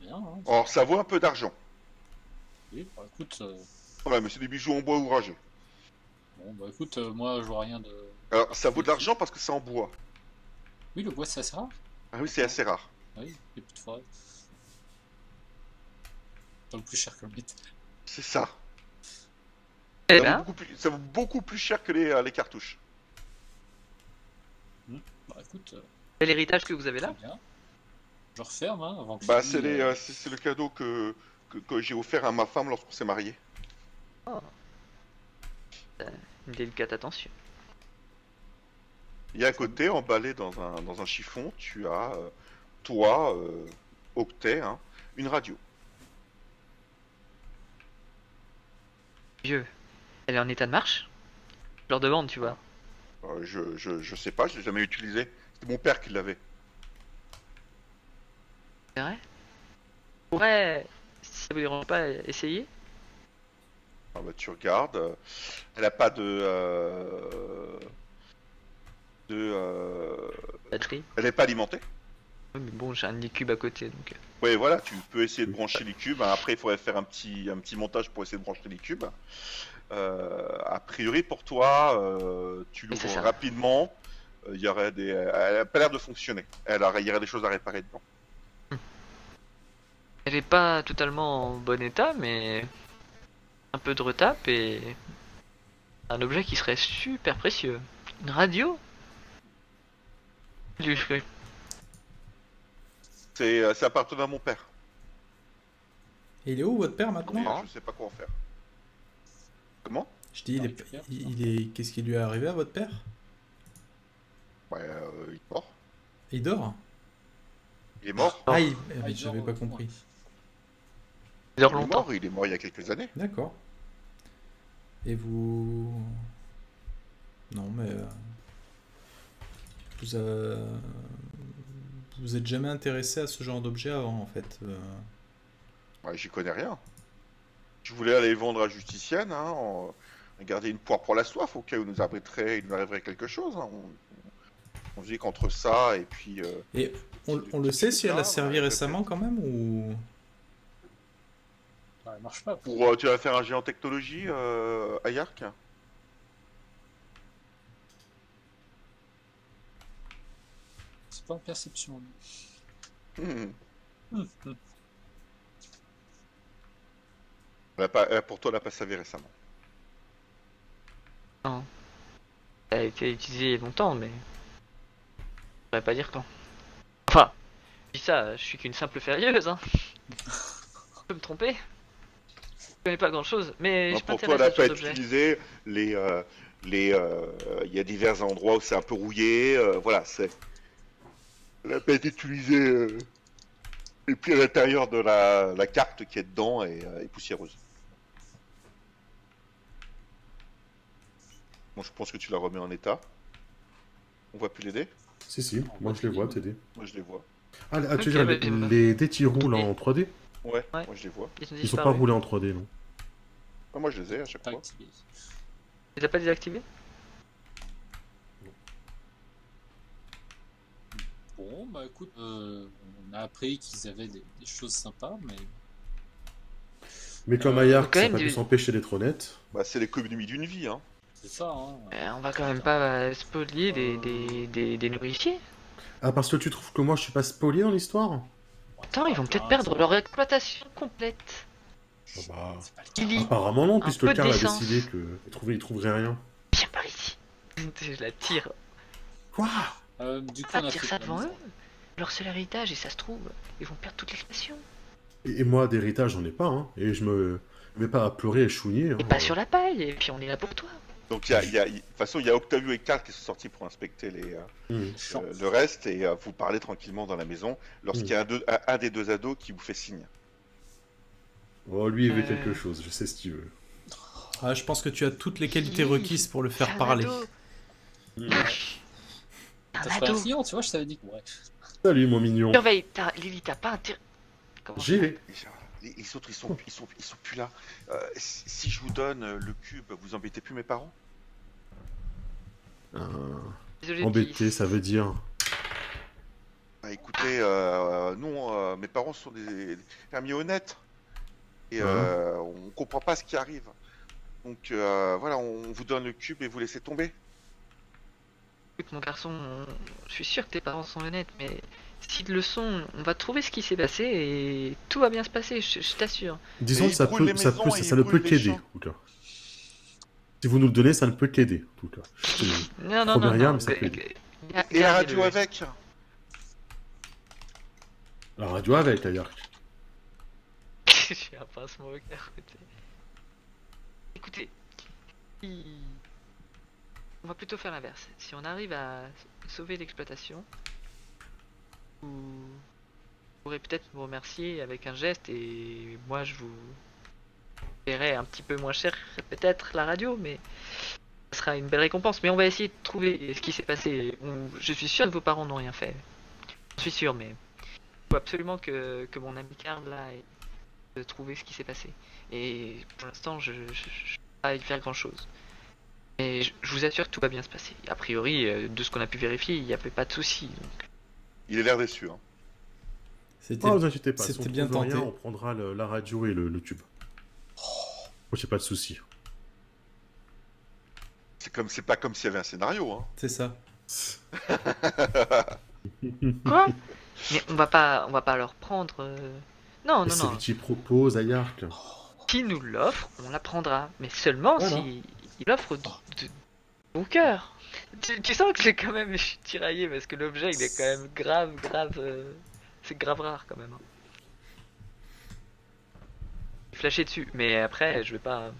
Bien, hein.
Alors, ça vaut un peu d'argent.
Oui, bah, écoute, euh,
Voilà, mais c'est des bijoux en bois ou ragés.
bon, bah, écoute euh, moi je vois rien de.
Alors, ça vaut de l'argent parce que c'est en bois.
Oui, le bois c'est assez rare.
Ah oui, c'est assez rare.
Oui, les petites forêts. Pas le plus cher que le mythe.
C'est ça.
Eh
ça, vaut
ben,
beaucoup plus, ça vaut beaucoup plus cher que les, euh, les cartouches.
Bah écoute, euh,
c'est l'héritage que vous avez là.
très bien. Je referme hein, avant que
Bah,
Lily,
c'est les,
euh,
euh, c'est- c'est le cadeau que, que, que j'ai offert à ma femme lorsqu'on s'est mariés.
Une délicate attention.
Et à côté, emballé dans un, dans un chiffon, tu as, euh, toi, euh, Octet, hein, une radio.
Vieux. Elle est en état de marche Je leur demande, tu vois.
Euh, je, je, je sais pas, je l'ai jamais utilisé. C'était mon père qui l'avait.
C'est vrai Ouais, si ça vous dérange pas, essayez.
Ah bah, tu regardes, euh, elle a pas de. euh, de euh,
Batterie.
elle n'est pas alimentée.
Oui, mais bon, j'ai un e-cube à côté, donc... euh,
Oui, voilà, tu peux essayer de brancher les cubes. hein. Après, il faudrait faire un petit, un petit montage pour essayer de brancher les cubes. Euh, a priori, pour toi, euh, tu
Mais c'est
l'ouvres
ça.
rapidement. Euh, Il y aurait des, elle a pas l'air de fonctionner. Elle a- il y aurait des choses à réparer dedans.
Elle est pas totalement en bon état, mais... Un peu de retape et... Un objet qui serait super précieux. Une radio Je lui ferai-
C'est, euh, ça appartenait à mon père.
Et il est où votre père
Mais,
maintenant
Hein
euh, je sais pas quoi en faire. Comment
Je
Ah,
dis, il est, il il est, qu'est-ce qui lui est arrivé à votre père
Ouais, euh, il est mort.
Il dort
Il est mort.
Ah, il... eh ben,
Ah, il
j'avais
dort,
pas
ouais.
compris.
Il dort
Il est
longtemps.
mort. Il est mort il y a quelques années.
D'accord. Et vous... Non, mais... euh, Vous, euh, vous êtes jamais intéressé à ce genre d'objet avant, en fait. euh.
Ouais, J'y connais rien. Je voulais aller vendre à Justicienne, hein, en- garder une poire pour la soif, au cas où nous abriterait, il nous arriverait quelque chose. hein. On, on se dit qu'entre ça et puis. euh,
Et on, on le sait si elle a
Ah,
servi
ouais,
récemment quand même ou
Ouais, bah, elle marche pas. pour-
Pour, euh, tu vas faire un géant technologie euh, à Yark
C'est pas en perception. lui.
Hmm.
Hum, hum.
Elle a pas- elle, Pour toi, elle a pas servi récemment.
Ça a été utilisé il y a longtemps, mais. Je pourrais pas dire quand. Enfin, je dis ça, je suis qu'une simple ferrieuse, hein. je peux me tromper. Je connais pas grand chose, mais
Hein,
je
pour toi, elle a
m'intéresse à
pas
cet objet.
utilisé les. euh, les, euh, il y a divers endroits où c'est un peu rouillé, euh, voilà, c'est. Elle a pas été utilisée. euh, Et puis à l'intérieur de la, la carte qui est dedans est, euh, est poussiéreuse. Bon, je pense que tu la remets en état. On va plus l'aider
Si, si, moi je les vois, t'aider.
Moi je les vois.
Ah, ah, tu
Ok,
veux dire,
bah,
les,
j'aime pas.
les dés qui roulent en 3D
Ouais,
Ouais.
moi je les vois.
Ils ont
Ils sont
disparu.
pas roulés en 3D, non
Ah, moi je les ai à chaque
Pas
fois.
activé.
Tu les as pas désactivés
Bon, bah écoute, euh, on a appris qu'ils avaient des, des choses sympas, mais
Mais comme
Euh,
Ayark,
quand
ça
même
n'a pas
du-
pu s'empêcher d'être honnête.
Bah, c'est les communes d'une vie, hein.
c'est ça. Hein.
Euh, On va quand même pas euh, spolier des, des, des, des nourriciers.
Ah, parce que tu trouves que moi je suis pas spolié dans l'histoire
Ah
Attends, ils vont peut-être perdre leur exploitation complète.
Ah Bah,
C'est pas le cas.
Lily,
apparemment non,
Un peu
puisque
de
Karl a
décence.
décidé que il trouvait- il trouverait rien.
viens par ici. [laughs] Je la tire.
Quoi
Euh, du coup,
Ah,
on a
tire
fait
ça
la
devant
mise
eux Leur seul héritage, et ça se trouve, ils vont perdre toute l'exploitation.
et, et moi, d'héritage, j'en ai pas, hein. Et je me je vais pas à pleurer et chouiner.
Et
hein.
pas sur la paille, et puis on est là pour toi.
Donc, il y a, il y a- il- de toute façon, il y a Octavio et Karl qui sont sortis pour inspecter les, euh,
Mmh.
Chiant.
euh, le reste et euh, vous parler tranquillement dans la maison lorsqu'il y a un, deux- un- un des deux ados qui vous fait signe.
Oh, lui, il veut
Euh.
quelque chose, je sais ce qu'il veut.
Ah, je pense que tu as toutes les qualités
Si.
requises pour le
C'est
faire
un
parler.
ado.
T'as
Un
fait un
ado.
client, tu vois, je t'avais dit que. Ouais.
Salut, mon mignon.
Surveille, t'as- Lily, t'as pas intérêt. Comment
J'y
ça
vais.
Et genre, Les, les autres, ils sont, ils sont, ils sont plus là. Euh, si si je vous donne euh, le cube, vous embêtez plus mes parents
Euh,
Désolé,
embêté,
petit.
ça veut dire.
Bah, écoutez, euh, non, euh, mes parents sont des, des amis honnêtes. Et
Ouais.
euh, on comprend pas ce qui arrive. Donc euh, voilà, on vous donne le cube et vous laissez tomber.
Écoute, mon garçon, on- je suis sûr que tes parents sont honnêtes, mais s'ils le sont, on va trouver ce qui s'est passé et tout va bien se passer, je, je t'assure.
Disons
Mais
que
il
ça
brûle
peut,
les
ça
maisons
peut,
et
ça,
il
ça ne
brûle
peut
les
qu'aider,
champs.
en tout cas. Si vous nous le donnez, ça ne peut qu'aider, en tout cas. Je te le dis.
Non,
Trop
non,
bien
non.
rien,
non,
mais ça
mais-
peut
Gar-
Et la radio
gardez-le.
avec
La radio avec, Ayark.
[laughs] J'ai un pincement au cœur, écoutez. Écoutez, si- on va plutôt faire l'inverse. Si on arrive à sauver l'exploitation, vous pourrez peut-être vous remercier avec un geste et moi je vous paierai un petit peu moins cher peut-être la radio, mais ça sera une belle récompense. Mais on va essayer de trouver ce qui s'est passé. On- Je suis sûr que vos parents n'ont rien fait. Je suis sûr, mais il faut absolument que, que mon ami Karl là ait- de trouver ce qui s'est passé. Et pour l'instant, je ne peux pas y faire grand chose. Mais je, je vous assure que tout va bien se passer. A priori, euh, de ce qu'on a pu vérifier, il n'y avait pas de souci. donc.
Il a l'air déçu. Hein.
C'était
Ah, vous inquiétez pas, si
c'était
on
bien
trouve rien,
tenté.
on prendra le- la radio et le, le tube. Oh, j'ai pas de soucis.
C'est comme, c'est pas comme s'il y avait un scénario. Hein.
c'est ça.
Quoi [laughs] Mais on va pas, on va pas leur prendre. euh, Non,
Et
non, non.
celui qui propose à Yark.
Qui nous l'offre, on la prendra. Mais seulement
Voilà.
si il offre de, de- de bon cœur. Tu, tu sens que j'ai quand même, [laughs] je suis tiraillé parce que l'objet il est quand même grave, grave. euh, C'est grave rare quand même. hein. J'ai Flashé dessus, mais après je vais pas.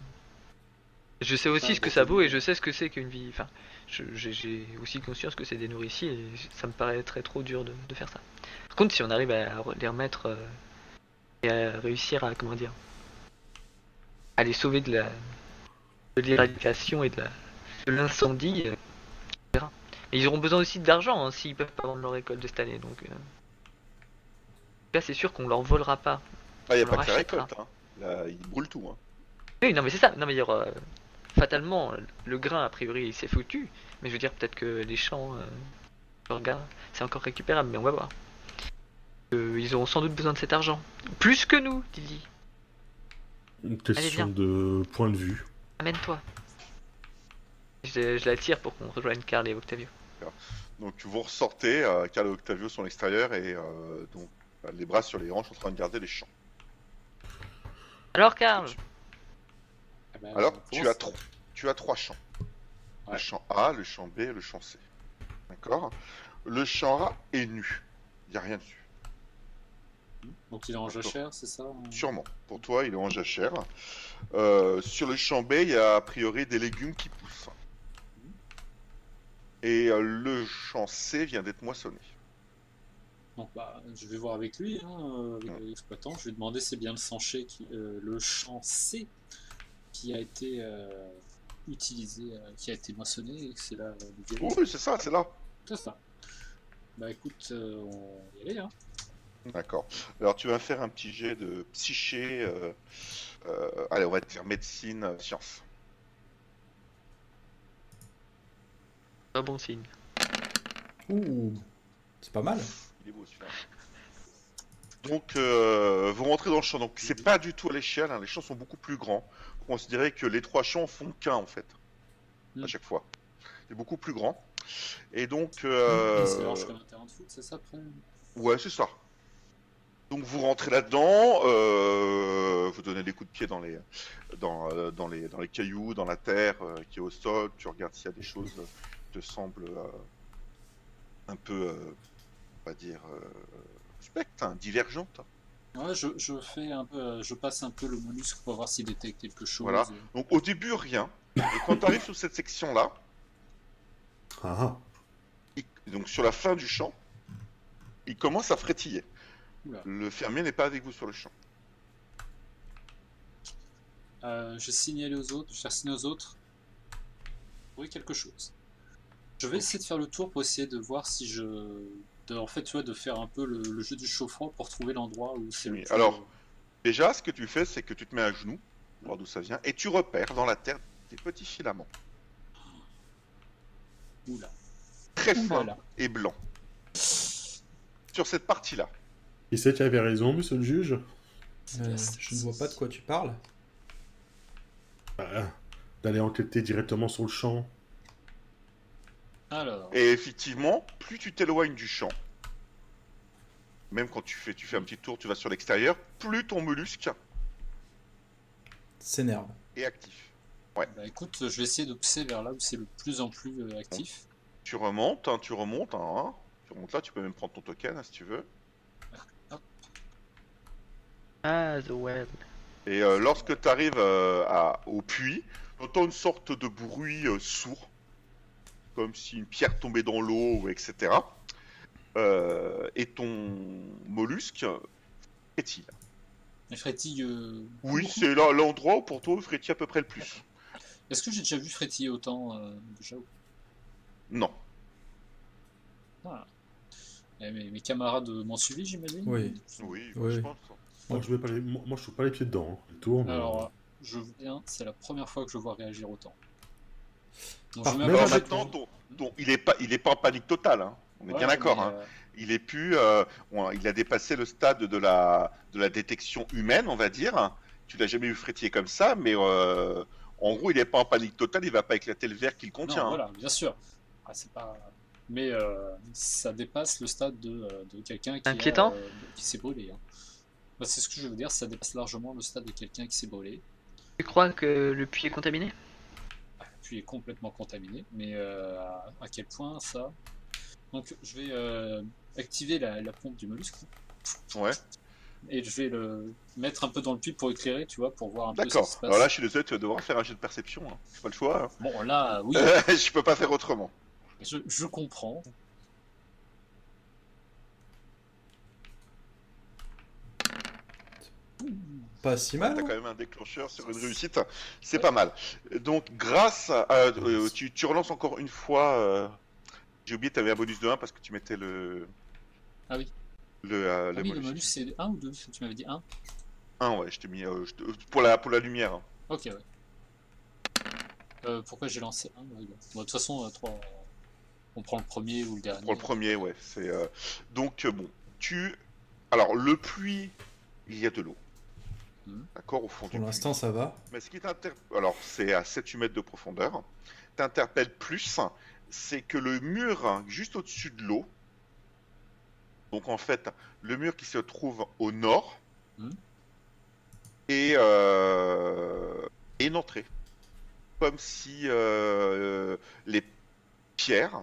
Je sais aussi
Pas
ce que
beaucoup
ça vaut
de-
et je sais ce que c'est qu'une vie. Enfin, je- j'ai j'ai aussi conscience que c'est des nourriciers et ça me paraît très trop dur de, de faire ça. Par contre, si on arrive à re- les remettre euh, et à réussir à comment dire, à les sauver de la de l'éradication et de la- de l'incendie, euh, on verra. Mais ils auront besoin aussi d'argent hein, s'ils peuvent pas vendre leur récolte de cette année, donc. euh, là, c'est sûr qu'on leur volera pas.
Ah, il n'y a
On
pas
leur
que la
achètera.
récolte. Hein. Là, ils brûlent tout. Hein.
Oui, non, mais c'est ça. Non, mais il y aura- Fatalement, le grain, a priori, il s'est foutu. Mais je veux dire, peut-être que les champs, euh, le grain, c'est encore récupérable, mais on va voir. Euh, ils auront sans doute besoin de cet argent. Plus que nous, Didi.
Une
viens.
question de point de vue.
Amène-toi. Je, je la tire pour qu'on rejoigne Carl et Octavio.
Donc vous ressortez, euh, Carl et Octavio sont à l'extérieur et euh, donc bah, les bras sur les hanches en train de garder les champs.
Alors, Carl
Eh ben,
Alors
on
tu
commence.
as, trois, tu as trois champs.
Ouais.
Le champ A, le champ B et le champ C. D'accord Le champ A est nu. Il n'y a rien dessus.
Donc il est en jachère, hein, c'est ça
Sûrement. Pour toi, il est en jachère. Euh, sur le champ B, il y a a priori des légumes qui poussent. Et euh, le champ C vient d'être moissonné.
Donc bah, je vais voir avec lui, hein, euh, avec l'exploitant. Je vais demander si c'est bien le sanché, qui- euh, le champ C qui a été euh, utilisé, euh, qui a été moissonné. et que C'est là euh, le virus.
Oui, c'est ça, c'est là.
C'est ça. Bah écoute, euh, on va y aller. Hein.
D'accord. Alors tu vas faire un petit jet de psyché. euh, euh, allez, on va dire médecine, euh, science.
Un bon signe.
Ouh, c'est pas mal.
Il est beau celui-là. Donc euh, vous rentrez dans le champ. Donc c'est pas du tout à l'échelle. hein. Les champs sont beaucoup plus grands. Considérez que les trois champs font qu'un en fait.
Mm.
À chaque fois. C'est beaucoup plus grand. Et donc. euh,
Et Hmm, C'est large comme un terrain de foot, c'est ça après
Ouais, c'est ça. Donc vous rentrez là-dedans, euh, vous donnez des coups de pied dans les, dans, euh, dans les, dans les cailloux, dans la terre euh, qui est au sol, tu regardes s'il y a des choses euh, qui te semblent euh, un peu, euh, on va dire, euh, suspectes, hein, divergentes.
Ouais, je, je fais un peu, euh, je passe un peu le mollusque pour voir s'il détecte quelque chose.
Voilà. Donc au début, rien. Et quand tu arrives sur cette section-là,
Ah,
il- donc sur la fin du champ, il commence à frétiller.
Oula.
Le fermier n'est pas avec vous sur le champ.
Euh, je signale aux autres, je fais signer aux autres. Oui, quelque chose. Je vais essayer de faire le tour pour essayer de voir si je. de- en fait, tu vois, de faire un peu le, le jeu du chaud-froid pour trouver l'endroit où c'est. le
Oui,
plus-
alors- Déjà, ce que tu fais, c'est que tu te mets à genoux, pour voir d'où ça vient, et tu repères dans la terre des petits filaments,
Oula.
très fins
Oula.
et blancs. Sur cette partie-là.
qui c'est qui avait raison, monsieur le juge
Euh, je ne vois pas de quoi tu parles.
Bah, D'aller enquêter directement sur le champ.
Alors.
Et effectivement, plus tu t'éloignes du champ, même quand tu fais, tu fais un petit tour, tu vas sur l'extérieur, plus ton mollusque
S'énerve.
est actif.
Bah écoute, je vais essayer de pousser vers là où c'est le plus en plus euh, actif.
Tu remontes, hein, tu remontes, hein, hein. tu remontes là, tu peux même prendre ton token hein, si tu veux.
Ah, the web.
Et euh, lorsque tu arrives au puits, tu entends une sorte de bruit euh, sourd, comme si une pierre tombait dans l'eau, etc. Euh, et ton mollusque frétille.
Mais frétille. euh,
Oui,
beaucoup.
c'est là l'endroit où pour toi il frétille à peu près le plus.
Est-ce que j'ai déjà vu frétiller autant euh, déjà
Non.
Eh, mes, mes camarades m'ont suivi, j'imagine
Oui.
Oui,
Oui.
je pense.
Moi, je mets pas les... Moi, moi, je trouve pas les pieds dedans. hein. Elle tourne.
Alors, euh, je vous viens, c'est la première fois que je vois réagir autant. Donc,
Ah,
je
mais
mets un
Alors
peu
avec-
maintenant, ton, ton- il est pas, il est pas en panique totale. hein. On est
Ouais,
bien d'accord.
mais,
hein.
euh,
Il est plus, euh, on- il a dépassé le stade de la, de la détection humaine, on va dire. Tu l'as jamais vu frétiller comme ça, mais euh, en gros, il n'est pas en panique totale, il va pas éclater le verre qu'il
non,
contient. hein.
voilà, bien sûr. Ah, c'est pas... Mais euh, ça dépasse le stade de, euh, de quelqu'un qui, a,
Inquiétant.
euh, qui s'est brûlé. hein. Bah, c'est ce que je veux dire, ça dépasse largement le stade de quelqu'un qui s'est brûlé.
Tu crois que le puits est contaminé
Puis est complètement contaminé. Mais euh, à, à quel point ça Donc je vais euh, activer la, la pompe du mollusque
Ouais.
et je vais le mettre un peu dans le puits pour éclairer, tu vois, pour voir un peu ce qui
D'accord.
se passe.
Alors là, je suis désolé, tu vas devoir faire un jet de perception. Hein. J'ai pas le choix. hein.
Bon, là,
[laughs]
oui.
je peux pas faire autrement.
Je, je comprends.
Pas si mal.
T'as quand même un déclencheur sur une réussite, c'est pas mal. Donc, grâce à, euh, tu, tu relances encore une fois. euh, J'ai oublié, t'avais un bonus de 1 parce que tu mettais le.
Ah oui.
Le, euh,
Ah
le
oui, le
mollusque.
malus c'est 1 ou 2 Tu m'avais dit 1
Un, ouais, je t'ai mis euh, je te- pour, la, pour la lumière. hein.
Ok, ouais. Euh, pourquoi j'ai lancé 1 De toute façon, euh, trois, euh, on prend le premier ou le dernier.
Pour le premier, ouais. C'est euh, donc euh, bon. Tu alors le puits, il y a de l'eau.
Mhm.
D'accord, au fond du
Pour
puits.
l'instant, ça va.
Mais ce qui t'inter- alors c'est à 7-8 mètres de profondeur, t'interpelle plus, c'est que le mur hein, juste au-dessus de l'eau, donc en fait le mur qui se trouve au nord,
Mhm.
est, euh, est une entrée. Comme si euh, les pierres,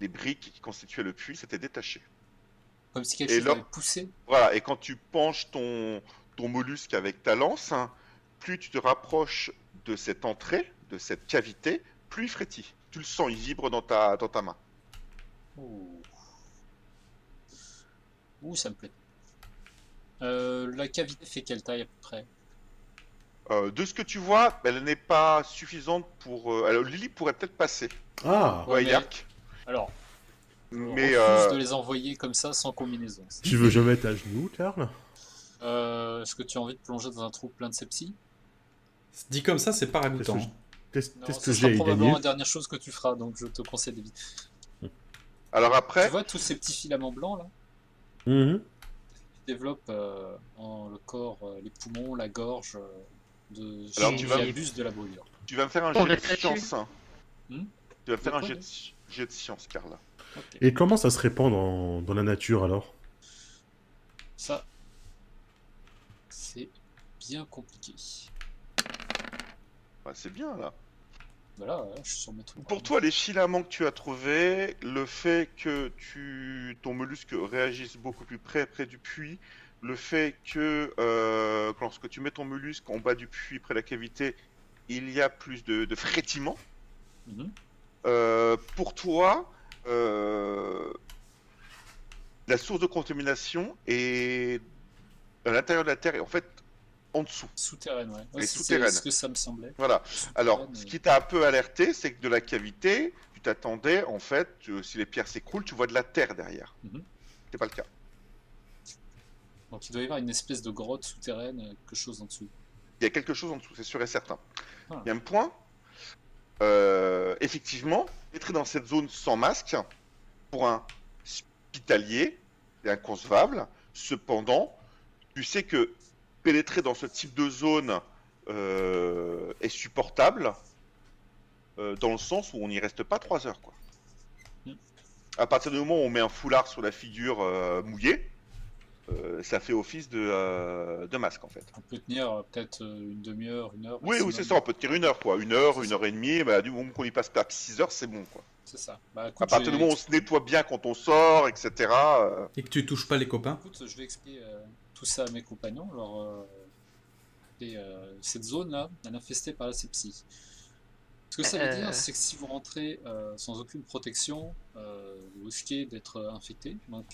les briques qui constituaient le puits s'étaient détachées.
Comme si quelque
Et
chose
là-
avait poussé.
Voilà, et quand tu penches ton, ton mollusque avec ta lance, hein, plus tu te rapproches de cette entrée, de cette cavité, plus il frétille. Tu le sens, il vibre dans ta, dans ta main.
Ouh. Ouh, ça me plaît. Euh, la cavité fait quelle taille à peu près
Euh, de ce que tu vois, elle n'est pas suffisante pour. euh, alors Lily pourrait peut-être passer,
Ah
ou
Ouais, mais-
Ayark,
Alors, on
mais.
refuse
euh,
de les envoyer comme ça sans combinaison.
Tu veux jamais être à genoux, Karl
Euh, Est-ce que tu as envie de plonger dans un trou plein de sepsis
Dit comme ça, c'est pas ragoûtant.
Parce que Qu'est-ce
Non,
qu'est-ce
ce
que
sera
j'ai à y
probablement
gagner
la dernière chose que tu feras, donc je te conseille d'éviter.
Alors
Tu
après,
vois tous ces petits filaments blancs là
Mhm.
qui développent euh, dans le corps, euh, les poumons, la gorge, euh, de
Alors,
ceux
tu
qui
vas-
abusent de la brûlure.
tu vas me faire un
On
jet de
reste là-dessus.
science. hein.
Hmm
tu vas me faire un
D'accord,
jet de,
ouais.
jet de science, Carla.
Ok.
Et comment ça se répand dans, dans la nature alors
Ça, c'est bien compliqué.
Ouais, c'est bien là.
Voilà, Bah je suis sur mes trous.
Pour toi, les filaments que tu as trouvés, le fait que tu, ton mollusque réagisse beaucoup plus près, près du puits, le fait que euh, lorsque tu mets ton mollusque en bas du puits, près de la cavité, il y a plus de, de frétillement,
Mhm.
euh, pour toi, euh, la source de contamination est à l'intérieur de la Terre et en fait en dessous.
Souterraine, ouais.
Et
ouais c'est-
souterraine.
c'est ce que ça me semblait.
Voilà. Alors,
Souterraine,
ce
euh,
qui t'a un peu alerté, c'est que de la cavité, tu t'attendais, en fait, euh, si les pierres s'écroulent, tu vois de la terre derrière.
Mhm.
C'est pas le cas.
Donc il doit y avoir une espèce de grotte souterraine, euh, quelque chose en dessous.
Il y a quelque chose en dessous, c'est sûr et certain.
Ah.
Deuxième point, euh, effectivement, entrer dans cette zone sans masque, pour un hospitalier, c'est inconcevable. Cependant, tu sais que pénétrer dans ce type de zone euh, est supportable, euh, dans le sens où on n'y reste pas trois heures, quoi.
Mm.
À partir du moment où on met un foulard sur la figure euh, mouillée, euh, ça fait office de, euh, de masque en fait.
On peut tenir euh, peut-être euh, une demi-heure, une heure.
Oui, oui,
maximum.
c'est ça, on peut tirer une heure, quoi. Une heure, une heure et demie, bah, du moment qu'on y passe pas 6 heures, c'est bon, quoi.
C'est ça. Bah, écoute,
À partir
j'ai-
du moment où on se nettoie bien quand on sort, etc. euh,
Et que tu touches pas les copains.
Écoute, je vais expliquer euh, tout ça à mes compagnons. Alors, euh, et, euh, cette zone-là, elle est infestée par la sepsie. Ce que ça veut
Euh.
dire, c'est que si vous rentrez euh, sans aucune protection, euh, vous risquez d'être euh, infecté. Donc,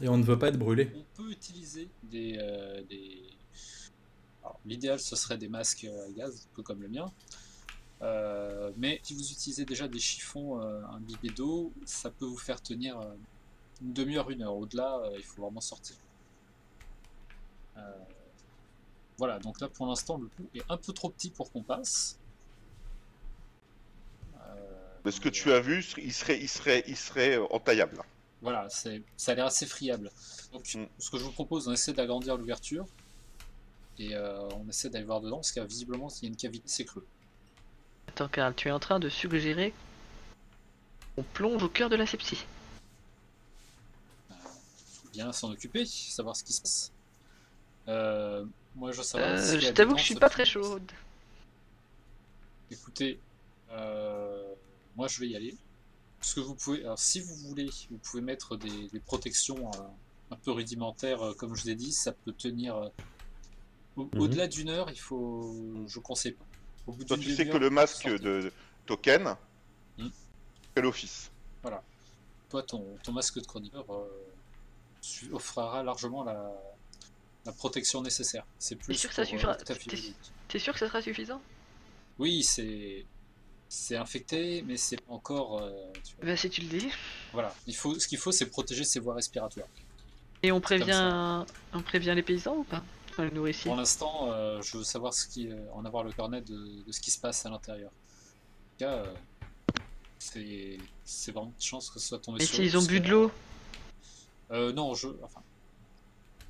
Et on ne veut pas être brûlé.
on peut utiliser des. euh, des... Alors, l'idéal, ce serait des masques euh, à gaz, un peu comme le mien. Euh, mais si vous utilisez déjà des chiffons euh, imbibés d'eau, ça peut vous faire tenir euh, une demi-heure, une heure. Au-delà, euh, il faut vraiment sortir. Euh, voilà, donc là pour l'instant, le coup est un peu trop petit pour qu'on passe. Euh,
mais ce que
mais,
tu as vu, il serait, il serait, il serait euh, entaillable. là.
voilà, c'est, ça a l'air assez friable. Donc,
Mm.
ce que je vous propose, on essaie d'agrandir l'ouverture et euh, on essaie d'aller voir dedans parce qu'il y a visiblement s'il y a une cavité, c'est creux.
Attends, Karl, tu es en train de suggérer qu'on plonge au cœur de la sepsie.
Faut bien s'en occuper, savoir ce qui se passe. Euh, moi, je veux savoir
Euh,
s'il y a
je t'avoue que
dedans
je suis
ce
pas
petit-
très chaude.
Écoutez, euh, moi je vais y aller. Ce que vous pouvez, alors, si vous voulez, vous pouvez mettre des, des protections euh, un peu rudimentaires, euh, comme je vous ai dit, ça peut tenir. euh, au-
Mhm.
Au-delà d'une heure, il faut, je conseille pas. Au bout
Toi,
d'une
tu sais que
demi-heure,
le masque
sortez.
de token,
Hmm.
c'est l'office.
toi, ton, ton masque de chroniqueur euh, su- offrira largement la, la protection nécessaire. C'est plus.
sûr que ça
pour, euh,
suffira
ta physiologie.
T'es sûr que ça sera suffisant
Oui, c'est c'est infecté, mais c'est pas encore. euh, tu vois.
Bah si tu le dis.
Voilà, il faut, ce qu'il faut, c'est protéger ses voies respiratoires.
Et on prévient, on prévient les paysans ou pas Enfin, les nourriciers.
Pour l'instant, euh, je veux savoir ce qui, euh, en avoir le cornet de, de ce qui se passe à l'intérieur. En tout cas, euh, c'est c'est vraiment de chance que ce soit tombé
Mais
sur
s'ils
eux,
ont
parce
bu
que-
de l'eau,
Euh, non, je. Enfin.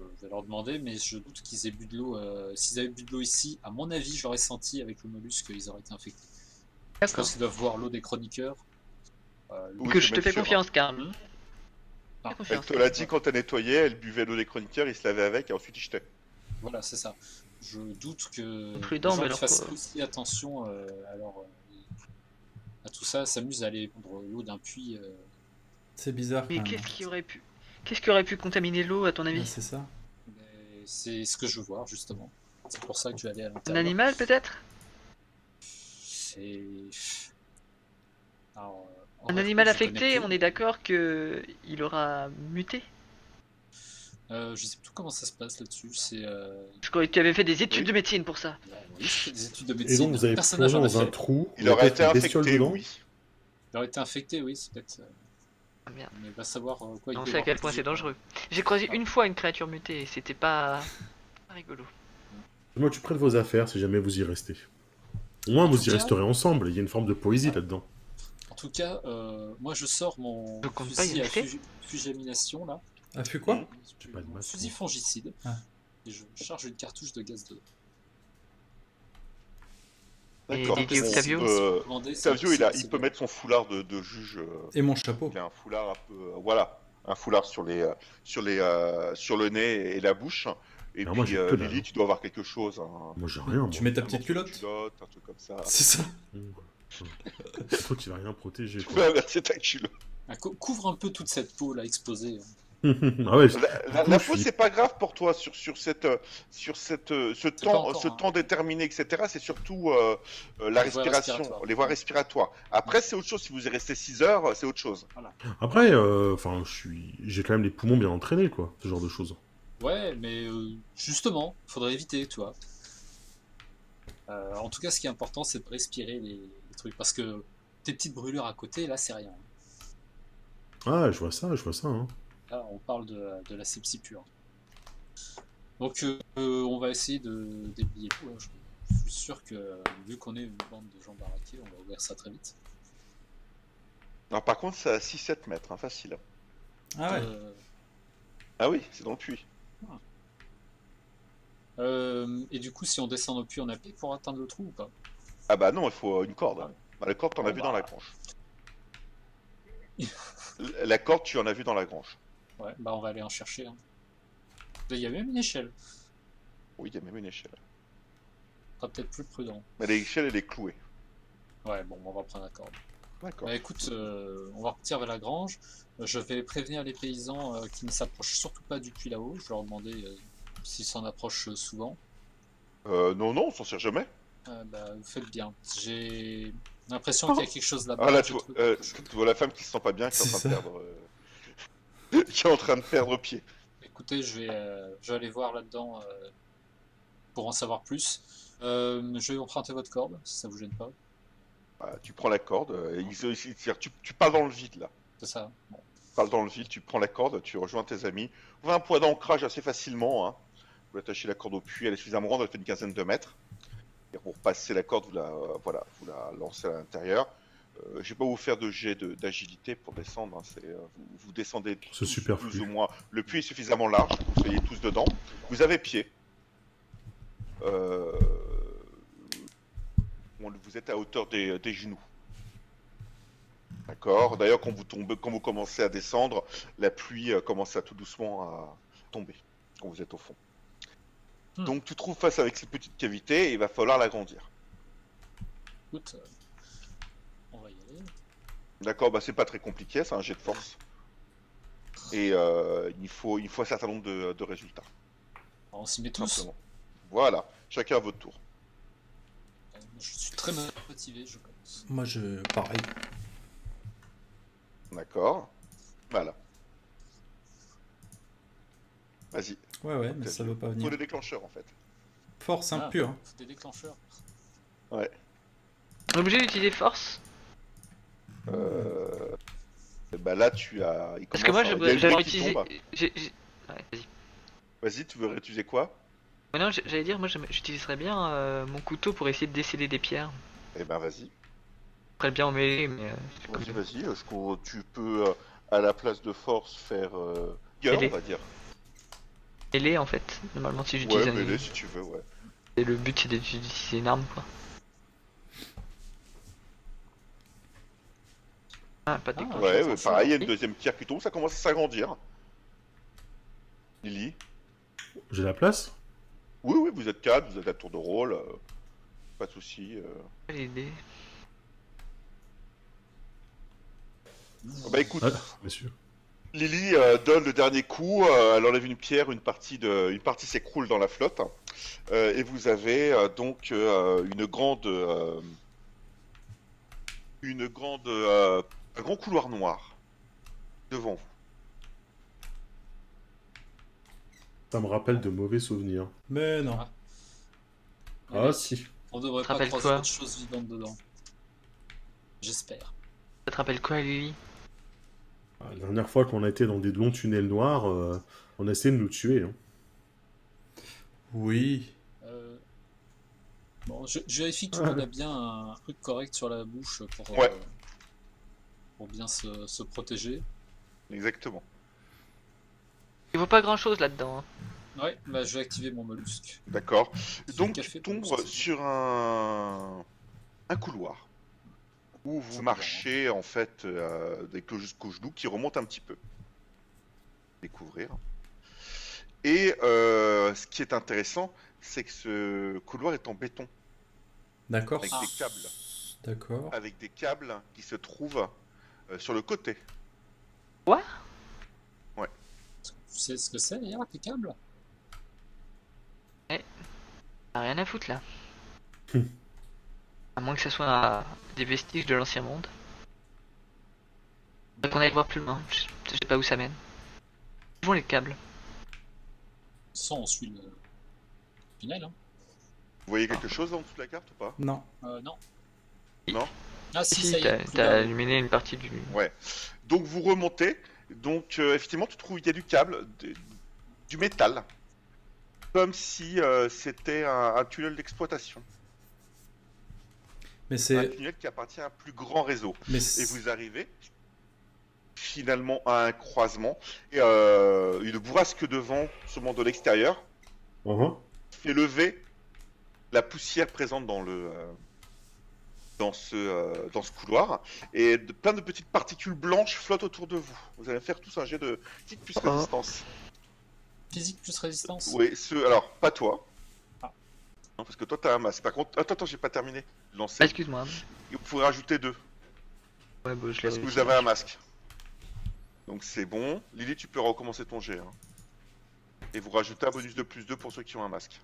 Je vais leur demander, mais je doute qu'ils aient bu de l'eau. euh, S'ils avaient bu de l'eau ici, à mon avis, j'aurais senti avec le mollusque qu'ils auraient été infectés. Je
d'accord.
pense qu'ils doivent voir l'eau des chroniqueurs. Euh, l'eau-
Oui,
que
c'est
je te
même
fais
sûr, hein.
confiance, Karl.
Hmm
Fais
Elle
Elle
confiance.
te l'a dit quand elle nettoyait, elle buvait l'eau des chroniqueurs, ils se lavaient avec et ensuite ils jetaient.
Voilà, c'est ça. Je doute que
Prudent,
les gens qui
mais alors
fassent
quoi.
aussi attention euh, alors, euh, à tout ça, s'amusent à aller prendre l'eau d'un puits. euh,
C'est bizarre.
Mais
quand même.
qu'est-ce qui aurait pu, qu'est-ce qui aurait pu contaminer l'eau à ton
Ouais,
avis
C'est ça.
mais c'est ce que je veux voir, justement. C'est pour ça que je vais aller à
Un
l'intérieur.
animal peut-être
C'est. Alors, euh, en
Un
vrai,
animal
je connais
affecté,
peu.
on est d'accord que il aura muté.
Euh, je sais plus comment ça se passe là-dessus. C'est. euh,
Je crois que tu avais fait des études
Oui.
de médecine pour ça.
oui, je fais des études de
Et
médecine.
donc vous avez
Personne
plongé
n'en a
dans un
fait.
trou,
Il aurait été
peut-être une bestiole
infecté,
dedans.
oui.
Il aurait été infecté, oui, c'est peut-être. euh,
Ah, merde.
Mais va savoir euh, quoi il
On
peut
sait à
avoir
quel point
causé,
c'est
quoi.
dangereux. J'ai croisé
Ah.
une fois une créature mutée et c'était pas... pas rigolo.
Je m'occuperai de vos affaires si jamais vous y restez. Au moins vous y
Tiens.
resterez ensemble, il y a une forme de poésie
Ouais.
là-dedans.
En tout cas, euh, moi je sors mon
Je compte pas y
fusil à
rester.
fugi- fugamination là.
Ah, fut quoi
J'ai pas de
Mon
masque,
fusil
moi.
fongicide.
Ah.
Et je charge une cartouche de gaz de.
Et
D'accord.
Didier
Bon,
Octavio
euh,
Demandez, c'est
Octavio, il, a,
impossible,
il
c'est
peut
bon.
mettre son foulard de, de juge. euh,
Et mon chapeau.
il a un foulard un peu. euh, voilà, un foulard sur, les, euh, sur, les, euh, sur le nez et la bouche. Et
Non,
puis,
moi, j'ai
euh,
que dalle.
Lily, tu dois avoir quelque chose. hein.
Moi j'ai rien, moi. Mmh,
Tu mets ta
Un
petite
morceau de
culotte
culotte, un truc comme ça. [laughs]
C'est ça.
Le truc qui va rien protéger.
Tu
quoi. [laughs]
peux inverser ta culotte.
Ah, cou- couvre un peu toute cette peau là exposée.
ah ouais,
La, la-
coup,
la
je
peau,
suis-
c'est pas grave pour toi sur, sur, cette, euh, sur cette, euh, ce, temps,
pas encore,
ce
hein.
temps déterminé, etc. C'est surtout euh, euh, la
Les voies
respiration,
respiratoires.
les voies respiratoires. Après, c'est autre chose. Si vous y restez 6 heures, c'est autre chose.
Après, euh, enfin, je suis, j'ai quand même les poumons bien entraînés, quoi, ce genre de choses.
Ouais, mais euh, justement, faudrait éviter, tu vois. Euh, en tout cas, ce qui est important, c'est de respirer les, les trucs parce que tes petites brûlures à côté, là, c'est rien.
Ah, je vois ça, je vois ça. hein.
Là, on parle de, la- de la sepsie pure. Donc, euh, euh, on va essayer de déplier tout. hein. Je, je suis sûr que, euh, vu qu'on est une bande de gens baraqués, on va ouvrir ça très vite.
Non, par contre, c'est à 6-7 mètres, hein, facile.
Ah ouais.
Euh,
Ah oui, c'est dans le puits.
euh, et du coup, si on descend au puits, on a pied pour atteindre le trou ou pas
Ah bah non, il faut euh, une corde.
Ah.
Bah, la corde, t'en
Bon,
as vu
bah.
dans la grange. L- la corde, tu en as vu dans la grange.
Ouais, bah on va aller en chercher. hein. Là, Il y a même une échelle.
Oui, il y a même une échelle.
On sera peut-être plus prudent.
Mais l'échelle, elle est clouée.
Ouais, bon, on va prendre la corde.
D'accord.
Bah écoute, euh, on va repartir vers la grange. Euh, Je vais prévenir les paysans euh, qui ne s'approchent surtout pas du puits là-haut. Je vais leur demander euh, s'ils s'en approchent euh, souvent.
Euh, non, non, on s'en sert jamais.
Euh, bah, vous faites bien. J'ai l'impression qu'il y a quelque chose là-bas.
Ah là,
Je
tu vois,
trouve-
euh,
je-
tu vois la femme qui se sent pas bien, qui est en train
C'est
de
ça.
perdre. euh, [laughs] qui est en train de perdre pied.
Écoutez, je vais, euh, je vais aller voir là-dedans euh, pour en savoir plus. Euh, je vais emprunter votre corde, si ça vous gêne pas.
Bah, tu prends la corde, euh, et il se- il se- c'est-à-dire, tu, tu parles dans le vide là.
C'est ça. Bon.
Tu parles dans le vide, tu prends la corde, tu rejoins tes amis. On a un point d'ancrage assez facilement. Hein. Vous attachez la corde au puits, elle est suffisamment grande, elle fait une quinzaine de mètres. Et pour passer la corde, vous la, euh, voilà, vous la lancez à l'intérieur. Euh, je vais pas vous faire de jet de- d'agilité pour descendre. hein, c'est, euh, vous, vous descendez
C'est
tous,
superflu.
plus ou moins. Le puits est suffisamment large, vous soyez tous dedans. Vous avez pied. Euh, on- vous êtes à hauteur des, des genoux. D'accord. D'ailleurs, quand vous tombez, quand vous commencez à descendre, la pluie euh, commence à tout doucement à tomber quand vous êtes au fond.
Hmm.
Donc, tu te trouves face avec cette petite cavité et il va falloir l'agrandir.
Écoute, euh, on va y aller.
D'accord, bah c'est pas très compliqué, c'est un jet de force. Et euh, il, faut, il faut un certain nombre de, de résultats,
Alors, on s'y met
tout
tous.
simplement. Voilà, chacun à votre tour.
Euh, Je suis très motivé, je pense.
Moi, je. Pareil.
D'accord. Voilà. Vas-y,
Ouais, ouais, mais ça veut pas
faut
venir.
le déclencheur en fait.
Force hein,
Ah.
impure.
Faut des déclencheurs.
On est obligé d'utiliser force
Euh... Bah là, tu as. il
Parce que moi
commence à- il y a
je-
une
j'avais
brique qui
utilisé...
tombe.
j'ai- j'ai- Ouais, vas-y.
Vas-y, tu veux réutiliser quoi
Ouais, non, j- j'allais dire, moi j'aime- j'utiliserais bien euh, mon couteau pour essayer de déceler des pierres.
Eh ben, vas-y.
Après, bien en mêlée, mais. euh, c'est comme
Vas-y,
ça.
vas-y. euh, je cours- Tu peux, euh, à la place de force, faire. Euh... gueule,
Mêlée.
on va dire.
Mêlée en fait, normalement si j'utilise
Ouais,
un-
mêlée, si tu veux, ouais.
Et le but c'est d'utiliser une arme quoi. Ah, pas de
Ah,
déclenche.
Ouais,
ça
ouais,
change.
pareil, il y a une deuxième pierre qui tombe, ça commence à s'agrandir. Lily
J'ai la place
Oui, oui, vous êtes cadre, vous êtes à tour de rôle. euh, Pas de soucis. euh.
Les dés.
Ah Bah écoute,
Ah, monsieur.
Lily euh, donne le dernier coup, euh, elle enlève une pierre, une partie, de, une partie s'écroule dans la flotte, Euh, et vous avez euh, donc euh, une grande, euh, une grande, euh, un grand couloir noir devant vous.
Ça me rappelle de mauvais souvenirs.
Mais non.
Ah.
bah.
Ah si.
On devrait
te
pas
rappelles
croiser
quoi
autre chose vivante dedans. J'espère.
Ça te rappelle quoi Lily
Ah, La dernière fois qu'on a été dans des longs tunnels noirs, euh, on a essayé de nous tuer. hein.
Oui.
Euh, Bon, je, je vérifie que tout le monde a bien un truc correct sur la bouche pour, euh,
Ouais.
pour bien se, se protéger.
Exactement.
Il vaut pas grand chose là-dedans. hein.
Ouais, bah je vais activer mon mollusque.
D'accord.
C'est
Donc
le
tu
café pour
tombes
le café.
sur un, un couloir où vous marchez en fait euh, avec le- jusqu'au genou qui remonte un petit peu. Découvrir. Et euh, ce qui est intéressant, c'est que ce couloir est en béton
D'accord.
avec des câbles,
Oh.
D'accord.
avec des câbles qui se trouvent euh, sur le côté.
Tu sais ce que c'est d'ailleurs, tes câbles
T'as rien à foutre là. à moins que ce soit euh, des vestiges de l'ancien monde. Donc on aille voir plus loin. Je je sais pas où ça mène. Où vont les câbles
Sans, on suit le le tunnel. Hein.
Vous voyez
Ah.
quelque chose là en dessous de la carte ou pas
Non.
Euh, non.
Non.
Ah si, ça y
t'as
est. plus
t'as
là.
illuminé une partie du.
Donc vous remontez. Donc euh, effectivement, tu trouves il y a du câble, de- du métal, comme si euh, c'était un, un tunnel d'exploitation,
Mais
un
c'est.
tunnel qui appartient à un plus grand réseau.
Mais
Ah. Et
c'est-
vous arrivez finalement à un croisement et euh, une bourrasque de vent seulement de l'extérieur
Uh-huh.
fait lever la poussière présente dans le euh, dans ce euh, dans ce couloir et de- plein de petites particules blanches flottent autour de vous. Vous allez faire tous un jet de petite puce
Ah.
résistance.
Physique plus résistance.
Oui, ce... alors, pas toi.
Ah.
Non, parce que toi, t'as un masque. Par contre, attends, attends, j'ai pas terminé.
Ah,
Lancez.
excuse-moi.
Vous pouvez rajouter deux,
Ouais, bon, je l'ai
parce que vous avez un masque. Donc c'est bon. Lily, tu peux recommencer ton jet. hein. Et vous rajoutez un bonus de plus 2 pour ceux qui ont un masque.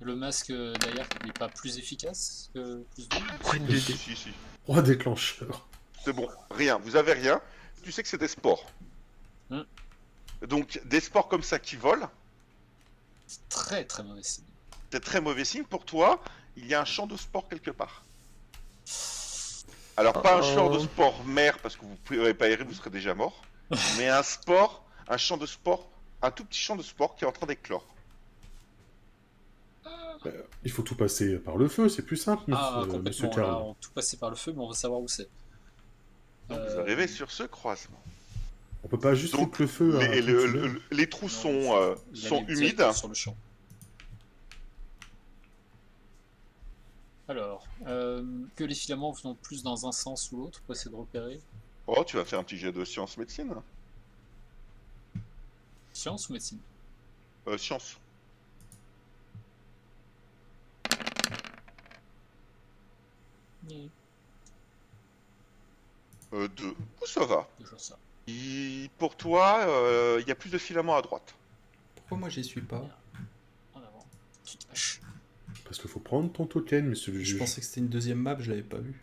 Le masque euh, d'ailleurs n'est pas plus efficace que plus de...
Prends une de
Si,
dés.
Euh, si, si.
Roi déclencheur.
C'est bon, rien, vous avez rien. Tu sais que c'est des sports.
Hmm.
Donc, des sports comme ça qui volent,
Très très mauvais signe.
c'est très mauvais signe pour toi. Il y a un champ de sport quelque part. Alors pas un champ de
Euh.
Oh.
sport mer parce que vous pourrez pas errer, vous serez déjà
[laughs]
mort. mais un sport, un champ de sport, un tout petit champ de sport qui est en train d'éclore.
Il faut tout passer par le feu, c'est plus simple,
Ah,
monsieur, euh, monsieur
complètement.
Carl.
Là, on tout passé par le feu, mais on va savoir où c'est.
Donc vous
Euh,
arrivez sur ce croisement.
On peut pas juste
Donc,
foutre le feu. à
les,
un
le-
tunnel.
le- les trous
non,
sont, euh,
il allait
sont
direct
humides.
Sur le champ. Alors, euh, que les filaments vont plus dans un sens ou l'autre pour essayer de repérer
Oh, tu vas faire un petit jet de science médecine.
Science ou médecine
Euh, science. Euh, deux. Oh, ça va.
Déjà ça.
Il- pour toi, euh, il y a plus de filaments à droite.
Pourquoi moi j'y suis pas
En avant. Tu te lâches.
Parce qu'il faut prendre ton token, monsieur le
Je
juge.
pensais que c'était une deuxième map, je l'avais pas vue.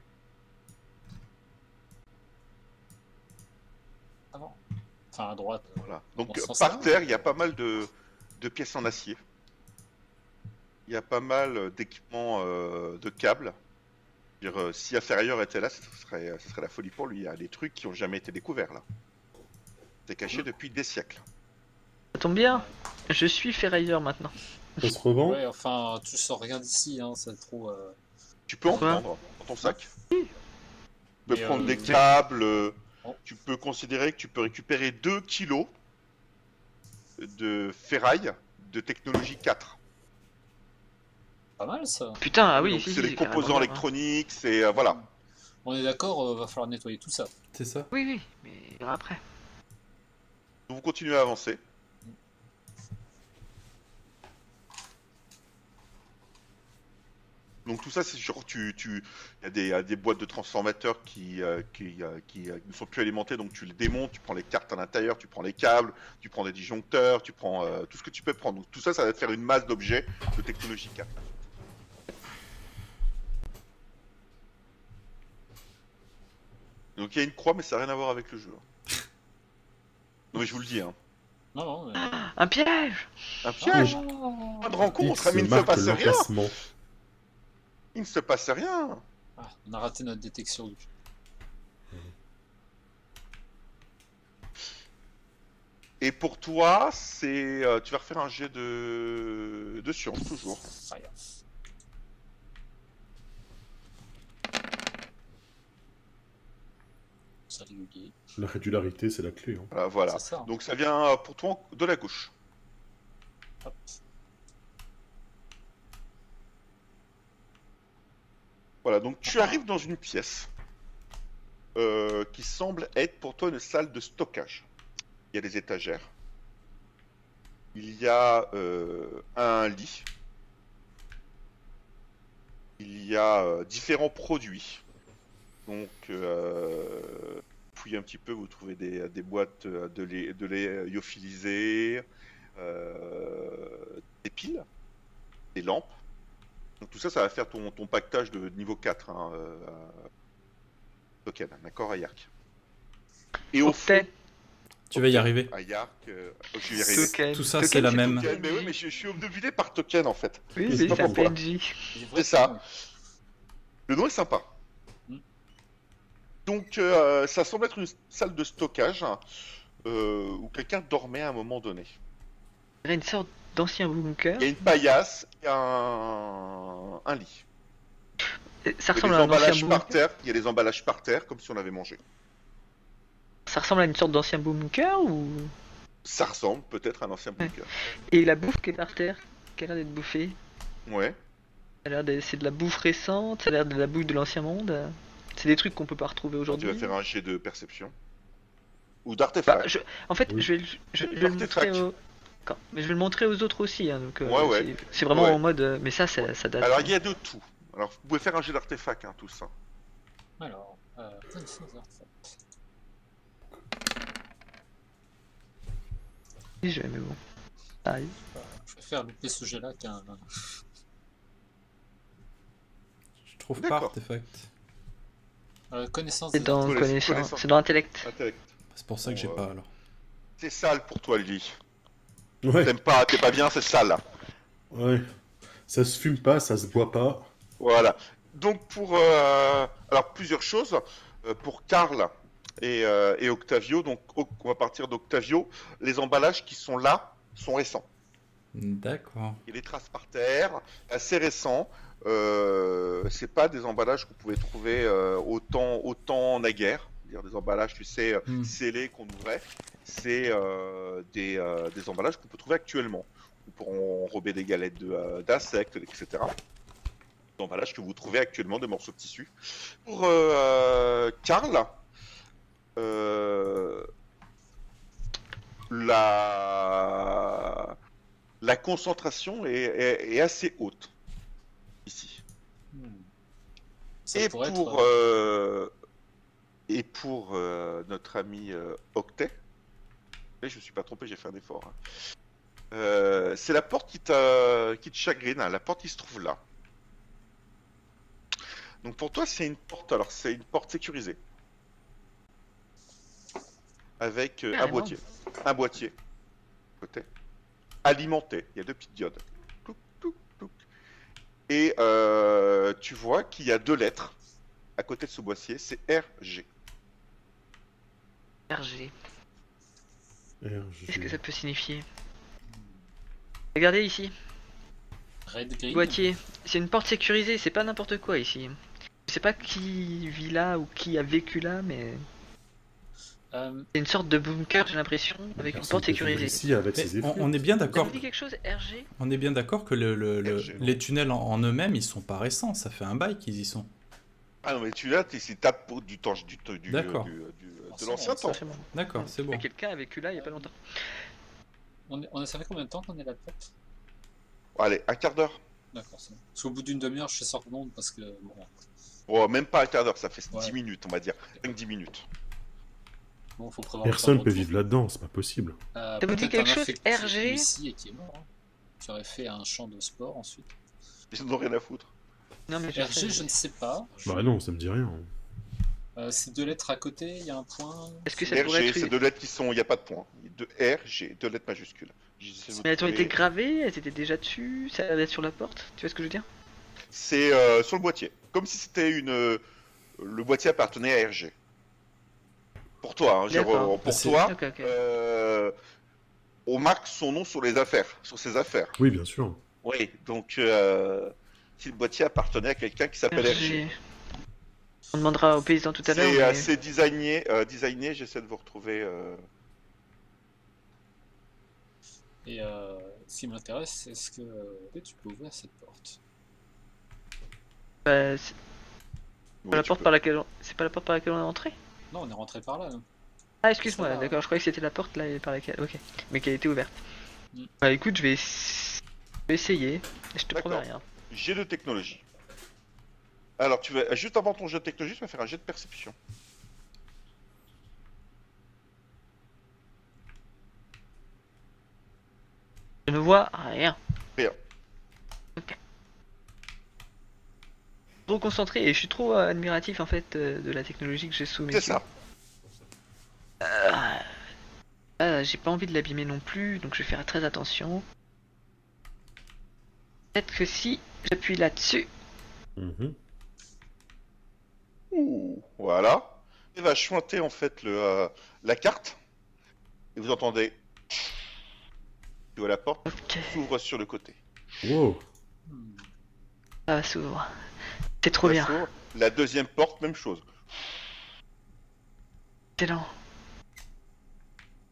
Avant. Enfin, à droite.
Voilà. Donc
On s'en
par
sert.
terre, il y a pas mal de, de pièces en acier. Il y a pas mal d'équipements euh, de câbles. Je veux dire, euh, si Inférieur était là, ce serait, ce serait la folie pour lui. Il y a des trucs qui ont jamais été découverts là. C'est caché
Mmh.
depuis des siècles.
Ça tombe bien, je suis ferrailleur maintenant.
On se revend
Ouais, enfin, tu sors rien d'ici, hein, c'est trop. euh,
Tu peux en
Quoi
prendre dans ton sac. Tu peux
Et,
prendre
euh, Oh.
des câbles. euh, Tu peux considérer que tu peux récupérer 2 kilos de ferraille de technologie 4.
Pas mal ça.
Putain, ah oui,
Donc,
si,
c'est
si,
les
carrément,
composants
hein.
électroniques, c'est. euh, voilà.
On est d'accord, euh, va falloir nettoyer tout ça.
C'est ça
Oui, oui, mais on verra après.
Donc, vous continuez à avancer. Donc tout ça, c'est genre tu, tu, il y a des, euh, des boîtes de transformateurs qui, euh, qui, euh, qui, euh, ne sont plus alimentées, donc tu les démontes, tu prends les cartes à l'intérieur, tu prends les câbles, tu prends des disjoncteurs, tu prends euh, tout ce que tu peux prendre. Donc tout ça, ça va te faire une masse d'objets de technologie 4. Donc il y a une croix, mais ça n'a rien à voir avec le jeu. hein. Non mais je vous le dis, hein.
Non, non, mais.
Un piège
Un piège Pas de rencontre, mais il ne se passe rien
l'emplacement.
Il ne se passe rien
Ah, on a raté notre détection du
Et pour toi, c'est. euh, tu vas refaire un jet de. de science, toujours.
fire. C'est régulier.
La régularité, c'est la clé. hein.
Voilà, voilà.
C'est ça. hein.
Donc ça vient euh, pour toi de la gauche.
Hop.
Voilà, donc tu arrives dans une pièce euh, qui semble être pour toi une salle de stockage. Il y a des étagères. Il y a euh, un lit. Il y a euh, différents produits. Donc, euh, fouillez un petit peu, vous trouvez des, des boîtes euh, de lait, de lait lyophilisé, euh, des piles, des lampes. Donc tout ça, ça va faire ton, ton pactage de niveau 4, hein, euh, à- token, d'accord, à Yark. Et au fond,
Token.
Tu vas y arriver.
à Yark, euh, oh, je vais y arriver.
Token.
Tout ça,
Token,
c'est la
c'est
même.
token.
Token, Eh, mais oui, mais je, je suis obnubilé par token en fait.
Oui,
Je sais
c'est
pas
la
pourquoi.
PNJ.
J'ai vraiment-
C'est ça. Le nom est sympa.
Mm.
Donc, euh, ça semble être une salle de stockage hein, euh, où quelqu'un dormait à un moment donné.
On dirait une sorte d'ancien bunker.
Il y a une paillasse et un, un lit.
Et Ça
Il y a
ressemble
des
à un ancien
emballages par
bunker.
terre. Il y a des emballages par terre comme si on avait mangé.
Ça ressemble à une sorte d'ancien bunker ou.
Ça ressemble peut-être à un ancien
Ouais.
bunker.
Et la bouffe qui est par terre, qui a l'air d'être bouffée.
Ouais.
Ça a l'air d'être- C'est de la bouffe récente, ça a l'air de la bouffe de l'ancien monde. C'est des trucs qu'on peut pas retrouver
Tu
aujourd'hui.
vas faire un jet de perception ou
Bah,
d'artefact.
je- En fait,
Oui.
je vais, le- je- je vais le
Artefact.
montrer aux... Quand- Mais je vais le montrer aux autres aussi, hein, donc euh,
Ouais, ouais.
c'est- c'est vraiment
Ouais.
en mode. euh, Mais ça, ça, ça date.
Alors
hein.
il y a de tout. Alors vous pouvez faire un jet d'artefact hein, tous. hein.
Alors, euh, plein de choses à refaire.
Oui, je- mais bon.
Ah,
Ah, Pareil.
je préfère louper ce jet-là qu'un.
Je trouve pas
D'accord.
artefact.
Euh, connaissance
C'est
des-
dans
connaissance-
connaissance,
connaissance.
c'est dans intellect.
Intellect.
C'est pour ça que j'ai
Ouais.
pas alors.
C'est sale pour toi le lit.
Ouais,
[laughs] T'aimes pas, t'es pas bien, c'est sale.
ouais. Ça se fume pas, ça se boit pas.
Voilà. Donc pour euh, alors plusieurs choses Euh, pour Karl et, euh, et Octavio. Donc au- on va partir d'Octavio. Les emballages qui sont là sont récents.
D'accord.
Il y a des traces par terre, assez récents. Euh, c'est pas des emballages qu'on pouvait trouver euh, autant autant naguère. C'est-à-dire des emballages, tu sais, euh,
Hmm.
scellés qu'on ouvrait. C'est euh, des, euh, des emballages qu'on peut trouver actuellement. On pourra enrober des galettes de, euh, d'insectes, etc. Des emballages que vous trouvez actuellement de morceaux de tissu. Pour euh, Karl, euh, la la concentration est, est- est assez haute ici.
Hmm. Ça
et,
pourrait
pour,
être,
euh, et pour euh, notre ami euh, Octet, mais je ne suis pas trompé, j'ai fait un effort. hein. Euh, c'est la porte qui, t'a- qui te chagrine, hein, la porte qui se trouve là. Donc pour toi, c'est une porte. Alors c'est une porte sécurisée avec euh, un
Carrément.
boîtier, un boîtier côté alimenté. Il y a deux petites diodes. Touc, touc, touc. Et euh, tu vois qu'il y a deux lettres à côté de ce boîtier, c'est RG.
RG.
RG.
Qu'est-ce que ça peut signifier Regardez ici,
Red Green.
boîtier. C'est une porte sécurisée, c'est pas n'importe quoi ici. Je sais pas qui vit là ou qui a vécu là, mais
Euh,
c'est une sorte de bunker, j'ai l'impression, avec une
Personne
porte
peut venir
sécurisée.
Ici avec
Mais
ses effluves.
on, on est bien
Ça
d'accord.
vous dit quelque chose, RG
On est bien d'accord que le- le- le-
Absolument.
les tunnels en, en eux-mêmes, ils sont pas récents. Ça fait un bail qu'ils y sont.
Ah non, mais tu là, t'es- c'est tape pour du temps du, du, du,
D'accord.
du- du- de
Forcément,
l'ancien
ça
temps.
Forcément.
D'accord, c'est bon.
Mais Quelqu'un a vécu là il y a pas longtemps.
On, est- on a, ça fait combien de temps qu'on est là-dedans
Allez, un quart d'heure.
D'accord. c'est bon. Parce qu'au bout d'une demi-heure, je suis sorti de monde parce que. Bon,
Bon, même pas un quart d'heure, ça fait
Ouais.
10 minutes, on va dire. 5-10 minutes.
bon, faut prévoir.
Personne
le
peut
retour.
vivre là-dedans, c'est pas possible.
Euh,
Ça vous dit
peut-être
quelque
un
chose,
affecté
RG?
qui est ici et qui est mort. hein. J'aurais fait un champ de sport ensuite.
Ils n'ont rien à foutre.
Non mais je
RG,
sais.
je ne sais pas.
Bah non, ça me dit rien.
Euh, c'est deux lettres à côté, il y a un point.
Est-ce que ça pourrait
RG,
être
c'est
une-
deux lettres qui sont. Il n'y a pas de point. Deux R, G, deux lettres majuscules. J'essaie de vous
Mais elles ont
trouver.
été gravées, elles étaient déjà dessus, ça a l'air d'être sur la porte, tu vois ce que je veux dire
C'est euh, sur le boîtier. Comme si c'était une. euh, le boîtier appartenait à RG. Pour toi, hein, j'ai re-
D'accord.
pour
C'est-
toi,
Ok, ok.
euh, on marque son nom sur les affaires, sur ses affaires.
Oui, bien sûr.
Oui, donc euh, si le boîtier appartenait à quelqu'un qui s'appelle RG.
RG. On demandera aux paysans Ah, tout à l'heure.
C'est
mais-
assez designé, euh, designé, j'essaie de vous retrouver. euh,
Et euh, ce qui m'intéresse, est-ce que euh, tu peux ouvrir cette porte
Bah, c'est
oui,
pas la
tu
porte
peux.
par laquelle on... c'est pas la porte par laquelle on est entré
Non, on est rentré par là. non
Ah excuse-moi,
Ça va.
d'accord, je croyais que c'était la porte là par laquelle. Ok, mais qu'elle était ouverte.
Mm.
Bah écoute, je vais, ess- je vais essayer. Je te
D'accord.
promets rien.
Jet de technologie. Alors, tu vas juste avant ton jet de technologie, tu vas faire un jet de perception.
Je ne vois rien.
Rien.
Ok. Trop concentré et je suis trop euh, admiratif en fait euh, de la technologie que j'ai sous mes
C'est
yeux.
ça.
Ah, j'ai pas envie de l'abîmer non plus, donc je vais faire très attention. Peut-être que si j'appuie là-dessus,
Mhm.
Ouh, voilà. Il va chointer en fait le, euh, la carte. Et vous entendez. Tu vois la porte
ok,
s'ouvre sur le côté.
Wow.
Hmm.
ça va s'ouvrir. C'est trop
Bah,
Ça
bien,
s'ouvre. La deuxième porte, même chose.
excellent.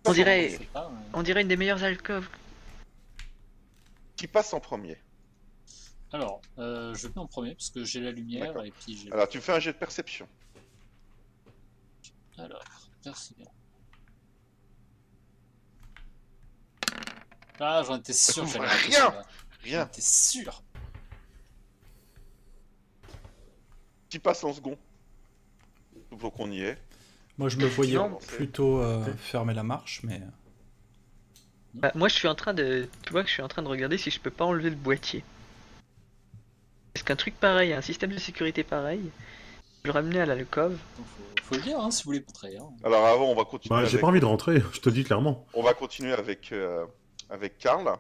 On dirait,
Je sais pas, mais-
on dirait une des meilleures alcôves.
Qui passe en premier
Alors, euh, je vais en premier parce que j'ai la lumière
D'accord.
et puis j'ai.
Alors, tu fais un jet de perception.
Alors, merci bien. Ah, j'en étais sûr, j'allais rater
Rien
celle-là. J'en
Rien.
étais sûr.
Qui passe en second Donc, on y est.
Moi, je me voyais
Non, mais-
plutôt euh, fermer la marche, mais
Bah, moi je suis en train de, tu vois que je suis en train de regarder si je peux pas enlever le boîtier. Parce qu'un truc pareil, un système de sécurité pareil, je le ramener à l'alcôve.
Donc, faut, faut le dire, hein, si vous voulez montrer. Hein.
Alors, avant, on va continuer.
Bah, j'ai
avec-
pas envie de rentrer, je te le dis clairement.
On va continuer avec, euh, avec Karl.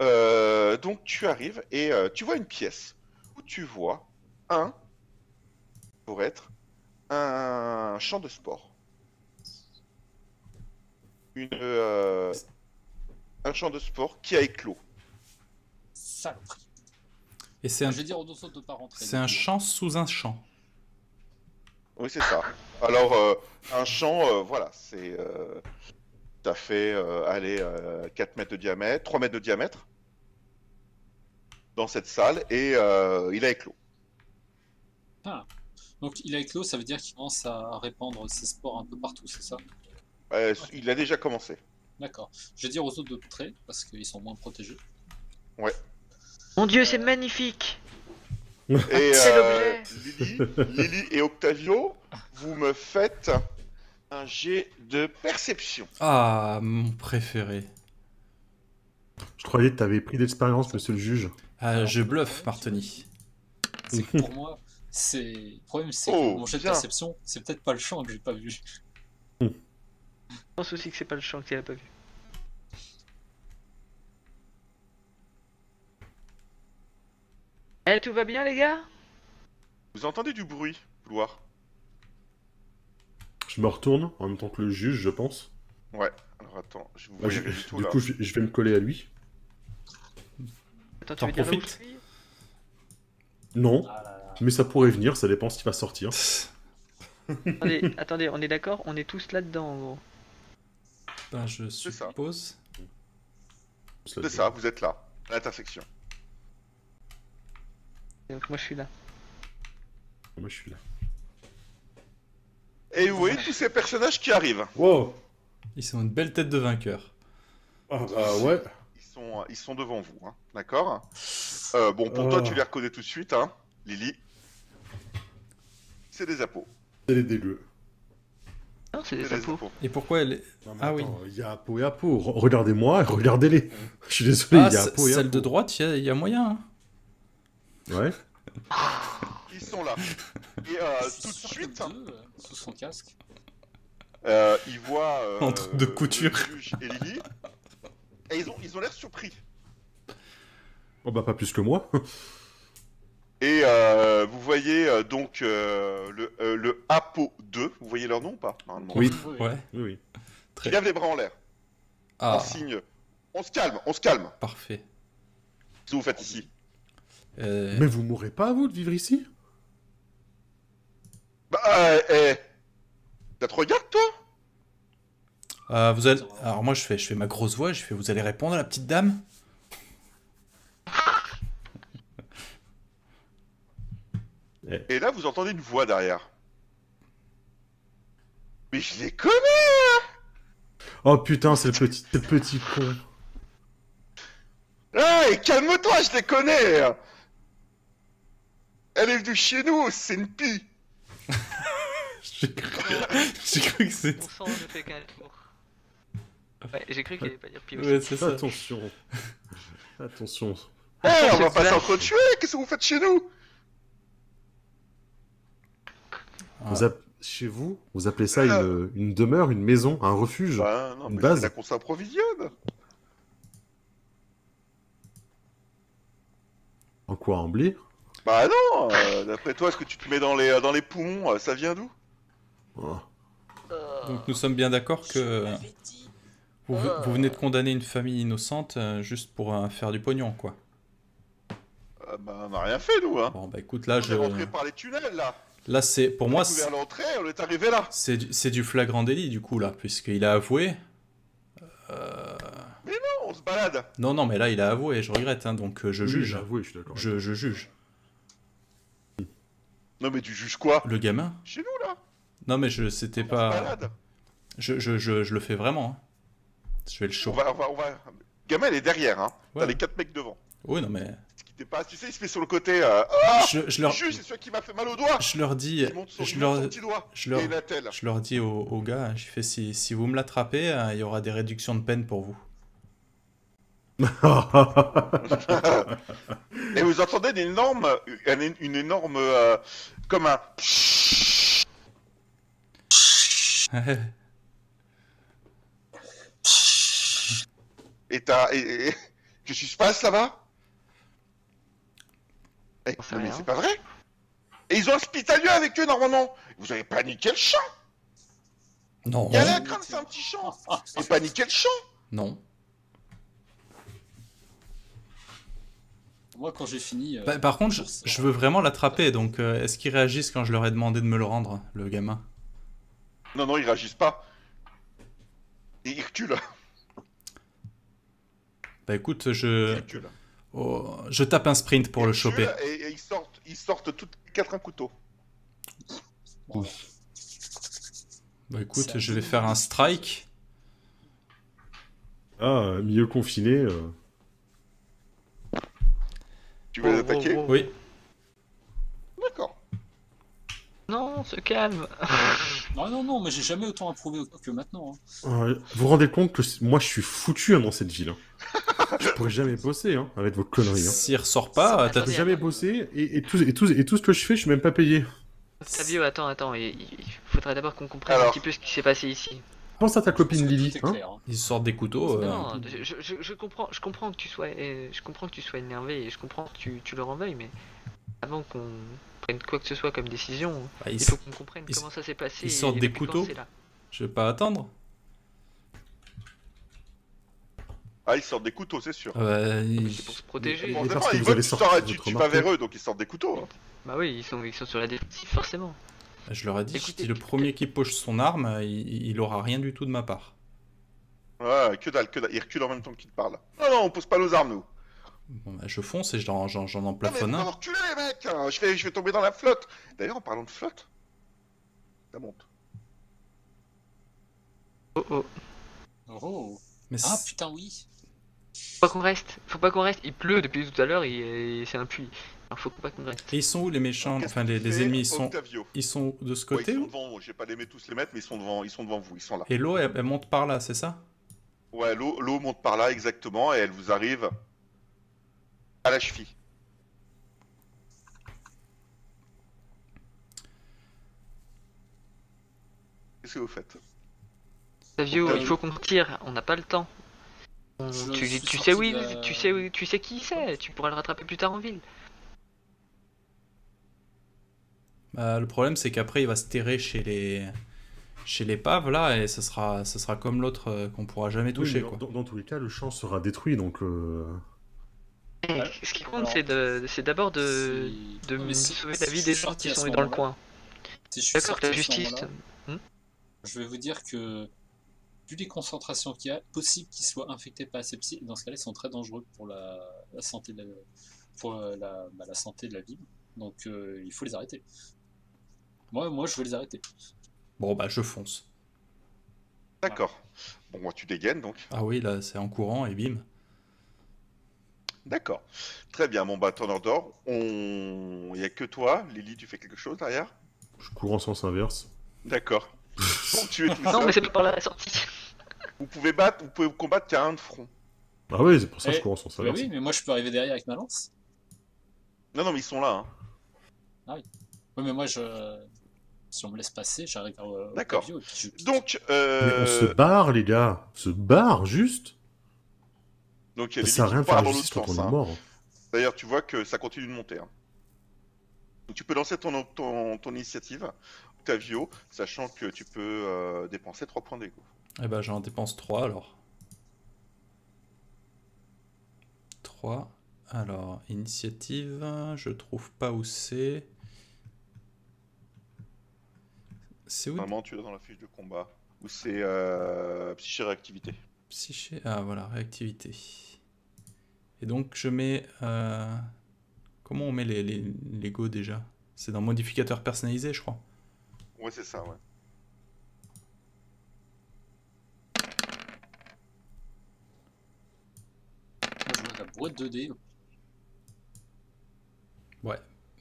Euh, donc tu arrives et euh, tu vois une pièce où tu vois un, pour être, un champ de sport. Une, euh, un champ de sport qui a éclos.
Saloperie.
et c'est un,
Je vais dire aux autres de pas rentrer.
c'est un
du coup.
champ sous un champ.
Oui, c'est ça. Alors, euh, un champ, euh, voilà, c'est. Euh, ça fait, euh, allez, euh, 4 mètres de diamètre, 3 mètres de diamètre dans cette salle et euh, il a éclos.
Donc, il a éclos, ça veut dire qu'il commence à répandre ses spores un peu partout, c'est ça
Euh, il a déjà commencé.
D'accord. Je vais dire aux autres de montrer parce qu'ils sont moins protégés.
Mon dieu, c'est magnifique.
Et
C'est
euh, Lily, Lily et Octavio, vous me faites un jet de perception.
Ah, mon préféré.
Je croyais que t'avais pris d'expérience, monsieur le juge.
Ah, je bluffe, Martoni.
C'est que pour moi, c'est. Le problème, c'est
Oh,
que mon jet de
bien.
perception, c'est peut-être pas le champ que j'ai pas vu.
Je pense aussi que c'est pas le champ qu'il a pas vu. Eh, tout va bien les gars
Vous entendez du bruit, couloir
Je me retourne en même temps que le juge, je pense.
Alors attends, je vous
Bah,
voyais
je-
rien du tout
du
là.
coup, je, je vais me coller à lui.
Attends, tu
T'en
veux dire là où je
profites.
suis
Non,
Ah là là.
mais ça pourrait venir, ça dépend s'il va sortir.
attendez, attendez, on est d'accord On est tous là-dedans en gros.
[laughs] Ben, je
ça.
suppose.
C'est
Ah,
ça, vous êtes là, à l'intersection.
Donc moi je suis là.
Moi, je suis là.
Et vous voyez tous ces personnages qui arrivent.
Wow
Ils ont une belle tête de vainqueur.
Ah bah ouais
Ils sont, euh, ils sont devant vous, hein, d'accord Euh, Bon, pour toi,
Oh.
tu les reconnais tout de suite, hein, Lily. C'est des apos.
C'est les dégueux.
Non, c'est
C'est
des impôts.
Et pourquoi elle est...
Non, mais
Ah oui.
attends, Il y a Apo et Apo. Re- Regardez-moi, regardez-les. [laughs] Je suis désolé,
Ah,
il y a
ce-
Apo et
celle de
Apo.
droite, il y a- il y, a moyen. hein.
Ouais.
Ils sont là. Et euh,
Je suis
tout de
sûr
suite,
que les deux, euh, sous son casque.
euh, ils voient. euh,
Un truc de couture.
le juge et Lily. Et ils ont ils ont l'air surpris.
Oh bah pas plus que moi.
Et euh, vous voyez euh, donc euh, le, euh, le APO 2, vous voyez leur nom ou pas normalement
Oui.
Ouais.
Oui, oui.
Qui lève les bras en l'air, en
Ah,
signe. On se calme, on se calme.
parfait.
Qu'est-ce que vous faites ici
Euh,
Mais vous mourrez pas, vous, de vivre ici
Bah, euh, eh, Ça te regarde, toi
ah, vous allez... Alors moi, je fais, je fais ma grosse voix, je fais, vous allez répondre à la petite dame
Et là, vous entendez une voix derrière. Mais je les connais
Oh putain, c'est le petit, c'est le petit con.
Ah, et calme-toi, je les connais Elle est venue chez nous, c'est
[laughs]
une pie
J'ai cru, j'ai cru que [laughs] c'était...
Mon sang ne fait qu'un tour. Ouais, j'ai cru qu'il allait pas dire pire aussi.
Ah. Ouais, c'est ça.
Attention. Attention.
Eh,
Attends,
on va
cette
pas
blague.
s'entretuer, qu'est-ce que vous faites chez nous
Ah.
Vous app- Chez vous, vous appelez ça
Euh.
une, une demeure, une maison, un refuge
Bah, non,
Une
mais
base.
c'est là qu'on s'approvisionne
En quoi en blé
Bah non euh, D'après toi, ce que tu te mets dans les, dans les poumons, euh, ça vient d'où
Ah.
Oh.
Donc euh, nous sommes bien d'accord que vous, vous venez de condamner une famille innocente euh, juste pour euh, faire du pognon, quoi.
Euh, Bah, on a rien fait, nous, hein
Bon, bah écoute, là,
On est rentré
je...
par les tunnels, là
Là, c'est... Pour
On
moi,
a
c'est...
découvert l'entrée, on est arrivé là
C'est du, c'est du flagrant délit du coup là, puisqu'il a avoué. Euh,
Non, On se balade
Non, non, mais là il a avoué, je regrette, hein, donc euh, je
Oui,
juge.
J'avoue, je [laughs] suis d'accord.
Je, je juge.
Non, mais tu juges quoi
Le gamin
Chez nous, là
Non, mais je c'était
On se
pas.
balade
Je, je, je, je le fais vraiment. hein. Je vais le
on
show.
va, on va, on va... Gamin, elle est derrière, hein
Ouais.
T'as les quatre mecs devant.
Oui, non, mais.
Ce qui t'est pas... Tu sais, il se met sur le côté... euh,
Je, je leur,
Juge, c'est celui qui m'a fait mal au doigt
je leur dis.
Il monte son, il
Je
monte son
leur,
petit doigt
je leur-
et la telle.
je leur dis au, au gars, j'ai fait si, si vous me l'attrapez, euh, il y aura des réductions de peine pour vous. [laughs]
Ah,
Et vous entendez une énorme... Une, une énorme... euh, comme un... [laughs] Et t'as... et- [laughs] et- Qu'est-ce qui se passe, là-bas Eh,
sait
Mais
rien.
c'est pas vrai Et ils ont un spitalier avec eux, normalement Vous avez paniqué le champ
non,
Il y a un crâne, c'est un petit champ Et paniqué le champ
non.
[laughs] Moi, quand j'ai fini, euh,
Bah, par contre, je, je veux vraiment l'attraper, donc euh, est-ce qu'ils réagissent quand je leur ai demandé de me le rendre, le gamin
Non, non, ils réagissent pas. Et ils reculent.
Euh, Bah écoute,
Ils
je.
reculent.
Oh, je tape un sprint pour
Ils
le
reculent
choper.
Et, et ils sortent, ils sortent toutes les quatre un couteau.
Bah écoute,
C'est
je vais
un-
faire un strike.
ah, euh, milieu confiné. euh.
Tu veux les attaquer
Oh, oh, oh.
Oui.
D'accord.
Non, se calme.
Non, non, non, mais j'ai jamais autant approuvé que maintenant. hein.
Euh, vous vous rendez compte que c'est- moi, je suis foutu hein, dans cette ville. hein. je pourrais jamais bosser hein, avec vos conneries. hein.
S'il ressort pas, t'as-
Je
Ça
peux
Attendez,
jamais
attendez.
bosser et, et, tout, et, tout, et tout ce que je fais, je suis même pas payé.
Fabio, attends, attends, il, il faudrait d'abord qu'on comprenne un
Alors.
petit peu ce qui s'est passé ici.
Pense à ta
Parce
copine
que
Lily.
tout est
hein.
clair, hein.
ils sortent des couteaux. euh,
non, je, je- je comprends, je comprends que tu sois, euh, je comprends que tu sois énervé et je comprends que tu, tu leur en veuilles, mais avant qu'on prenne quoi que ce soit comme décision,
bah, ils-
il faut qu'on comprenne
ils-
comment ça s'est passé.
ils
et
sortent des
depuis quand
couteaux
c'est là.
Je vais pas attendre.
Ah, ils sortent des couteaux, c'est sûr.
Ouais, Euh, il-
C'est pour se protéger.
Forcément,
mais parce que
ils
vous
veulent
avez
que tu,
sorti
sors- tu-
votre
tu vas
marque.
vers eux, donc ils sortent des couteaux. hein.
Bah oui, ils sont, ils sont sur la défensive, forcément.
Je leur ai dit, je
Écoutez-
dis, le premier qui poche son arme, il, il aura rien du tout de ma part.
Ouais, que dalle, que dalle. Ils reculent en même temps qu'ils te parlent. Non, non, on pose pas nos armes, nous.
Bon, bah, je fonce et je leur- j'en j'en en
Non, mais
plafonne
on va
un.
leur tuer, les mecs hein. je vais, je vais tomber dans la flotte D'ailleurs, en parlant de flotte, ça monte.
Oh oh.
Oh.
Mais
Ah
c'est-
putain, oui.
Faut pas qu'on reste. Faut pas qu'on reste. Il pleut depuis tout à l'heure. Il, il- c'est un puits. Alors faut pas qu'on reste.
Et ils sont où les méchants
Qu'est-ce
Enfin, les,
qu'il
les
fait,
ennemis, ils sont,
Octavio
ils sont de ce
Ouais,
côté
Ils sont
ou
devant moi, j'ai pas les aimé tous les mettre, mais ils sont devant, ils sont devant vous, ils sont là.
Et l'eau, elle, elle monte par là, c'est ça
Ouais, l'eau l'eau monte par là, exactement, et elle vous arrive à la cheville. Qu'est-ce que vous faites
Savio,
Octavio.
il faut qu'on tire. On n'a pas le temps. On-
Je
Tu,
suis
tu sais où
sorti
il,
de la-
tu sais où, tu sais qui c'est. Tu pourras le rattraper plus tard en ville.
Bah, Le problème, c'est qu'après, il va se terrer chez les chez l'épave là et ce sera ce sera comme l'autre euh, qu'on pourra jamais toucher
Oui, mais
quoi.
dans, dans- dans tous les cas, le champ sera détruit, donc... euh,
Eh,
Ouais.
Ce qui compte,
Alors,
c'est de, c'est d'abord de,
C'est-
de
Non,
me
mais si-
sauver
si
la
je
vie
suis
des gens
sorti
qui
à ce
sont dans le
moment-là-
coin.
si je suis
D'accord,
sorti
la
à ce
justice.
moment-là, Je vais vous dire que, vu les concentrations qu'il y a, possible qu'ils soient infectés par la sepsie, et dans ce cas-là, ils sont très dangereux pour la, la santé de la, pour euh, la, bah, la santé de la ville. Donc, euh, il faut les arrêter. Moi, moi, je veux les arrêter.
Bon bah je fonce.
D'accord. Bon, moi, tu dégaines, donc.
Ah oui là c'est en courant et bim.
D'accord. Très bien, bon, bah, Turner dort. On... Il y a que toi. Lily, tu fais quelque chose derrière
je cours en sens inverse.
D'accord. [laughs] Pour tuer tout
Non,
seul,
mais c'est pas par là la sortie.
vous pouvez battre, vous pouvez combattre qu'à un de front.
Ah oui, c'est pour ça que
Eh,
je cours en sens
Bah
inverse.
oui, mais moi, je peux arriver derrière avec ma lance.
Non, non, mais ils sont là. hein.
Oui, mais moi, je. Si on me laisse passer, j'arrive à
D'accord.
Octavio et puis je-
Donc,
Mais
euh...
on se barre, les gars Se barre, juste
donc il y
Ça
a Lily
sert à
qui
rien de
part
faire
dans
justice
l'autre
quand on
sens,
est
hein.
mort.
D'ailleurs, tu vois que ça continue de monter. hein. Donc, tu peux lancer ton, ton, ton initiative, Octavio, sachant que tu peux euh, dépenser 3 points d'égo.
Eh ben, j'en dépense 3 alors. 3. Alors, initiative, je trouve pas où c'est. C'est où
Normalement, tu l'as dans la fiche de combat. Ou c'est euh, psyché réactivité.
Psyché. Ah voilà, réactivité. Et donc je mets. euh, Comment on met les, les, les go déjà C'est dans modificateur personnalisé, je crois.
Ouais, c'est ça, ouais.
moi, je vois la boîte de dés.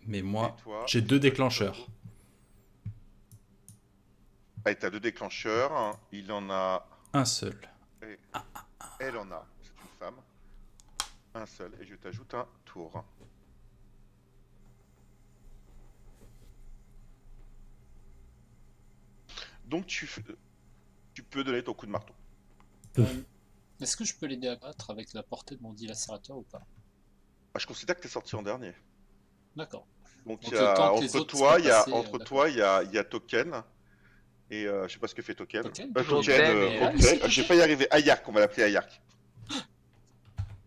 Mais moi,
Et toi
j'ai deux déclencheurs.
Ah, et t'as deux déclencheurs. hein. Il en a.
Un seul.
Elle en a. C'est une femme. Un seul. Et je t'ajoute un tour. Donc tu, f- tu peux donner ton coup de marteau.
Euh, Est-ce que je peux l'aider à battre avec la portée de mon dilacérateur ou pas
Ah, je considère que t'es sorti en dernier.
D'accord.
Donc,
Donc,
il y a-
le temps que les
entre
autres
toi,
se
il y a
passent,
entre
euh,
toi, il y a, il y a Token. Et euh, je sais pas ce que fait Token.
Token Ben,
Euh,
Toujours
Token,
Token,
euh,
mais-
Octet. Ah, J'ai pas y arriver. Ayark, on va l'appeler
[gasps]
Ayark.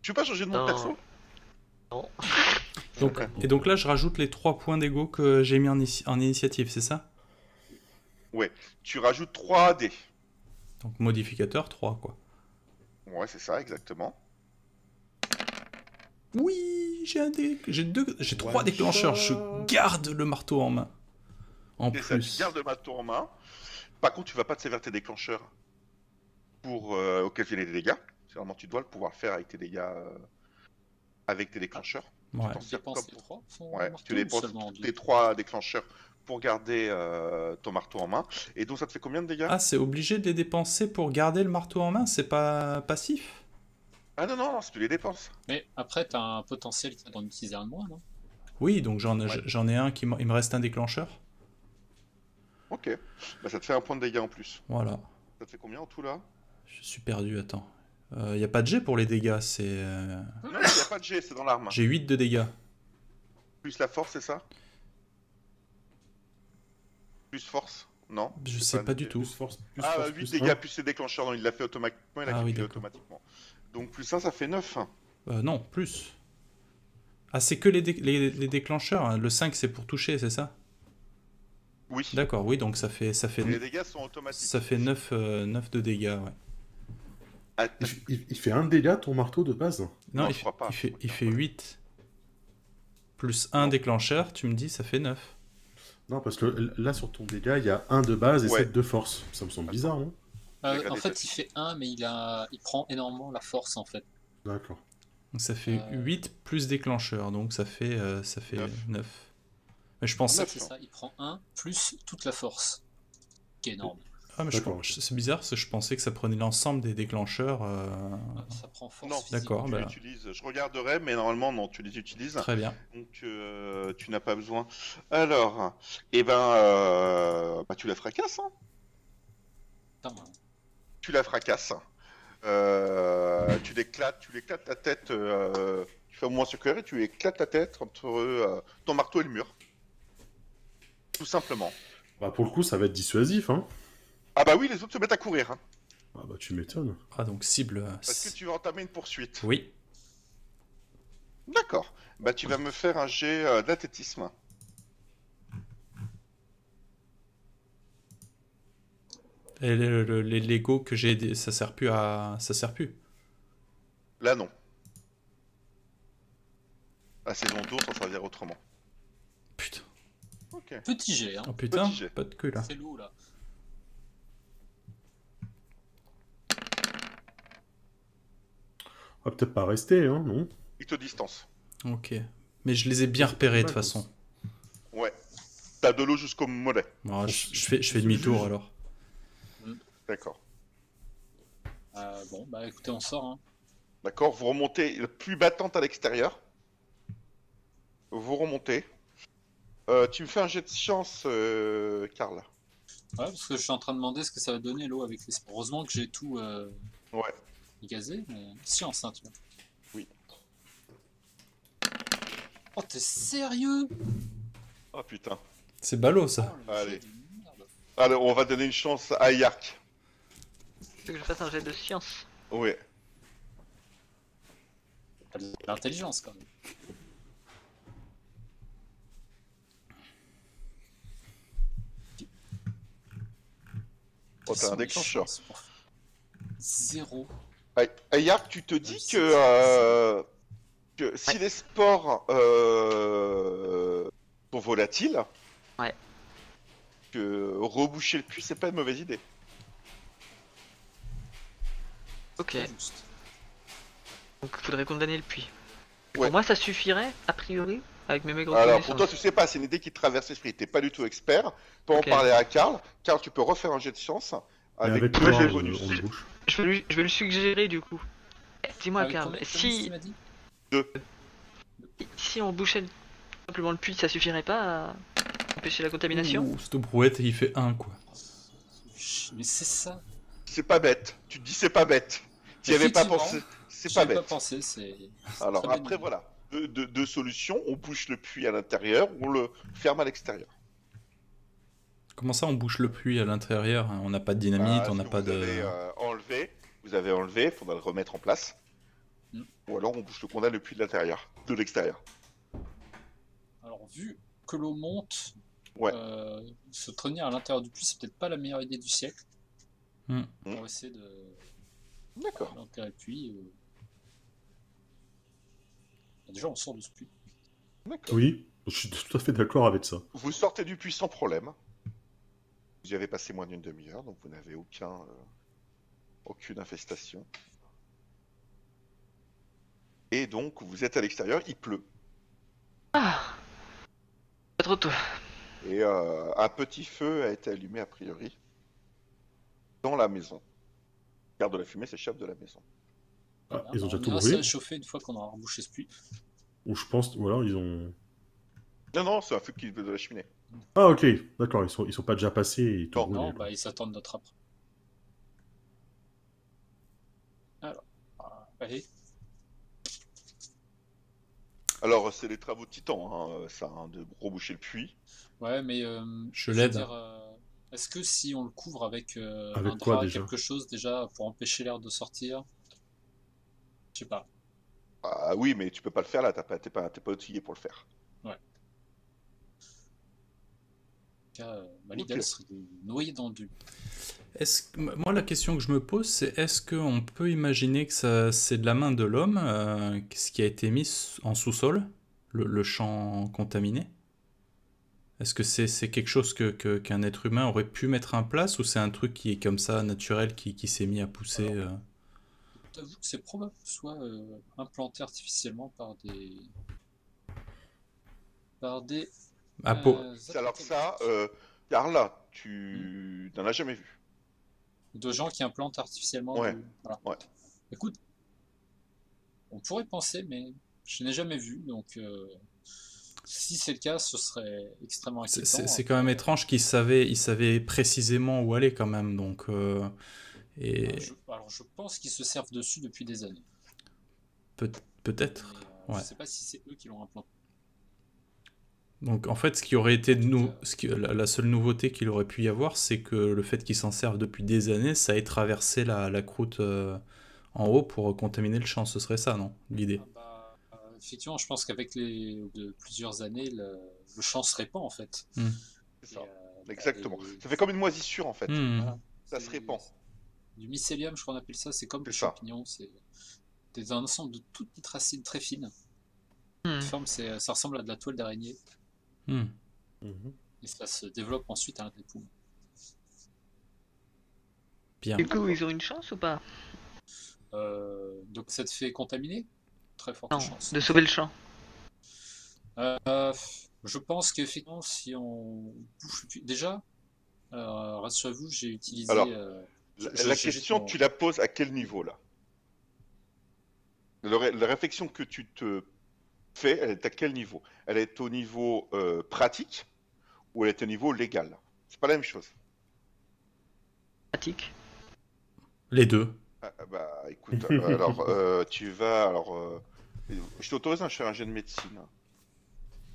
Tu veux pas changer de nom de
Non.
perso
[laughs]
Non.
Donc, et donc là, je rajoute les 3 points d'ego que j'ai mis en, ici- en initiative, c'est ça
Tu rajoutes 3 dés.
Donc modificateur 3, quoi.
Ouais, c'est ça, exactement.
Oui, j'ai un dé- j'ai deux, j'ai trois
One
déclencheurs.
shot.
Je garde le marteau en main. En
C'est ça, tu
plus.
gardes le marteau en main. Par contre, tu vas pas te sévère tes déclencheurs pour euh, occasionner des dégâts. Généralement, tu dois le pouvoir faire avec tes dégâts, euh, avec tes déclencheurs.
Ouais.
T'en
Je
sers
dépense
comme
les
pour-
trois Ah, pour
Ouais,
marteau
tu
ou
dépenses
seulement
tous
deux
les trois déclencheurs pour garder euh, ton marteau en main. Et donc, ça te fait combien de dégâts
Ah, c'est obligé de les dépenser pour garder le marteau en main, c'est pas passif
Ah non, non, non, si tu les dépenses.
Mais après, t'as un potentiel qui va d'en utiliser un de moins, non
Oui, donc j'en ai-
Ouais.
j'en ai un qui m'en- il me reste un déclencheur.
Ok. Bah, ça te fait un point de dégâts en plus.
Voilà.
Ça te fait combien en tout là
Je suis perdu, attends. Il n'y a pas de G pour les dégâts, c'est. euh,
Ah.
Non, il n'y a pas de G, c'est dans l'arme.
J'ai 8 de dégâts.
Plus la force, c'est ça Plus force Non
Je
C'est
sais
pas
pas du
noté.
tout.
force, plus
Ah, 8 dégâts, plus ses déclencheurs, non, il l'a fait automatiquement, il a
Ah oui,
calculé
d'accord.
automatiquement. Donc plus 1, ça fait 9.
Euh, non, plus. Ah, c'est que les, dé- les, les déclencheurs. hein. Le 5, c'est pour toucher, c'est ça
Oui.
D'accord, oui, donc ça fait, ça fait,
Et les dégâts sont automatiques.
ça fait 9, euh, 9 de dégâts. Ouais.
Attaque.
Il, f- il- il fait un dégât ton marteau de base.
Non,
Non,
il,
je
fait-
crois pas.
il fait, il fait 8. Plus 1 déclencheur, tu me dis, ça fait 9.
Non, parce que l- là sur ton dégât, il y a un de base et
Ouais.
7 de force. Ça me semble bizarre, non
Euh,
Avec la
en fait,
déteste.
il fait 1, mais il, a... il prend énormément la force en fait.
D'accord.
Donc ça fait
Euh.
8 plus déclencheur, donc ça fait, euh, ça fait
Neuf.
9. Mais je pensais,
C'est
Neuf.
ça, il prend 1 plus toute la force. Qui est énorme.
Mmh.
ah, mais je
D'accord.
pense- c'est bizarre, parce que je pensais que ça prenait l'ensemble des déclencheurs. euh,
Ça prend force.
Non.
physique.
D'accord,
Tu
bah,
l'utilises. Je regarderai, mais normalement, non, tu les utilises.
très bien.
Donc euh, tu n'as pas besoin. Alors, eh ben, euh, bah, tu la fracasses. hein.
Putain, moi.
tu la fracasses. Euh, tu l'éclates, tu l'éclates la tête. euh, tu fais au moins circulaire et tu éclates la tête entre euh, ton marteau et le mur. Tout simplement.
Bah pour le coup, ça va être dissuasif, hein.
Ah bah oui, les autres se mettent à courir. hein,
Ah bah tu m'étonnes.
Ah, donc cible. euh,
parce que tu vas entamer une poursuite.
Oui,
D'accord. Bah tu vas me faire un jet euh, d'athlétisme.
et le- le- les Lego que j'ai, aidé, ça sert plus à. Ça sert plus.
Là non. À saison tour, ça servir autrement.
Putain.
Ok.
Petit jet, hein.
Oh putain,
Petit jet.
pas de cul là.
C'est lourd là.
Ah peut-être pas rester, hein, non
Il te distance.
Ok. Mais je les ai bien repérés de toute façon.
Ouais. T'as de l'eau jusqu'au mollet.
Bon, je, je fais, je fais demi-tour alors.
D'accord.
Euh, bon, bah écoutez, on sort. Hein.
D'accord Vous remontez, la pluie battante à l'extérieur. Vous remontez. Euh, tu me fais un jet de chance, euh, Karl.
Ouais, parce que je suis en train de demander ce que ça va donner l'eau avec les. Heureusement que j'ai tout euh,
Ouais.
gazé, mais science, hein, tu vois.
Oui.
Oh, t'es sérieux
Ah putain.
C'est ballot
Oh,
ça.
le
Allez.
jeu de merde.
Alors, on va donner une chance à Yark.
Tu veux que je fasse un jet de science
Ouais.
T'as de L'intelligence quand même.
Oh, t'as un
Quelles sont les
déclencheur.
chances pour- Zéro.
À- à Euh, Yark, tu te dis que, euh, que si les sports euh, sont volatiles,
Ouais.
que reboucher le puits, c'est pas une mauvaise idée.
Ok.
Pas juste.
Donc faudrait condamner le puits.
Ouais.
Pour moi, ça suffirait, a priori, avec mes maigres
Alors,
connaissances.
pour toi, tu sais pas, c'est une idée qui te traverse l'esprit. T'es pas du tout expert. Pour
Ok.
en parler à Karl, Karl, tu peux refaire un jet de science
Mais
avec, deux
toi,
jets
on-
bonus.
on le bouche.
je, vais lui- je vais le suggérer du coup. Eh, Dis-moi,
Avec
Karl,
combien de bonus, tu
si,
m'as dit
si on bouchait le- simplement le puits, ça suffirait pas à empêcher la contamination
Ouh, cette brouette, il fait 1 quoi.
Chut, Mais c'est ça.
C'est pas bête. Tu te dis, c'est pas bête. T'y avais pas
Effectivement,
pensé. C'est
J'y
pas
avais
bête.
pas pensé, c'est. c'est
Alors,
très bonne
après,
idée.
voilà. Deux, deux- deux solutions. On bouche le puits à l'intérieur, on le ferme à l'extérieur.
Comment ça, on bouche le puits à l'intérieur hein On n'a pas de dynamite,
Ah,
on
ce
n'a
que
pas
vous
de.
Avez, euh, enlevé. Vous avez enlevé, faudra le remettre en place.
Hmm.
Ou alors, on bouche le condamne le puits de l'intérieur, de l'extérieur.
Alors, vu que l'eau monte,
Ouais.
euh, se tenir à l'intérieur du puits, c'est peut-être pas la meilleure idée du siècle.
Hmm.
On va essayer de.
D'accord.
l'enterrer le puits. euh. Bah, Déjà, on sort de ce puits.
D'accord.
Oui, je suis tout à fait d'accord avec ça.
Vous sortez du puits sans problème. Vous y avez passé moins d'une demi-heure, donc vous n'avez aucun, euh, aucune infestation. Et donc, vous êtes à l'extérieur, il pleut.
Ah Pas trop tôt.
Et euh, un petit feu a été allumé, a priori, dans la maison. Car de la fumée s'échappe de la maison.
Ah,
Voilà,
ils ont déjà
on
tout
verra
brûlé
ça chauffer une fois qu'on aura rebouché ce puits.
Ou je pense, ou alors ils ont.
Non, non, c'est un feu qui vient de la cheminée.
Ah ok, d'accord, ils sont, ils sont pas déjà passés et tout
Non,
brûlé,
Non,
quoi.
bah, ils s'attendent notre après. Alors, ah, allez,
Alors, c'est les travaux de Titan, hein, ça, hein, de reboucher le puits.
ouais, mais euh,
Je
veux
l'aide.
dire, euh, Est-ce que si on le couvre avec, euh,
Avec
un
quoi,
drap,
déjà
quelque chose déjà pour empêcher l'air de sortir, sais pas.
Ah oui, mais tu peux pas le faire là, t'as pas- t'es pas, t'es pas outillé pour le faire.
En tout cas, euh, Maligal
Ok.
serait noyé dans du.
Est-ce que- m- moi, la question que je me pose, c'est est-ce qu'on peut imaginer que ça, c'est de la main de l'homme, euh, ce qui a été mis s- en sous-sol, le, le champ contaminé Est-ce que c'est c'est quelque chose que, que- qu'un être humain aurait pu mettre en place ou c'est un truc qui est comme ça, naturel, qui, qui s'est mis à pousser euh
T'avoue que c'est probable que ce soit euh, implanté artificiellement par des. Par des.
à peau
euh,
Alors ça, euh, Carla, tu n'en as jamais vu.
de gens qui implantent artificiellement.
Ouais.
du- voilà.
Ouais.
Écoute, on pourrait penser, mais je n'ai jamais vu, donc euh, si c'est le cas, ce serait extrêmement
C'est-
inquiétant.
C'est c'est quand même étrange qu'ils savaient, ils savaient précisément où aller quand même, donc... euh, et
Alors, Euh, je, alors, je pense qu'ils se servent dessus depuis des années.
peut-
Mais,
peut-être...
euh,
Ouais.
Je ne sais pas si c'est eux qui l'ont implanté.
Donc en fait, ce qui aurait été de nou- ce qui- la la seule nouveauté qu'il aurait pu y avoir, c'est que le fait qu'ils s'en servent depuis des années, ça ait traversé la, la croûte euh, en haut pour contaminer le champ. Ce serait ça, non L'idée.
Ah bah, euh, effectivement, je pense qu'avec les de plusieurs années, le, le champ se répand en fait.
C'est ça.
Et, euh,
Exactement.
bah, et-
Ça fait comme une moisissure en fait.
Hmm.
Voilà.
Ça se
C'est-
répand.
Du mycélium, je crois qu'on appelle ça, c'est comme
C'est
le
ça.
champignon, c'est des- un ensemble de toutes petites racines très fines.
Hmm.
La forme, c'est- ça ressemble à de la toile d'araignée
Hmm.
Mhm.
et ça se développe ensuite à l'intérieur des poumons.
Bien.
Du coup, ils ont une chance ou pas
Euh, donc ça te fait contaminer? Très forte
Non,
chance.
de sauver le champ.
Euh, je pense qu'effectivement, si on bouge déjà, euh, rassurez-vous, j'ai utilisé.
Alors,
euh,
La,
Je-
la
je- je-
question,
je-
tu la poses à quel niveau là Le ré- La réflexion que tu te fais, elle est à quel niveau Elle est au niveau euh, pratique ou elle est au niveau légal C'est pas la même chose.
Pratique.
Les deux.
Ah, bah écoute, euh, alors euh, tu vas. Alors, euh, je t'autorise à faire un jet de médecine.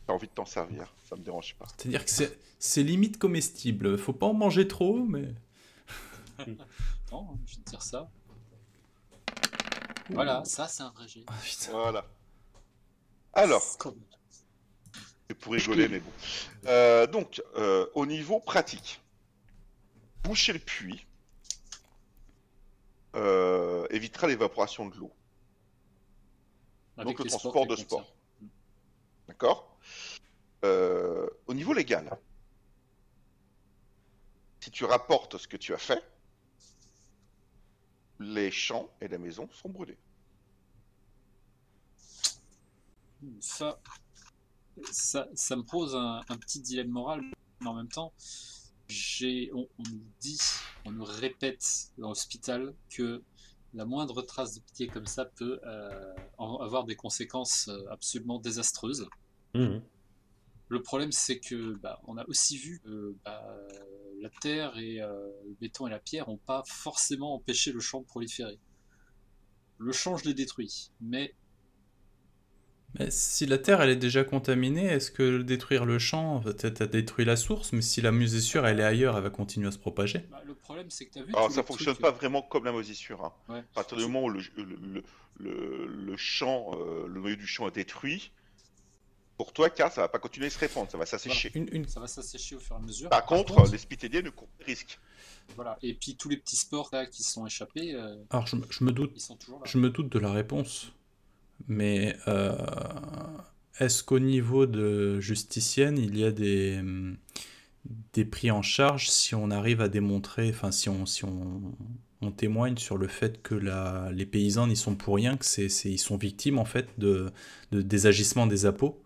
T'as envie de t'en servir, ça me dérange pas.
C'est-à-dire que c'est- c'est limite comestible. Faut pas en manger trop, mais.
Attends, hein, je vais te dire ça. Voilà, ça c'est un vrai jet.
Ah, putain.
Voilà. Alors,
C'est comme-
C'est pour rigoler, mais bon. Euh, donc, euh, au niveau pratique, boucher le puits euh, évitera l'évaporation de l'eau.
avec
le
les
transport
sports
de
qui
sport. Hmm.
contiennent.
D'accord Euh, Au niveau légal, si tu rapportes ce que tu as fait, les champs et la maison sont brûlés.
Hmm, Ça, ça, ça me pose un, un petit dilemme moral, mais en même temps, j'ai, on, on nous dit, on nous répète dans l'hôpital que la moindre trace de pitié comme ça peut euh, en- avoir des conséquences euh, absolument désastreuses.
Mhm.
Le problème, c'est que bah, on a aussi vu que bah, la terre et euh, le béton et la pierre n'ont pas forcément empêché le champ de proliférer. Le champ, je l'ai détruit, mais
Mais si la terre elle est déjà contaminée, est-ce que détruire le champ, peut-être t'as détruit la source, mais si la musessure elle est ailleurs, elle va continuer à se propager.
bah, le problème, c'est que tu as vu.
Alors,
tous
ça
les
fonctionne
trucs, euh,
pas vraiment comme la moisissure. hein.
Ouais.
À partir du moment où le, le, le- le- le champ, euh, le noyau du champ est détruit, pour toi, car ça va pas continuer à se répandre, ça va s'assécher.
Une, une-
Ça va s'assécher au fur et à mesure.
Par, contre, les spitaliers ne courent pas de risque.
voilà. Et puis tous les petits sports là, qui sont échappés, euh,
Alors je me- je me doute.
ils sont toujours là.
Je me doute de la réponse, mais euh, est-ce qu'au niveau de justicienne, il y a des, mm, des pris en charge si on arrive à démontrer, enfin si on, si on, on témoigne sur le fait que la, les paysans n'y sont pour rien, que c'est, c'est- ils sont victimes en fait de, de- des agissements des appos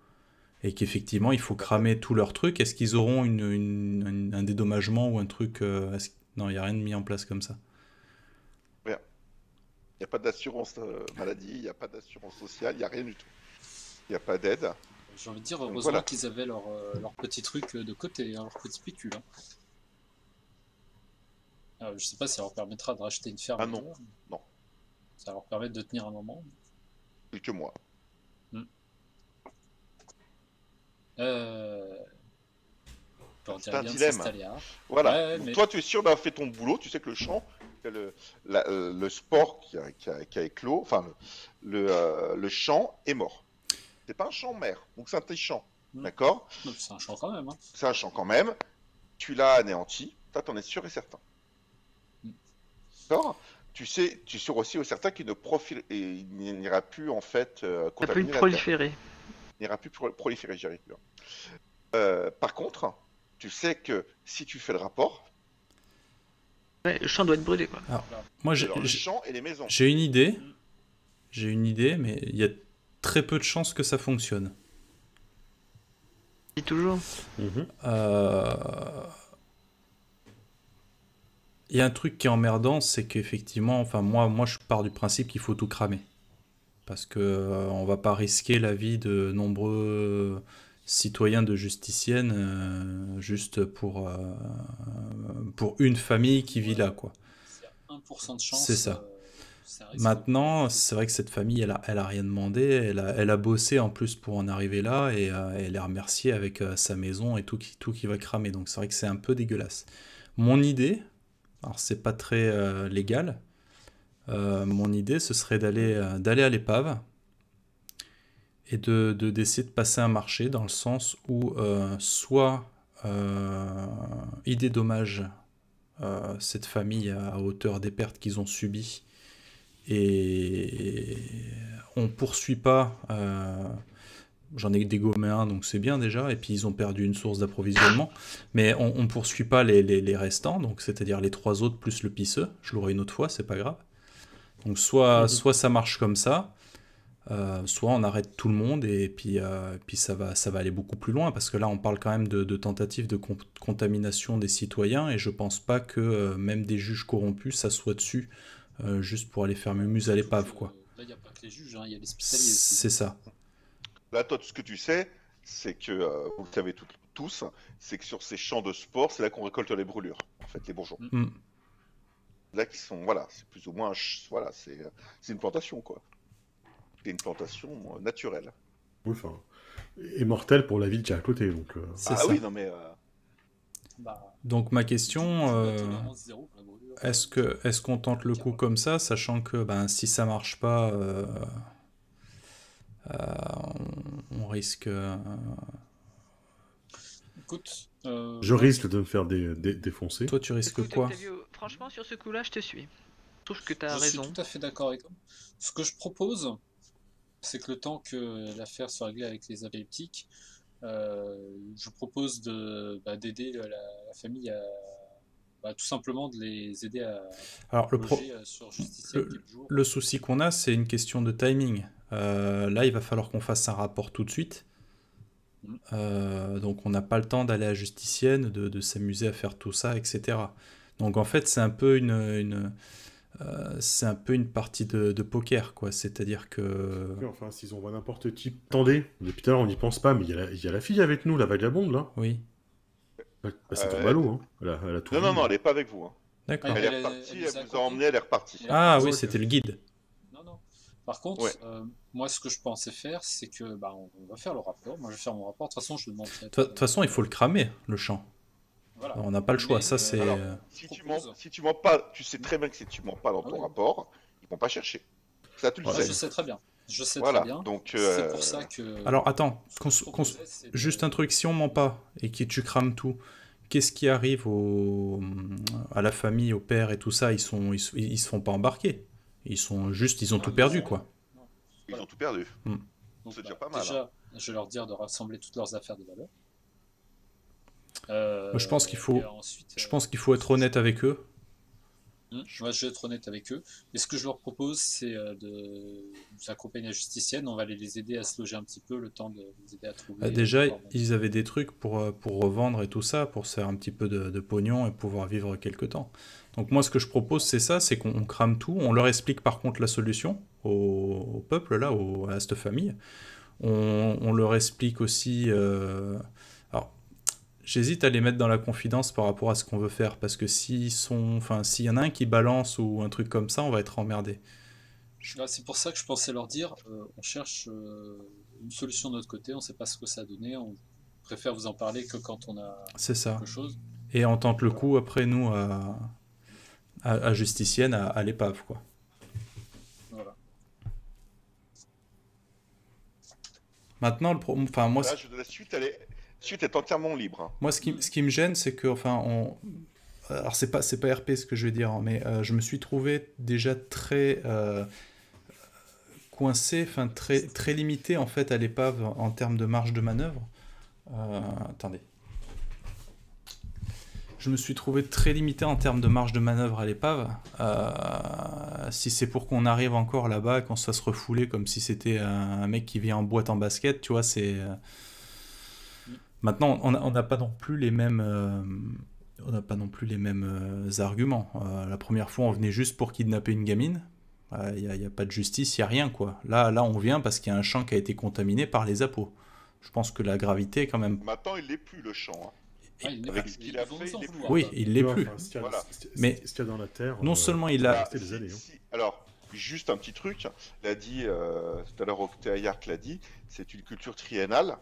et qu'effectivement il faut cramer tout leur truc, est-ce qu'ils auront une, une- une- un dédommagement ou un truc euh, est-ce- Non, il n'y a rien de mis en place comme ça.
Il n'y a pas d'assurance euh, maladie, il n'y a pas d'assurance sociale, il n'y a rien du tout. Il n'y a pas d'aide.
J'ai envie de dire, heureusement
Voilà.
qu'ils avaient leur, euh, leur petit truc euh, de côté, hein, leur petit pécule. hein. Euh, je sais pas si ça leur permettra de racheter une ferme.
Ah
un
non,
jour.
non.
Ça leur permet de tenir un moment.
Quelques mois.
Euh... je leur
C'est
dirais
un
bien de
dilemme.
s'installer à Arles.
Voilà.
Ouais,
Donc
mais-
Toi, tu es sûr d'avoir fait ton boulot, tu sais que le champ, cas, le, la- euh, le sport qui a, qui a- qui a éclos, enfin, le, le, euh, le champ est mort. C'est pas un champ mère, donc c'est un petit champ,
Mm.
d'accord
Non, C'est un champ quand même. hein.
C'est un champ quand même, tu l'as anéanti, ça t'en es sûr et certain.
Mm.
D'accord tu sais, tu es sûr aussi et certain qu'il ne profil... et il n'ira plus en fait euh,
Ça peut
contaminer
une
la Terre
proliférer.
n'ira plus pro- proliférer, j'y arrive plus. hein. Euh, par contre, tu sais que si tu fais le rapport,
Ouais, le champ doit être brûlé quoi.
Moi, j'ai-
alors les
j'ai
champs et les maisons.
j'ai une idée.
Mm.
J'ai une idée, mais il y a très peu de chances que ça fonctionne.
Dis toujours.
Mhm.
Euh, Il y a un truc qui est emmerdant, c'est qu'effectivement, enfin moi, moi je pars du principe qu'il faut tout cramer. Parce que euh, on va pas risquer la vie de nombreux citoyens de justiciennes euh, juste pour, euh, pour une famille qui vit là, quoi.
S'il y a 1% de chance.
C'est ça.
euh, ça risque-
Maintenant, c'est vrai que cette famille, elle a, elle a rien demandé, elle a, elle a bossé en plus pour en arriver là, et euh, elle est remerciée avec euh, sa maison et tout qui, tout qui va cramer, donc c'est vrai que c'est un peu dégueulasse. Mon idée, alors c'est pas très euh, légal, euh, mon idée ce serait d'aller euh, d'aller à l'épave et de de- d'essayer de, passer un marché dans le sens où euh, soit euh, il dédommage euh, cette famille à, à hauteur des pertes qu'ils ont subies et on poursuit pas. euh, J'en ai dégommé un, donc c'est bien déjà. Et puis ils ont perdu une source d'approvisionnement. Mais on, on poursuit pas les, les- les restants, donc c'est-à-dire les trois autres plus le pisseux. Je l'aurai une autre fois, c'est pas grave. Donc soit,
Mhm.
soit ça marche comme ça, euh, soit on arrête tout le monde et puis, euh, puis ça, va, ça va aller beaucoup plus loin. Parce que là, on parle quand même de, de tentatives de con- contamination des citoyens. Et je pense pas que euh, même des juges corrompus s'assoient dessus euh, juste pour aller faire mumuse à l'épave, quoi.
Là, il n'y a pas que les juges, hein, il y a les spécialistes. aussi.
C'est ça.
Là, toi, tout ce que tu sais, c'est que, euh, vous le savez tout- tous, c'est que sur ces champs de sport, c'est là qu'on récolte les brûlures, en fait, les bourgeons.
Mm.
Là, qui sont, voilà, c'est plus ou moins, un ch- voilà, c'est euh, c'est une plantation, quoi. C'est une plantation euh, naturelle.
Oui, enfin, et mortel pour la ville qui est à côté, donc. euh,
C'est
Ah
ça.
oui, non mais. euh,
Bah,
Donc ma question,
la
euh,
tolérance zéro euh, pour la brûlure.
est-ce que est-ce qu'on tente le coup comme ça, sachant que ben si ça marche pas, euh, euh, on, on risque. euh,
Écoute, euh,
Je
moi,
risque de me faire dé- dé- défoncer.
Toi, tu risques
Écoute,
quoi
Octavio, franchement sur ce coup-là, je te suis. Je trouve que
Je
t'as
suis
raison.
tout à fait d'accord avec toi. Ce que je propose, c'est que le temps que l'affaire soit réglée avec les apocalyptiques, euh, je propose de bah, d'aider la, la famille à bah, tout simplement de les aider à
Alors le pro-
loger euh, sur Justiciel
le-
quelques jours.
le souci qu'on a, c'est une question de timing. Euh, là, il va falloir qu'on fasse un rapport tout de suite.
Mhm.
Euh, donc on n'a pas le temps d'aller à Justicienne, de, de s'amuser à faire tout ça, etc. Donc en fait, c'est un peu une, une, euh, c'est un peu une partie de, de poker, quoi. C'est-à-dire que
Oui, Enfin, s'ils envoient n'importe qui. Attendez, depuis tout à l'heure, on n'y pense pas, mais il y, a la- il y a la fille avec nous, la vagabonde, là.
oui,
Bah, ça
Euh,
tombe à l'eau, hein. Elle a, elle a tout
Non,
vu.
non, non, elle est pas avec vous. hein.
d'accord.
Ah,
Elle
elle
est
est-
repartie,
elle nous a
elle vous a
accompagnée.
emmené, elle est repartie.
Ah
Elle-
oui,
elle-
c'était le guide.
Non, non. Par contre,
Ouais.
euh, moi, ce que je pensais faire, c'est que bah, on, on va faire le rapport. Moi, je vais faire mon rapport. De toute façon, je demande.
De toute façon, il faut le cramer, le champ.
Voilà.
On n'a pas le choix.
Mais,
Ça,
euh,
c'est.
alors,
euh,
Si tu,
propose.
mens, si tu mens pas, tu sais très bien que si tu mens pas dans
Ah
ton
oui.
rapport, ils vont pas chercher. Ça, tu le
Ouais,
Ah,
sais.
je sais très bien. Je sais
Voilà.
très bien.
Donc,
C'est
euh,
pour ça que.
Alors attends,
ce que
qu'on
je
se- qu'on se-
proposais, c'est de-
Juste un truc, si on ment pas et que tu crames tout, qu'est-ce qui arrive au, à la famille, au père et tout ça Ils sont, ils, se- ils se font pas embarquer. Ils sont juste, ils ont
Ah,
tout
mais
perdu
non.
quoi.
ils ont tout perdu.
Donc,
C'est déjà
bah,
pas mal, hein.
Déjà, je vais leur dire de rassembler toutes leurs affaires de valeur. Euh,
Moi, je pense qu'il faut-
et ensuite,
Je
euh,
pense qu'il faut être honnête avec eux.
hmm, moi, je vais être honnête avec eux. Et ce que je leur propose, c'est euh, de nous accompagner à Justicienne. On va aller les aider à se loger un petit peu, le temps de les aider à trouver.
Bah, déjà,
leur-
ils avaient des trucs pour, euh, pour revendre et tout ça, pour se faire un petit peu de, de pognon et pouvoir vivre quelque temps. Donc moi, ce que je propose, c'est ça, c'est qu'on on crame tout. On leur explique par contre la solution au, au peuple, là, au- à cette famille. On, on leur explique aussi... euh, Alors, j'hésite à les mettre dans la confidence par rapport à ce qu'on veut faire, parce que s'ils sont... Enfin, s'il y en a un qui balance ou un truc comme ça, on va être emmerdé.
Ouais, c'est pour ça que je pensais leur dire, euh, on cherche euh, une solution de notre côté, on ne sait pas ce que ça a donné, on préfère vous en
Ah.
parler que quand on a
C'est ça.
quelque chose.
Et on tente le coup après nous à, à, à Justicienne à, à l'épave, quoi.
Voilà.
Maintenant, le pro- enfin, moi,
Là,
ce-
je- la suite, elle est... la suite est entièrement libre. hein.
moi, ce qui, ce qui me gêne, c'est que, enfin, on... euh, Alors, c'est pas, c'est pas RP ce que je vais dire, hein, mais euh, je me suis trouvé déjà très euh, coincé, enfin, très, très limité, en fait, à l'épave en termes de marge de manœuvre. Euh, attendez. Je me suis trouvé très limité en termes de marge de manœuvre à l'épave. Euh, si c'est pour qu'on arrive encore là-bas, qu'on se fasse refouler comme si c'était un, un mec qui vient en boîte en basket, tu vois, c'est... euh, Maintenant, on n'a on n'a pas non plus les mêmes... euh, On n'a pas non plus les mêmes euh, arguments. Euh, la première fois, on venait juste pour kidnapper une gamine. Il n'y a, pas de justice, il n'y a rien, quoi. Là, là, on vient parce qu'il y a un champ qui a été contaminé par les appos. Je pense que la gravité est quand même
Maintenant, il l'est plus, le champ. hein.
Ah, il-
Avec ce qu'il
ils
a
vont
fait,
s'en
il est
vouloir.
Oui, il l'est
Ouais,
plus.
enfin, ce qu'il y a-
Voilà.
ce- ce-
Mais-
ce qu'il y a dans la terre.
Non
euh,
seulement il
Ah,
a...
c'était des
si-
années, hein.
si- Alors, juste un petit truc, l'a dit euh, tout à l'heure, Octet Ayark l'a dit, c'est une culture triennale.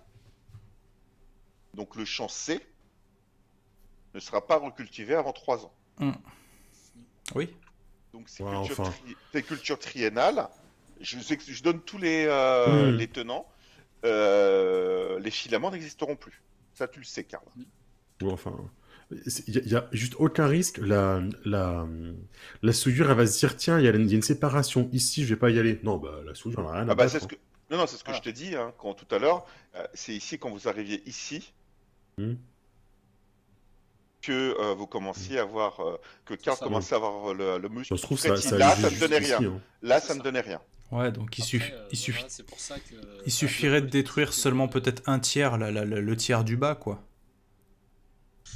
Donc le champ C ne sera pas recultivé avant 3 ans.
Oui,
Donc c'est
Ouais,
culture,
enfin.
tri- c'est culture triennale. Je, sais que je donne tous les, euh,
Mm.
les tenants. Euh, les filaments n'existeront plus. Ça, tu le sais, Karl.
Ou enfin, il n'y a, juste aucun risque. La, la, la souillure, elle va se dire tiens, il y, a une il y a une séparation ici, je vais pas y aller. Non, bah, la souillure, elle n'a rien à
Ah bah,
battre,
c'est ce
hein.
que... Non, non, c'est ce que
Voilà.
je te dis hein, quand, tout à l'heure. euh, c'est ici, quand vous arriviez ici,
Hmm.
que euh, vous commenciez à voir, euh, que Karl
ça.
commençait à avoir le, le muscle.
Ça se trouve, ça,
petit,
ça
là,
juste
ça ne donnait
jusqu'ici,
rien.
hein.
Là,
C'est
ça ne
ça.
donnait rien.
ouais, donc il,
Après,
suffi-
euh,
il, suffi-
voilà, c'est pour ça que-
il suffirait de détruire seulement peut-être un tiers, la- la- la- le tiers du bas, quoi.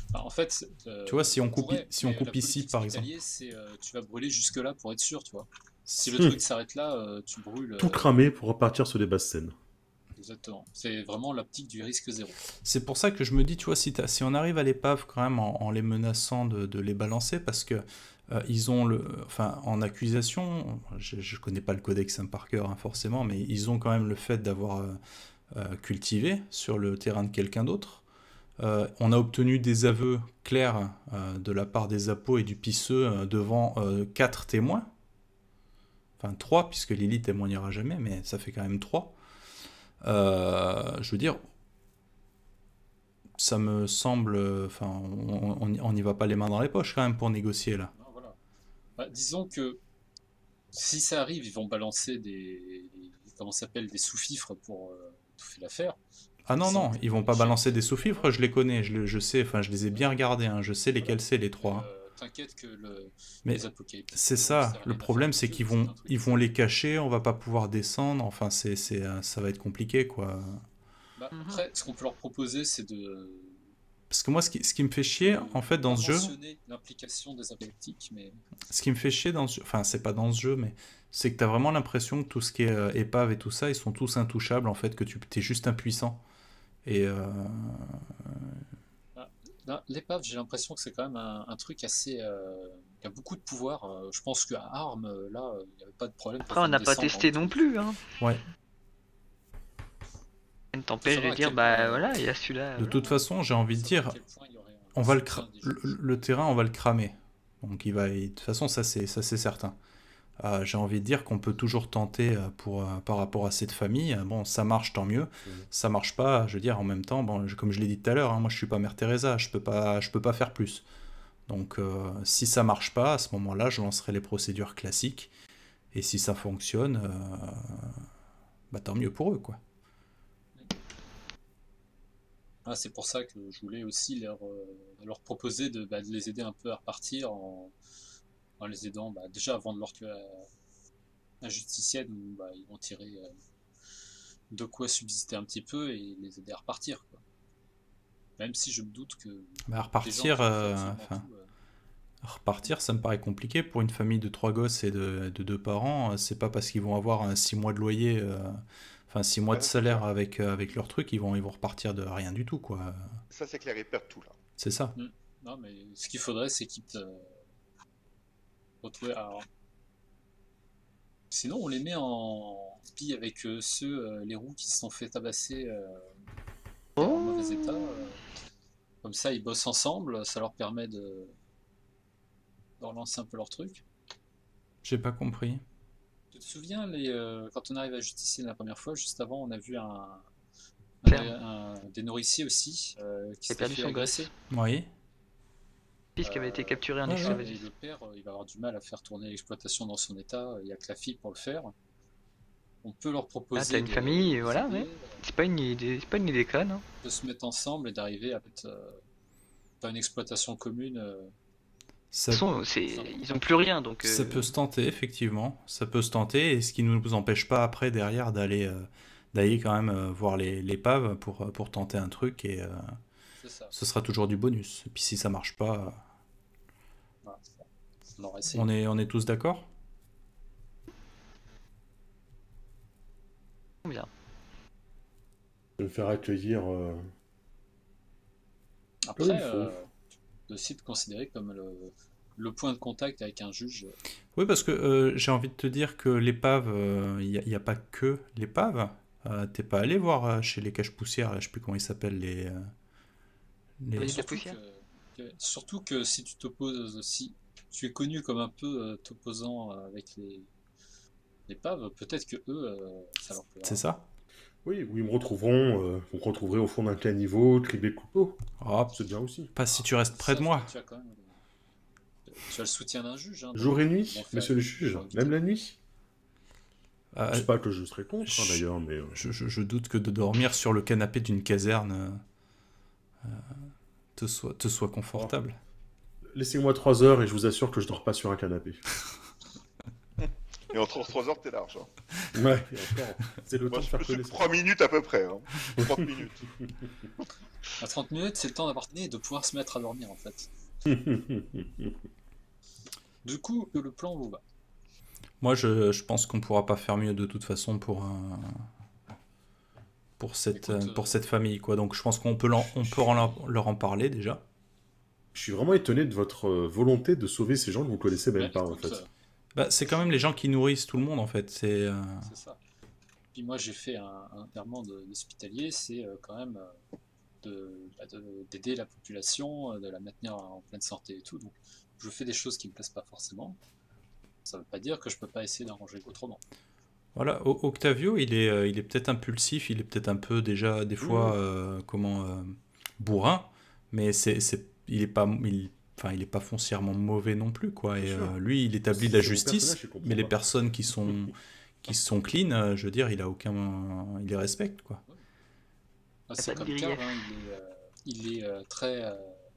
Bah, en fait, c'est- euh,
Tu vois, si on coupe-
pourrait,
si on
mais
coupe
la
ici,
politique
par exemple.
hospitalière, c'est, euh, tu vas brûler jusque là pour être sûr, tu vois. Si le
Hmm.
truc s'arrête là, euh, tu brûles.
Tout
euh,
cramé pour repartir sur des basses scènes.
Exactement. C'est vraiment l'optique du risque zéro.
C'est pour ça que je me dis, tu vois, si, t'as- si on arrive à l'épave quand même en, en les menaçant de, de les balancer, parce que euh, ils ont le, enfin, en accusation, je, je connais pas le codex hein, par cœur hein, forcément, mais ils ont quand même le fait d'avoir euh, euh, cultivé sur le terrain de quelqu'un d'autre. Euh, on a obtenu des aveux clairs euh, de la part des apôts et du pisseux euh, devant euh, quatre témoins. Enfin trois, puisque Lily témoignera jamais, mais ça fait quand même trois. Euh, je veux dire, ça me semble. euh, Enfin, on on- on n'y va pas les mains dans les poches quand même pour négocier là.
Non, voilà. Bah, disons que si ça arrive, ils vont balancer des comment ça s'appelle des sous-fifres pour euh, étouffer l'affaire.
Ah non,
Ils
non,
sont-
ils vont pas balancer des sous-fifres, je les connais, je, le- je sais, enfin, je les ai bien regardés, hein, je sais lesquels c'est les trois. hein.
Euh, T'inquiète que le,
Mais
les apocalyptiques,
c'est
euh,
ça,
rien
le
à
problème
faire
c'est
avec
qu'ils
eux,
vont,
un truc.
ils vont les cacher, on va pas pouvoir descendre, enfin, c'est, c'est, euh, ça va être compliqué quoi.
Bah,
Mhm.
Après, ce qu'on peut leur proposer, c'est de
Parce que moi, ce qui, ce qui me fait chier en fait dans ce jeu,
mentionner l'implication des apocalyptiques, mais
ce qui me fait chier dans ce jeu, enfin, c'est pas dans ce jeu, mais c'est que t'as vraiment l'impression que tout ce qui est euh, épave et tout ça, ils sont tous intouchables en fait, que tu t'es juste impuissant. Et euh,
Là, L'épave, j'ai l'impression que c'est quand même un, un truc assez. euh, qui a beaucoup de pouvoir. Euh, je pense qu'à Armes, euh, là, euh, il n'y avait pas de problème. pour
Après, on
faire
n'a pas
descendre
testé
en-
non plus. Hein.
Ouais.
Rien ne t'empêche
Faut
de
savoir à
dire,
quel
bah
point-
voilà, il y a celui-là. euh.
de
voilà.
toute façon, j'ai envie de
Savoir
dire,
à quel point il y aurait un-
on va le,
un
cra-
des-
le, le terrain, on va le cramer. Donc il va, il- de toute façon, ça c'est, ça c'est certain. Euh, j'ai envie de dire qu'on peut toujours tenter euh, pour, euh, par rapport à cette famille. Euh, Bon, ça marche, tant mieux.
Mhm.
Ça marche pas, je veux dire, en même temps, bon, je- comme je l'ai dit tout à l'heure, hein, moi je suis pas Mère Teresa, je peux pas, je peux pas faire plus. Donc euh, si ça marche pas, à ce moment-là, je lancerai les procédures classiques. Et si ça fonctionne, euh, bah, tant mieux pour eux, quoi.
Ah, c'est pour ça que je voulais aussi leur, euh, leur proposer de, bah, de les aider un peu à repartir en, en les aidant bah, déjà à vendre leur queue à, à Justicienne, où, bah, ils vont tirer euh, de quoi subsister un petit peu et les aider à repartir. quoi. Même si je me doute que. les
Bah, à
gens qui
repartir,
font
euh,
absolument
enfin,
tout, euh,
Repartir, ça me paraît compliqué pour une famille de trois gosses et de, de deux parents. euh, C'est pas parce qu'ils vont avoir un six mois de loyer, euh, enfin six mois de
Ouais, c'est
salaire avec, euh, avec leur truc, ils vont, ils vont repartir de rien du tout, quoi.
Ça, c'est clair, ils perdent tout, là.
C'est ça.
Non, mais ce qu'il faudrait, c'est qu'ils te euh, retrouvent- alors, Sinon, on les met en pille avec euh, ceux, euh, les roues qui se sont fait tabasser euh, en
Oh,
mauvais euh, état. euh. Comme ça, ils bossent ensemble, ça leur permet de, de relancer un peu leur truc.
J'ai pas compris.
Tu te souviens, les, euh, quand on arrive à Justicier la première fois, juste avant, on a vu un, un-
Claire.
un- des nourriciers aussi euh, qui
Il a
s'étaient
perdu
fait
son
agresser.
Oui.
Fils qui avait été capturé en
Ouais,
Et
ouais.
esclavagisme.
le père, euh, il va avoir du mal à faire tourner l'exploitation dans son état. Il n'y a que la fille pour le faire. On peut leur proposer.
Ah, t'as une
de-
famille, et voilà,
d'aider,
ouais. C'est pas une idée, c'est pas une idée conne. hein.
euh, De se mettre ensemble et d'arriver à être, euh, pas une exploitation commune. euh,
De
Ça,
toute façon, c'est- ils ont plus rien donc.
ça
euh,
peut se tenter, effectivement. Ça peut se tenter, et ce qui ne nous empêche pas après, derrière, d'aller euh, d'aller quand même euh, voir les, les paves pour, euh, pour tenter un truc, et euh,
c'est ça.
ce sera toujours du bonus. Et puis si ça marche pas,
Voilà. On aurait essayé.
on est, on est tous d'accord
Bien.
De me faire accueillir. euh,
Après,
Oui, il faut.
euh, le site considéré comme le, le point de contact avec un juge.
Oui, parce que euh, j'ai envie de te dire que l'épave, euh, il n'y a, pas que l'épave. Euh, T'es pas allé voir euh, chez les caches poussières, là, je sais plus comment ils s'appellent, les, euh, les-
Oui. Et la
Surtout
poussière.
que, que- surtout que si tu t'opposes, si tu es connu comme un peu euh, t'opposant avec les, les paves, peut-être que eux, euh, ça leur plaira.
C'est ça
Oui, où ils me retrouveront. euh, vous me retrouverez au fond d'un caniveau, criblé de couteaux.
Oh,
C'est bien aussi.
pas si tu restes près de
Ça,
moi.
Tu as, quand même- tu as le soutien d'un juge. hein,
Jour et
donc,
nuit,
bon, faire-
monsieur le juge. Même la nuit.
Euh,
Je sais pas que je serai contre, hein,
je-
d'ailleurs, mais. euh,
je, je- je doute que de dormir sur le canapé d'une caserne euh, euh, te, soit, te soit confortable.
Laissez-moi trois heures et je vous assure que je dors pas sur un canapé.
Et entre 3 heures, t'es large. hein.
Ouais, et encore, c'est le
Moi,
temps de
je
faire
me suis
connaissance.
3 minutes à peu
[laughs]
près. hein. 30 minutes.
À 30 minutes, c'est le temps d'appartenir et de pouvoir se mettre à dormir en fait.
[laughs]
Du coup, que le plan vous va.
Moi, je, je pense qu'on pourra pas faire mieux de toute façon pour un. Pour cette,
Écoute,
euh,
euh,
pour cette famille, quoi. Donc, je pense qu'on peut, l'en- on peut en leur- leur en parler déjà.
Je suis vraiment étonné de votre euh, volonté de sauver ces gens que vous connaissez même
Bah,
pas, en
écoute,
fait.
euh,
Bah, c'est quand même les gens qui nourrissent tout le monde en fait. C'est euh,
C'est ça. Puis moi, j'ai fait un, un serment de- d'hospitalier, c'est euh, quand même euh, de- bah, de- d'aider la population, euh, de la maintenir en pleine santé et tout. Donc, je fais des choses qui me plaisent pas forcément. Ça veut pas dire que je peux pas essayer d'arranger autrement.
voilà. O- Octavio, il est, euh, il est peut-être impulsif, il est peut-être un peu déjà des
Mmh.
fois euh, comment euh, bourrin, mais c'est, c'est- il est pas, il, enfin, il est pas foncièrement mauvais non plus quoi. Et
Bien sûr.
euh, lui, il établit
C'est
la
son
justice,
personnage, je comprends
mais les
pas.
personnes qui sont, qui sont clean, euh, je veux dire, il a aucun, il les respecte quoi.
Ah,
pas
c'est
de
comme
grief.
Karl, hein, il est, euh, il est, euh, très, euh,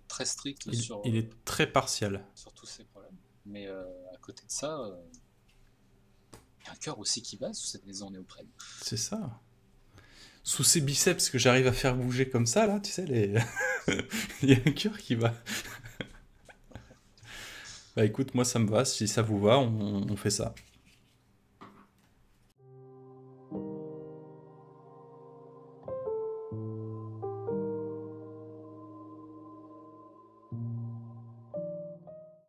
très strict
Il,
sur,
il est très partial.
sur tous ces problèmes. Mais euh, à côté de ça, euh, il y a un cœur aussi qui bat sous cette maison néoprène.
C'est ça. Sous ses biceps que j'arrive à faire bouger comme ça, là, tu sais, les... [laughs] il y a un cœur qui va. [laughs] bah écoute, moi ça me va, si ça vous va, on, on fait ça.